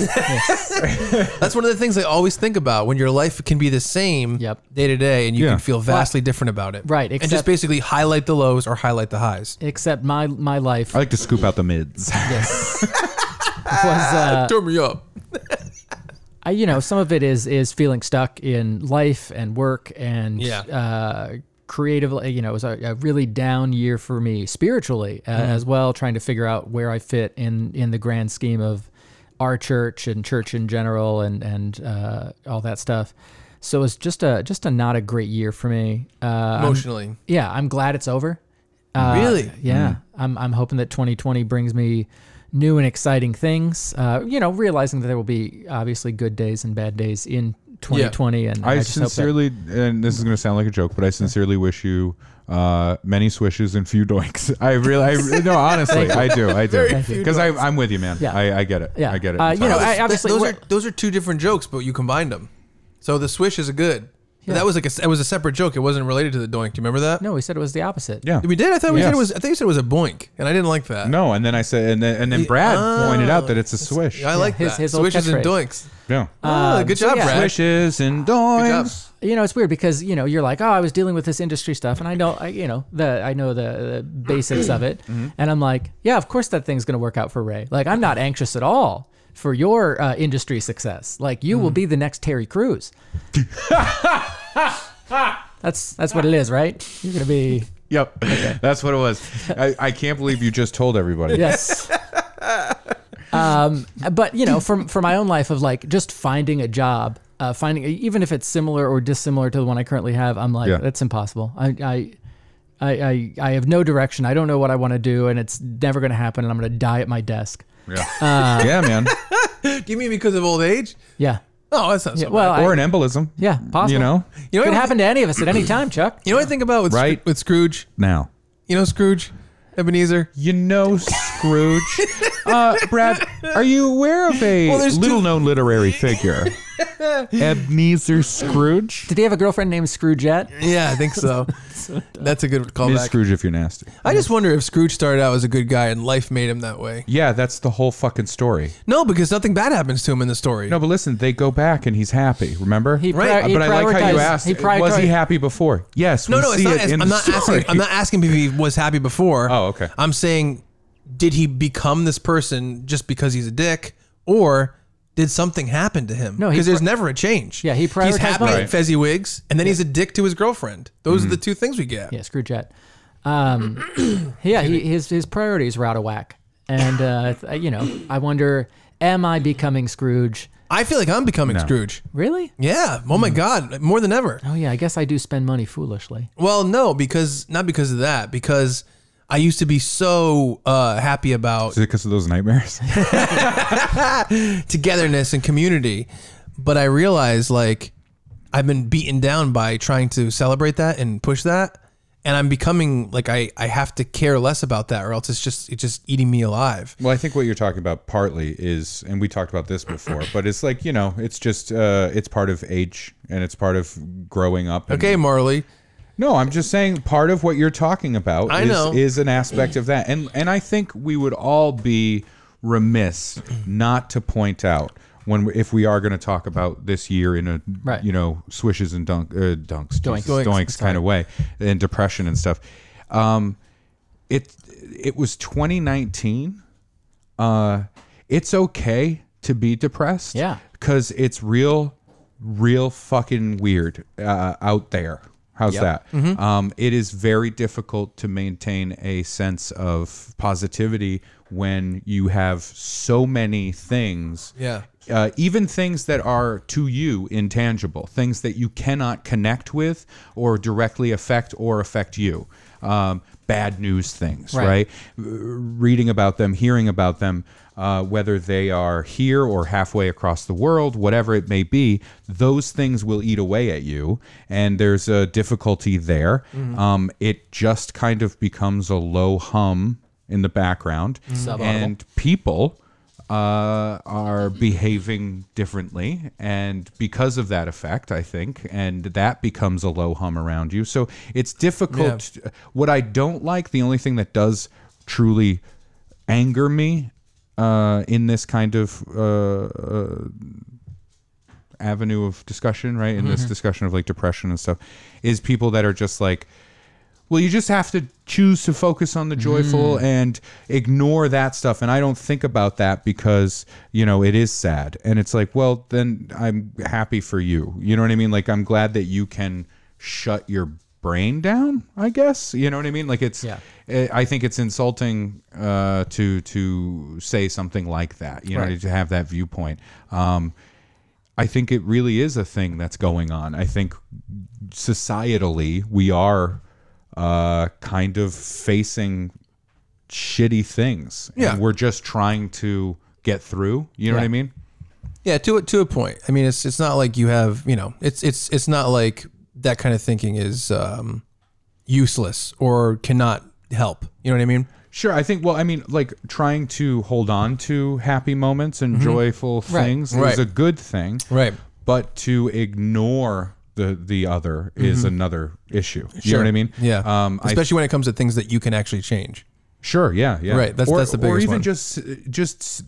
S1: That's one of the things I always think about when your life can be the same
S2: Yep.
S1: day to day and you
S3: Yeah.
S1: can feel vastly different about it.
S2: Right,
S1: and just
S2: except-
S1: basically highlight the lows or highlight the highs.
S2: except my my life
S3: I like to scoop out the mids.
S2: yes was uh,
S1: Turn me up.
S2: I, you know, some of it is is feeling stuck in life and work and
S1: Yeah.
S2: uh, creatively. You know, it was a, a really down year for me spiritually uh, as well, trying to figure out where I fit in in the grand scheme of our church and church in general and and uh, all that stuff. So it's just a just a not a great year for me. Uh, I'm-
S1: Emotionally.
S2: yeah, I'm glad it's over. Uh,
S1: Really?
S2: Yeah, I'm I'm hoping that 2020 brings me new and exciting things. Uh, you know, realizing that there will be obviously good days and bad days in 2020, and I,
S3: I,
S2: just hope that-
S3: sincerely, and this is going to sound like a joke, but I sincerely wish you uh, many swishes and few doinks. I really, I, no, honestly, I do, I do,
S1: Very few
S3: because I'm with you, man.
S2: Yeah.
S3: I, I get it.
S2: Yeah.
S3: I get it.
S2: Uh, you know,
S3: entirely.
S2: I- obviously,
S1: those
S2: we're-
S1: are those are two different jokes, but you combined them. So the swish is a good.
S2: Yeah.
S1: That was like a, that was a separate joke. It wasn't related to the doink. Do you remember that?
S2: no, he said it was the opposite.
S3: yeah.
S1: we did. I thought we said
S3: Yes.
S1: it was. I think you said it was a boink, and I didn't like that.
S3: No, and then I said, and then and then
S1: Yeah.
S3: Brad pointed out
S1: Oh.
S3: that it's a swish.
S1: Yeah, I like
S2: his-
S1: that.
S2: his old
S1: Swishes and
S2: catchphrase.
S1: doinks.
S3: Yeah,
S1: Ah,
S2: Um,
S1: good
S2: so
S1: job,
S2: yeah.
S1: Brad.
S3: swishes and
S1: Good job.
S3: doinks.
S2: you know it's weird because you know you're like oh i was dealing with this industry stuff and i know I, you know the i know the, the basics of it and i'm like yeah of course that thing's going to work out for ray like i'm not anxious at all for your uh, industry success like you will be the next terry Crews. that's that's what it is right you're going to be
S3: Yep, that's what it was. I, I can't believe you just told everybody.
S2: yes um, but you know from for my own life of like just finding a job uh, finding even if it's similar or dissimilar to the one i currently have i'm like
S3: Yeah.
S2: that's impossible I, I I, I i have no direction i don't know what i want to do and it's never going to happen and i'm going to die at my desk
S3: Yeah, yeah man,
S1: You mean because of old age?
S2: yeah
S1: Oh, that's not
S2: yeah
S1: so
S2: well I-
S3: or an embolism.
S2: yeah possible
S3: you know,
S1: You know
S2: could
S1: what I-
S2: happen to any of us at any time chuck
S1: You know what I think about with Scroo-
S3: Right.
S1: with Scrooge?
S3: now.
S1: You know Scrooge, Ebenezer.
S3: You know, Scrooge. uh, Brad, are you aware of a
S1: Well, there's two-
S3: little known literary figure? Ebenezer Scrooge?
S2: did he have a girlfriend named scroogette
S1: Yeah, I think so. that's a good
S3: Miss
S1: callback.
S3: Scrooge if you're nasty.
S1: I just wonder if Scrooge started out as a good guy and life made him that way.
S3: Yeah, that's the whole fucking story.
S1: No, because nothing bad happens to him in the story.
S3: No, but listen, they go back and he's happy, remember? Uh,
S2: he
S1: Right,
S2: prior- he
S3: but I like how you
S2: prioritized-
S3: asked.
S2: he
S3: was he
S2: prioritized-
S3: happy before? Yes,
S1: No,
S3: we
S1: no, it's
S3: see
S1: not.
S3: it
S1: as-
S3: in
S1: I'm
S3: the
S1: not
S3: story.
S1: asking. I'm not asking if he was happy before.
S3: Oh, okay.
S1: I'm saying, did he become this person just because he's a dick, or did something happen to him?
S2: No, he
S1: because there's
S2: pri-
S1: never a change.
S2: Yeah, he
S1: He's
S2: prioritized
S1: happy
S2: money.
S1: at Fezziwigs, and then he's a dick to his girlfriend. Those
S3: Mm-hmm.
S1: are the two things we get.
S2: Yeah, Scrooge. Um, yeah, he, his his priorities were out of whack, and uh, th- you know, I wonder, am I becoming Scrooge?
S1: I feel like I'm becoming Scrooge.
S2: Really?
S1: Yeah. Oh
S3: Mm-hmm.
S1: my God, more than ever.
S2: Oh yeah, I guess I do spend money foolishly.
S1: Well, no, because not because of that. Because I used to be so uh, happy about
S3: Is it because of those nightmares?
S1: togetherness and community. But I realize like I've been beaten down by trying to celebrate that and push that. And I'm becoming like I, I have to care less about that or else it's just it's just eating me alive.
S3: Well, I think what you're talking about partly is, and we talked about this before, but it's like you know, it's just uh, it's part of age and it's part of growing up. and-
S1: Okay, Marley.
S3: No, I'm just saying part of what you're talking about
S1: I
S3: is,
S1: know.
S3: is an aspect of that. And and I think we would all be remiss not to point out when we, if we are going to talk about this year in a
S2: Right.
S3: you know swishes and dunk, uh, dunks
S2: Doinks.
S1: Doinks,
S3: Jesus, doinks kind of way and depression and stuff. Um, it it was 2019. Uh, it's okay to be depressed.
S2: Yeah.
S3: because it's real, real fucking weird uh, out there. How's that? Um, it is very difficult to maintain a sense of positivity when you have so many things
S1: Yeah.
S3: uh, even things that are to you intangible, things that you cannot connect with or directly affect or affect you. Um, bad news things,
S2: Right.
S3: right? R- Reading about them, hearing about them, uh, whether they are here or halfway across the world, whatever it may be, those things will eat away at you. And there's a difficulty there. Um, it just kind of becomes a low hum in the background.
S2: Subaudible.
S3: And people uh, are behaving differently. And because of that effect, I think, and that becomes a low hum around you. So it's difficult. What I don't like, the only thing that does truly anger me uh, in this kind of uh, uh, avenue of discussion, right? In
S2: Mm-hmm.
S3: this discussion of like depression and stuff, is people that are just like, well, you just have to choose to focus on the joyful
S2: Mm.
S3: and ignore that stuff. And I don't think about that because, you know, it is sad. And it's like, well, then I'm happy for you. You know what I mean? Like, I'm glad that you can shut your brain down, I guess. You know what I mean? Like, it's, eh,
S2: Yeah.
S3: I I think it's insulting uh, to, to say something like that, you know,
S2: Right.
S3: to have that viewpoint. Um, I think it really is a thing that's going on. I think societally we are uh, kind of facing shitty things.
S1: Yeah.
S3: And we're just trying to get through. You know what I
S2: Yeah.
S3: mean?
S1: Yeah, to a, to a point. I mean, it's it's not like you have you know, it's it's it's not like that kind of thinking is um, useless or cannot help. You know what I mean?
S3: Sure, I think. Well, I mean, like trying to hold on to happy moments and joyful things
S1: Mm-hmm. Right.
S3: is a good thing,
S1: Right.
S3: but to ignore the the other is another issue. You know what I mean?
S1: Mm-hmm. Yeah.
S3: Um. I,
S1: Especially when it comes to things that you can actually change.
S3: sure. Yeah. Yeah.
S1: Right, that's-
S3: or,
S1: that's the
S3: Or
S1: biggest
S3: even
S1: one.
S3: just just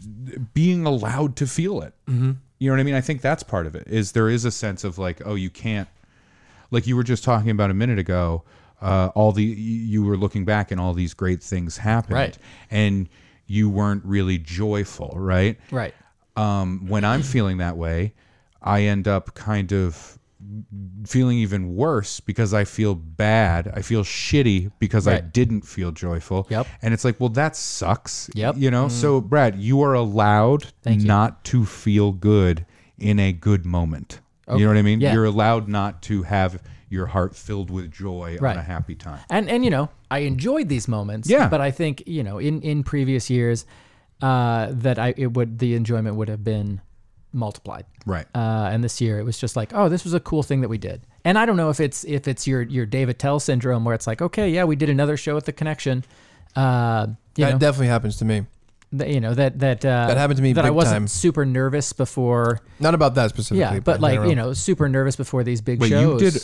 S3: being allowed to feel it. Mm-hmm. You know what I mean? I think that's part of it. Is there is a sense of like, oh, you can't. Like you were just talking about a minute ago. Uh, all the you were looking back and all these great things happened,
S2: Right.
S3: and you weren't really joyful, right?
S2: Right.
S3: um, when I'm feeling that way, I end up kind of feeling even worse because I feel bad. I feel shitty because I
S2: Right.
S3: didn't feel joyful.
S2: Yep.
S3: And it's like, well, that sucks.
S2: Yep. Mm.
S3: You know. So, Brad, you are allowed
S2: Thank you.
S3: not to feel good in a good moment. You know what I mean?
S2: Yeah.
S3: You're allowed not to have your heart filled with joy
S2: Right.
S3: on a happy time.
S2: and and you know i enjoyed these moments
S3: Yeah.
S2: but i think you know in in previous years uh that i it would the enjoyment would have been multiplied
S3: Right.
S2: uh and this year it was just like oh this was a cool thing that we did and i don't know if it's if it's your your david tell syndrome where it's like okay yeah we did another show at the connection uh you
S1: That
S2: know,
S1: definitely happens to me.
S2: that, you know that that uh,
S1: That happened to me
S2: that I
S1: big
S2: wasn't
S1: time.
S2: super nervous before
S1: Not about that specifically.
S2: yeah but
S1: in
S2: like
S1: general.
S2: you know super nervous before these big
S3: Wait, you
S2: shows
S3: did.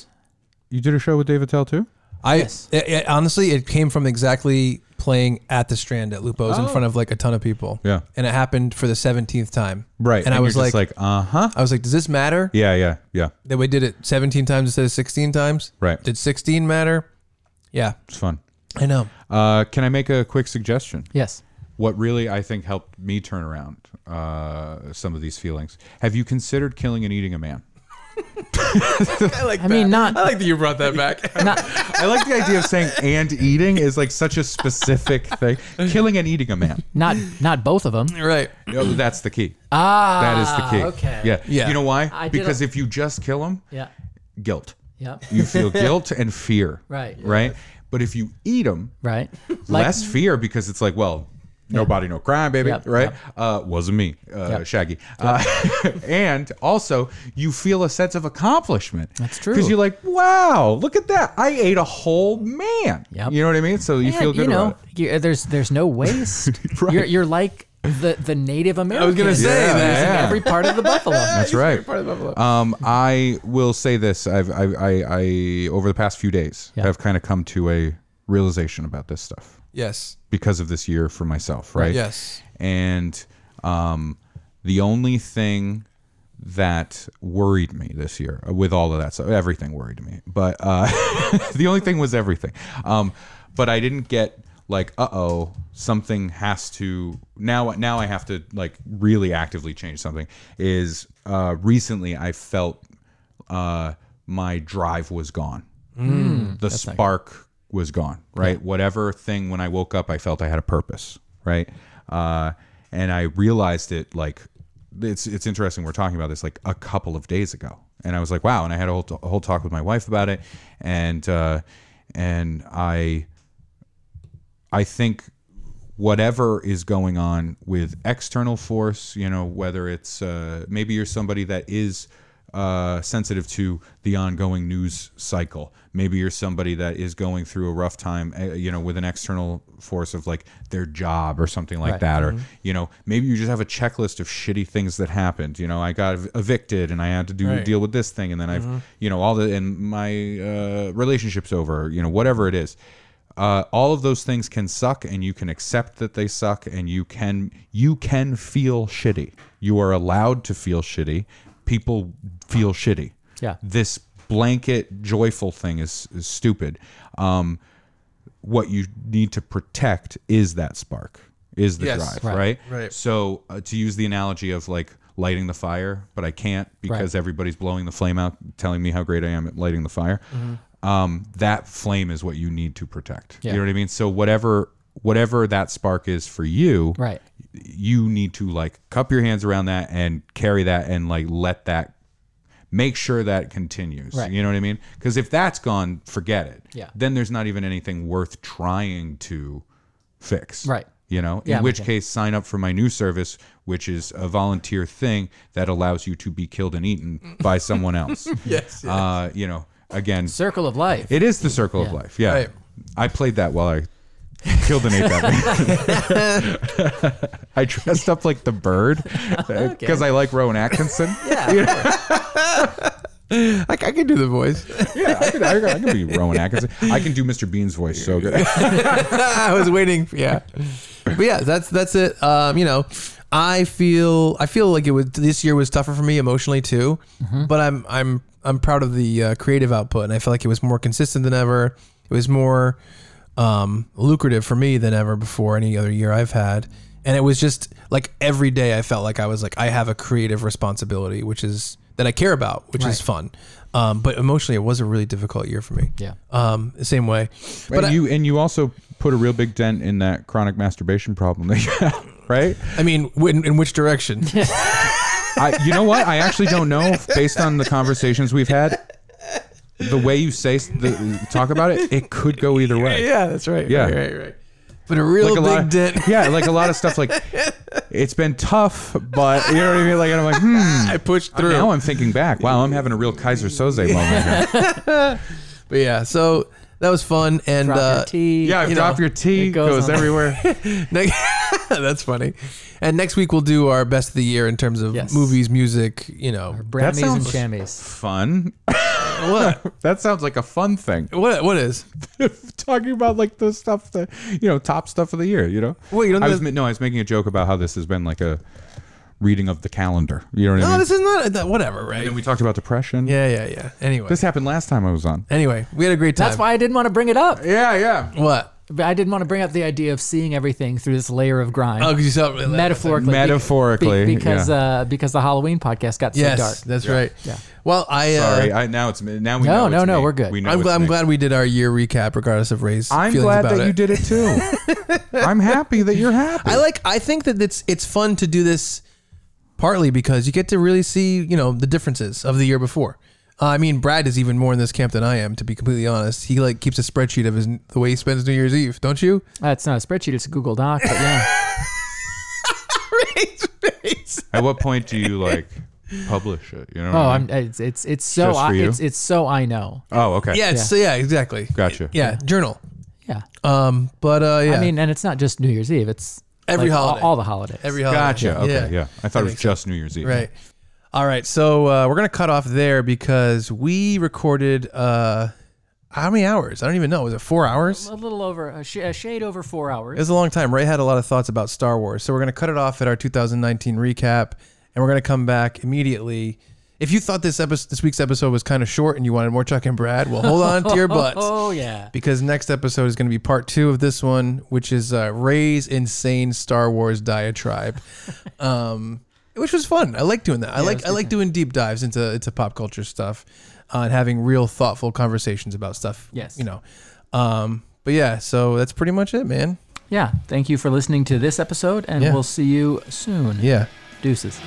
S3: You did a show with David Tell too.
S1: I
S2: Yes.
S1: it, it- honestly, it came from exactly playing at the Strand at Lupo's in front
S2: Oh.
S1: of like a ton of people.
S3: Yeah.
S1: and it happened for the seventeenth time.
S3: Right.
S1: and, I was
S3: you're
S1: like,
S3: just like uh huh.
S1: I was like, does this matter
S3: Yeah. Yeah. Yeah.
S1: that we did it seventeen times instead of sixteen times?
S3: Right.
S1: Did sixteen matter? Yeah,
S3: It's fun.
S1: I know.
S3: Uh, can I make a quick suggestion?
S2: yes
S3: What really I think helped me turn around uh, some of these feelings. Have you considered killing and eating a man?
S1: I like.
S2: I mean, not-
S1: I like that you brought that back.
S3: I like the idea of saying and eating is like such a specific thing. Killing and eating a man.
S2: not not both of them
S1: right.
S3: No, that's the key.
S2: ah
S3: That is the key.
S2: okay
S3: Yeah.
S1: Yeah.
S3: You know why?
S2: I did
S3: because
S2: a-
S3: if you just kill him,
S2: yeah
S3: guilt.
S2: yeah
S3: You feel guilt and fear.
S2: Right.
S3: Right. But if you eat him,
S2: right like
S3: less fear because it's like, well, no body, no crime, baby,
S2: Yep,
S3: right? Uh, wasn't me, uh,
S2: Yep.
S3: Shaggy. Uh, and also, you feel a sense of accomplishment.
S2: That's true.
S3: Because you're like, wow, look at that. I ate a whole man.
S2: Yep.
S3: You know what I mean? So you
S2: Yeah,
S3: feel good
S2: you know,
S3: about it.
S2: you- uh, there's there's no waste. You're you're like the the Native American.
S1: gonna say
S2: You're
S1: that,
S2: using
S3: yeah.
S2: every part of the buffalo.
S3: That's right. Um, I will say this: I've, I, I, I, over the past few days,
S2: Yeah.
S3: have kind of come to a realization about this stuff
S1: Yes.
S3: because of this year for myself, right?
S1: Yes.
S3: and um, the only thing that worried me this year uh, with all of that stuff everything worried me but uh, the only thing was everything um, but i didn't get like uh-oh something has to now now i have to like really actively change something is uh, recently i felt uh, my drive was gone the spark was gone, right? Whatever thing when I woke up, I felt I had a purpose, right? Uh, and I realized it like it's it's interesting. We're talking about this like a couple of days ago, and I was like, wow. And I had a whole, a whole talk with my wife about it, and uh, and I I think whatever is going on with external force, you know, whether it's uh, maybe you're somebody that is uh, sensitive to the ongoing news cycle, maybe you're somebody that is going through a rough time, uh, you know, with an external force of like their job or something like that, or you know, maybe you just have a checklist of shitty things that happened. You know, I got ev- evicted and I had to do
S1: Right.
S3: deal with this thing, and then I've you know all the and my uh, relationships over, you know, whatever it is uh, all of those things can suck and you can accept that they suck and you can you can feel shitty you are allowed to feel shitty people feel shitty
S2: Yeah.
S3: this blanket joyful thing is, is stupid um, what you need to protect is that spark is the
S1: Yes.
S3: drive
S2: Right.
S3: right
S1: Right.
S3: so uh, to use the analogy of like lighting the fire but i can't because everybody's blowing the flame out telling me how great i am at lighting the fire um, that flame is what you need to protect
S2: Yeah.
S3: you know what i mean so whatever whatever that spark is for you
S2: Right.
S3: you need to like cup your hands around that and carry that and like let that make sure that continues.
S2: Right.
S3: You know what I mean? Because if that's gone, forget it.
S2: Yeah.
S3: Then there's not even anything worth trying to fix.
S2: Right.
S3: You know,
S2: Yeah,
S3: in which
S2: okay.
S3: case, sign up for my new service, which is a volunteer thing that allows you to be killed and eaten by someone else.
S1: Yes.
S3: Uh, you know, again,
S2: Circle of life.
S3: it is the circle of
S2: Yeah.
S3: life. Yeah.
S1: Right.
S3: I played that while I killed an ape that way. I dressed up like the bird because I like Rowan Atkinson.
S2: yeah.
S1: I, I can do the voice.
S3: yeah, I can, I, can- I can be Rowan Atkinson. I can do Mr. Bean's voice so good.
S1: I was waiting. Yeah, but yeah, that's that's it. Um, you know, I feel I feel like it was this year was tougher for me emotionally too.
S2: Mm-hmm.
S1: But I'm I'm I'm proud of the uh, creative output, and I feel like it was more consistent than ever. It was more um, lucrative for me than ever before any other year I've had, and it was just like every day I felt like I was like I have a creative responsibility, which is that I care about, which is fun.
S2: Right.
S1: Um, but emotionally, it was a really difficult year for me.
S2: Yeah.
S1: Um, the same way. But
S3: and
S1: I-
S3: you and you also put a real big dent in that chronic masturbation problem that you have, right?
S1: I mean, in, in which direction?
S3: I, you know what? I actually don't know. Based on the conversations we've had, the way you say s- the, talk about it, it could go either way.
S1: yeah, that's right.
S3: Yeah.
S1: right, right, right. But a real big
S3: lot of,
S1: dent.
S3: Yeah, like a lot of stuff. Like it's been tough, but you know what I mean. Like and I'm like, hmm.
S1: I pushed through.
S3: Now I'm thinking back. Wow, I'm having a real Kaiser Soze moment. Here.
S1: but yeah, so that was fun. And
S2: Drop
S1: uh,
S2: your tea.
S3: Yeah,
S1: You
S3: drop
S1: know,
S3: your tea
S2: it goes
S3: goes
S2: on.
S3: everywhere.
S1: ne- that's funny. And next week we'll do our best of the year in terms of
S2: Yes.
S1: movies, music. You know,
S3: That
S2: Brammies and
S3: sounds
S2: chamois.
S3: fun.
S1: what
S3: That sounds like a fun thing.
S1: what what is?
S3: Talking about like the stuff that you know, top stuff of the year. You know.
S1: Well, you don't
S3: I
S1: know-
S3: was ma- no, I was making a joke about how this has been like a reading of the calendar. You know what I
S1: No,
S3: mean?
S1: this is not that. Whatever,
S3: and
S1: right?
S3: then we talked about depression.
S1: Yeah, yeah, yeah. Anyway,
S3: This happened last time I was on.
S1: anyway, we had a great time.
S2: That's why I didn't want to bring it up.
S3: Yeah, yeah.
S1: What?
S2: But I didn't want to bring up the idea of seeing everything through this layer of grime.
S1: Oh, because you saw it.
S2: metaphorically. be-
S3: Metaphorically,
S2: be- because
S3: yeah.
S2: uh, because the Halloween podcast got
S1: Yes,
S2: so dark.
S1: that's right.
S2: Yeah.
S1: Well, I. Uh,
S3: Sorry, I, now it's me- now we
S2: No,
S3: know.
S2: no,
S3: it's
S2: no,
S3: me.
S2: we're good.
S3: We know
S1: I'm
S3: it's
S1: glad. I'm
S3: me.
S1: glad we did our year recap, regardless of Ray's
S3: I'm
S1: feelings
S3: glad
S1: about
S3: that
S1: it.
S3: you did it too. I'm happy that you're happy.
S1: I like. I think that it's it's fun to do this partly because you get to really see you know the differences of the year before. Uh, I mean, Brad is even more in this camp than I am, to be completely honest. He like keeps a spreadsheet of his the way he spends New Year's Eve, don't you?
S2: Uh, it's not a spreadsheet; it's a Google Doc. But yeah,
S3: At what point do you like publish it? You know. what
S2: oh,
S3: I
S2: I'm
S3: mean?
S2: it's it's it's so
S3: Just for
S2: I,
S3: you?
S2: it's it's so I know.
S3: Oh, okay.
S1: Yeah, it's, yeah, exactly.
S3: Gotcha.
S1: Yeah, journal.
S2: Yeah.
S1: Um, but uh, yeah,
S2: I mean, and it's not just New Year's Eve; it's
S1: Every
S2: like, all-
S1: holiday.
S2: all, the holidays.
S1: every holiday.
S3: Gotcha. Okay. Yeah. I thought it was just New Year's Eve.
S1: Right. All right. So uh, we're gonna cut off there because we recorded uh, how many hours? I don't even know. Was it four hours?
S2: a little over a, sh- a shade over four
S1: It
S2: hours.
S1: was a long time. Ray had a lot of thoughts about Star Wars. So we're going to cut it off at our 2019 recap and we're going to come back immediately. If you thought this episode, this week's episode was kind of short and you wanted more Chuck and Brad, well, hold on to your butts
S2: Oh yeah,
S1: because next episode is going to be part two of this one, which is uh, Ray's insane Star Wars diatribe, um, which was fun. I like doing that. I like I like doing deep dives into into pop culture stuff uh, and having real thoughtful conversations about stuff.
S2: Yes.
S1: you know. Um, but yeah, so that's pretty much it, man.
S2: yeah. Thank you for listening to this episode, and
S1: Yeah.
S2: we'll see you soon.
S1: Yeah.
S2: Deuces.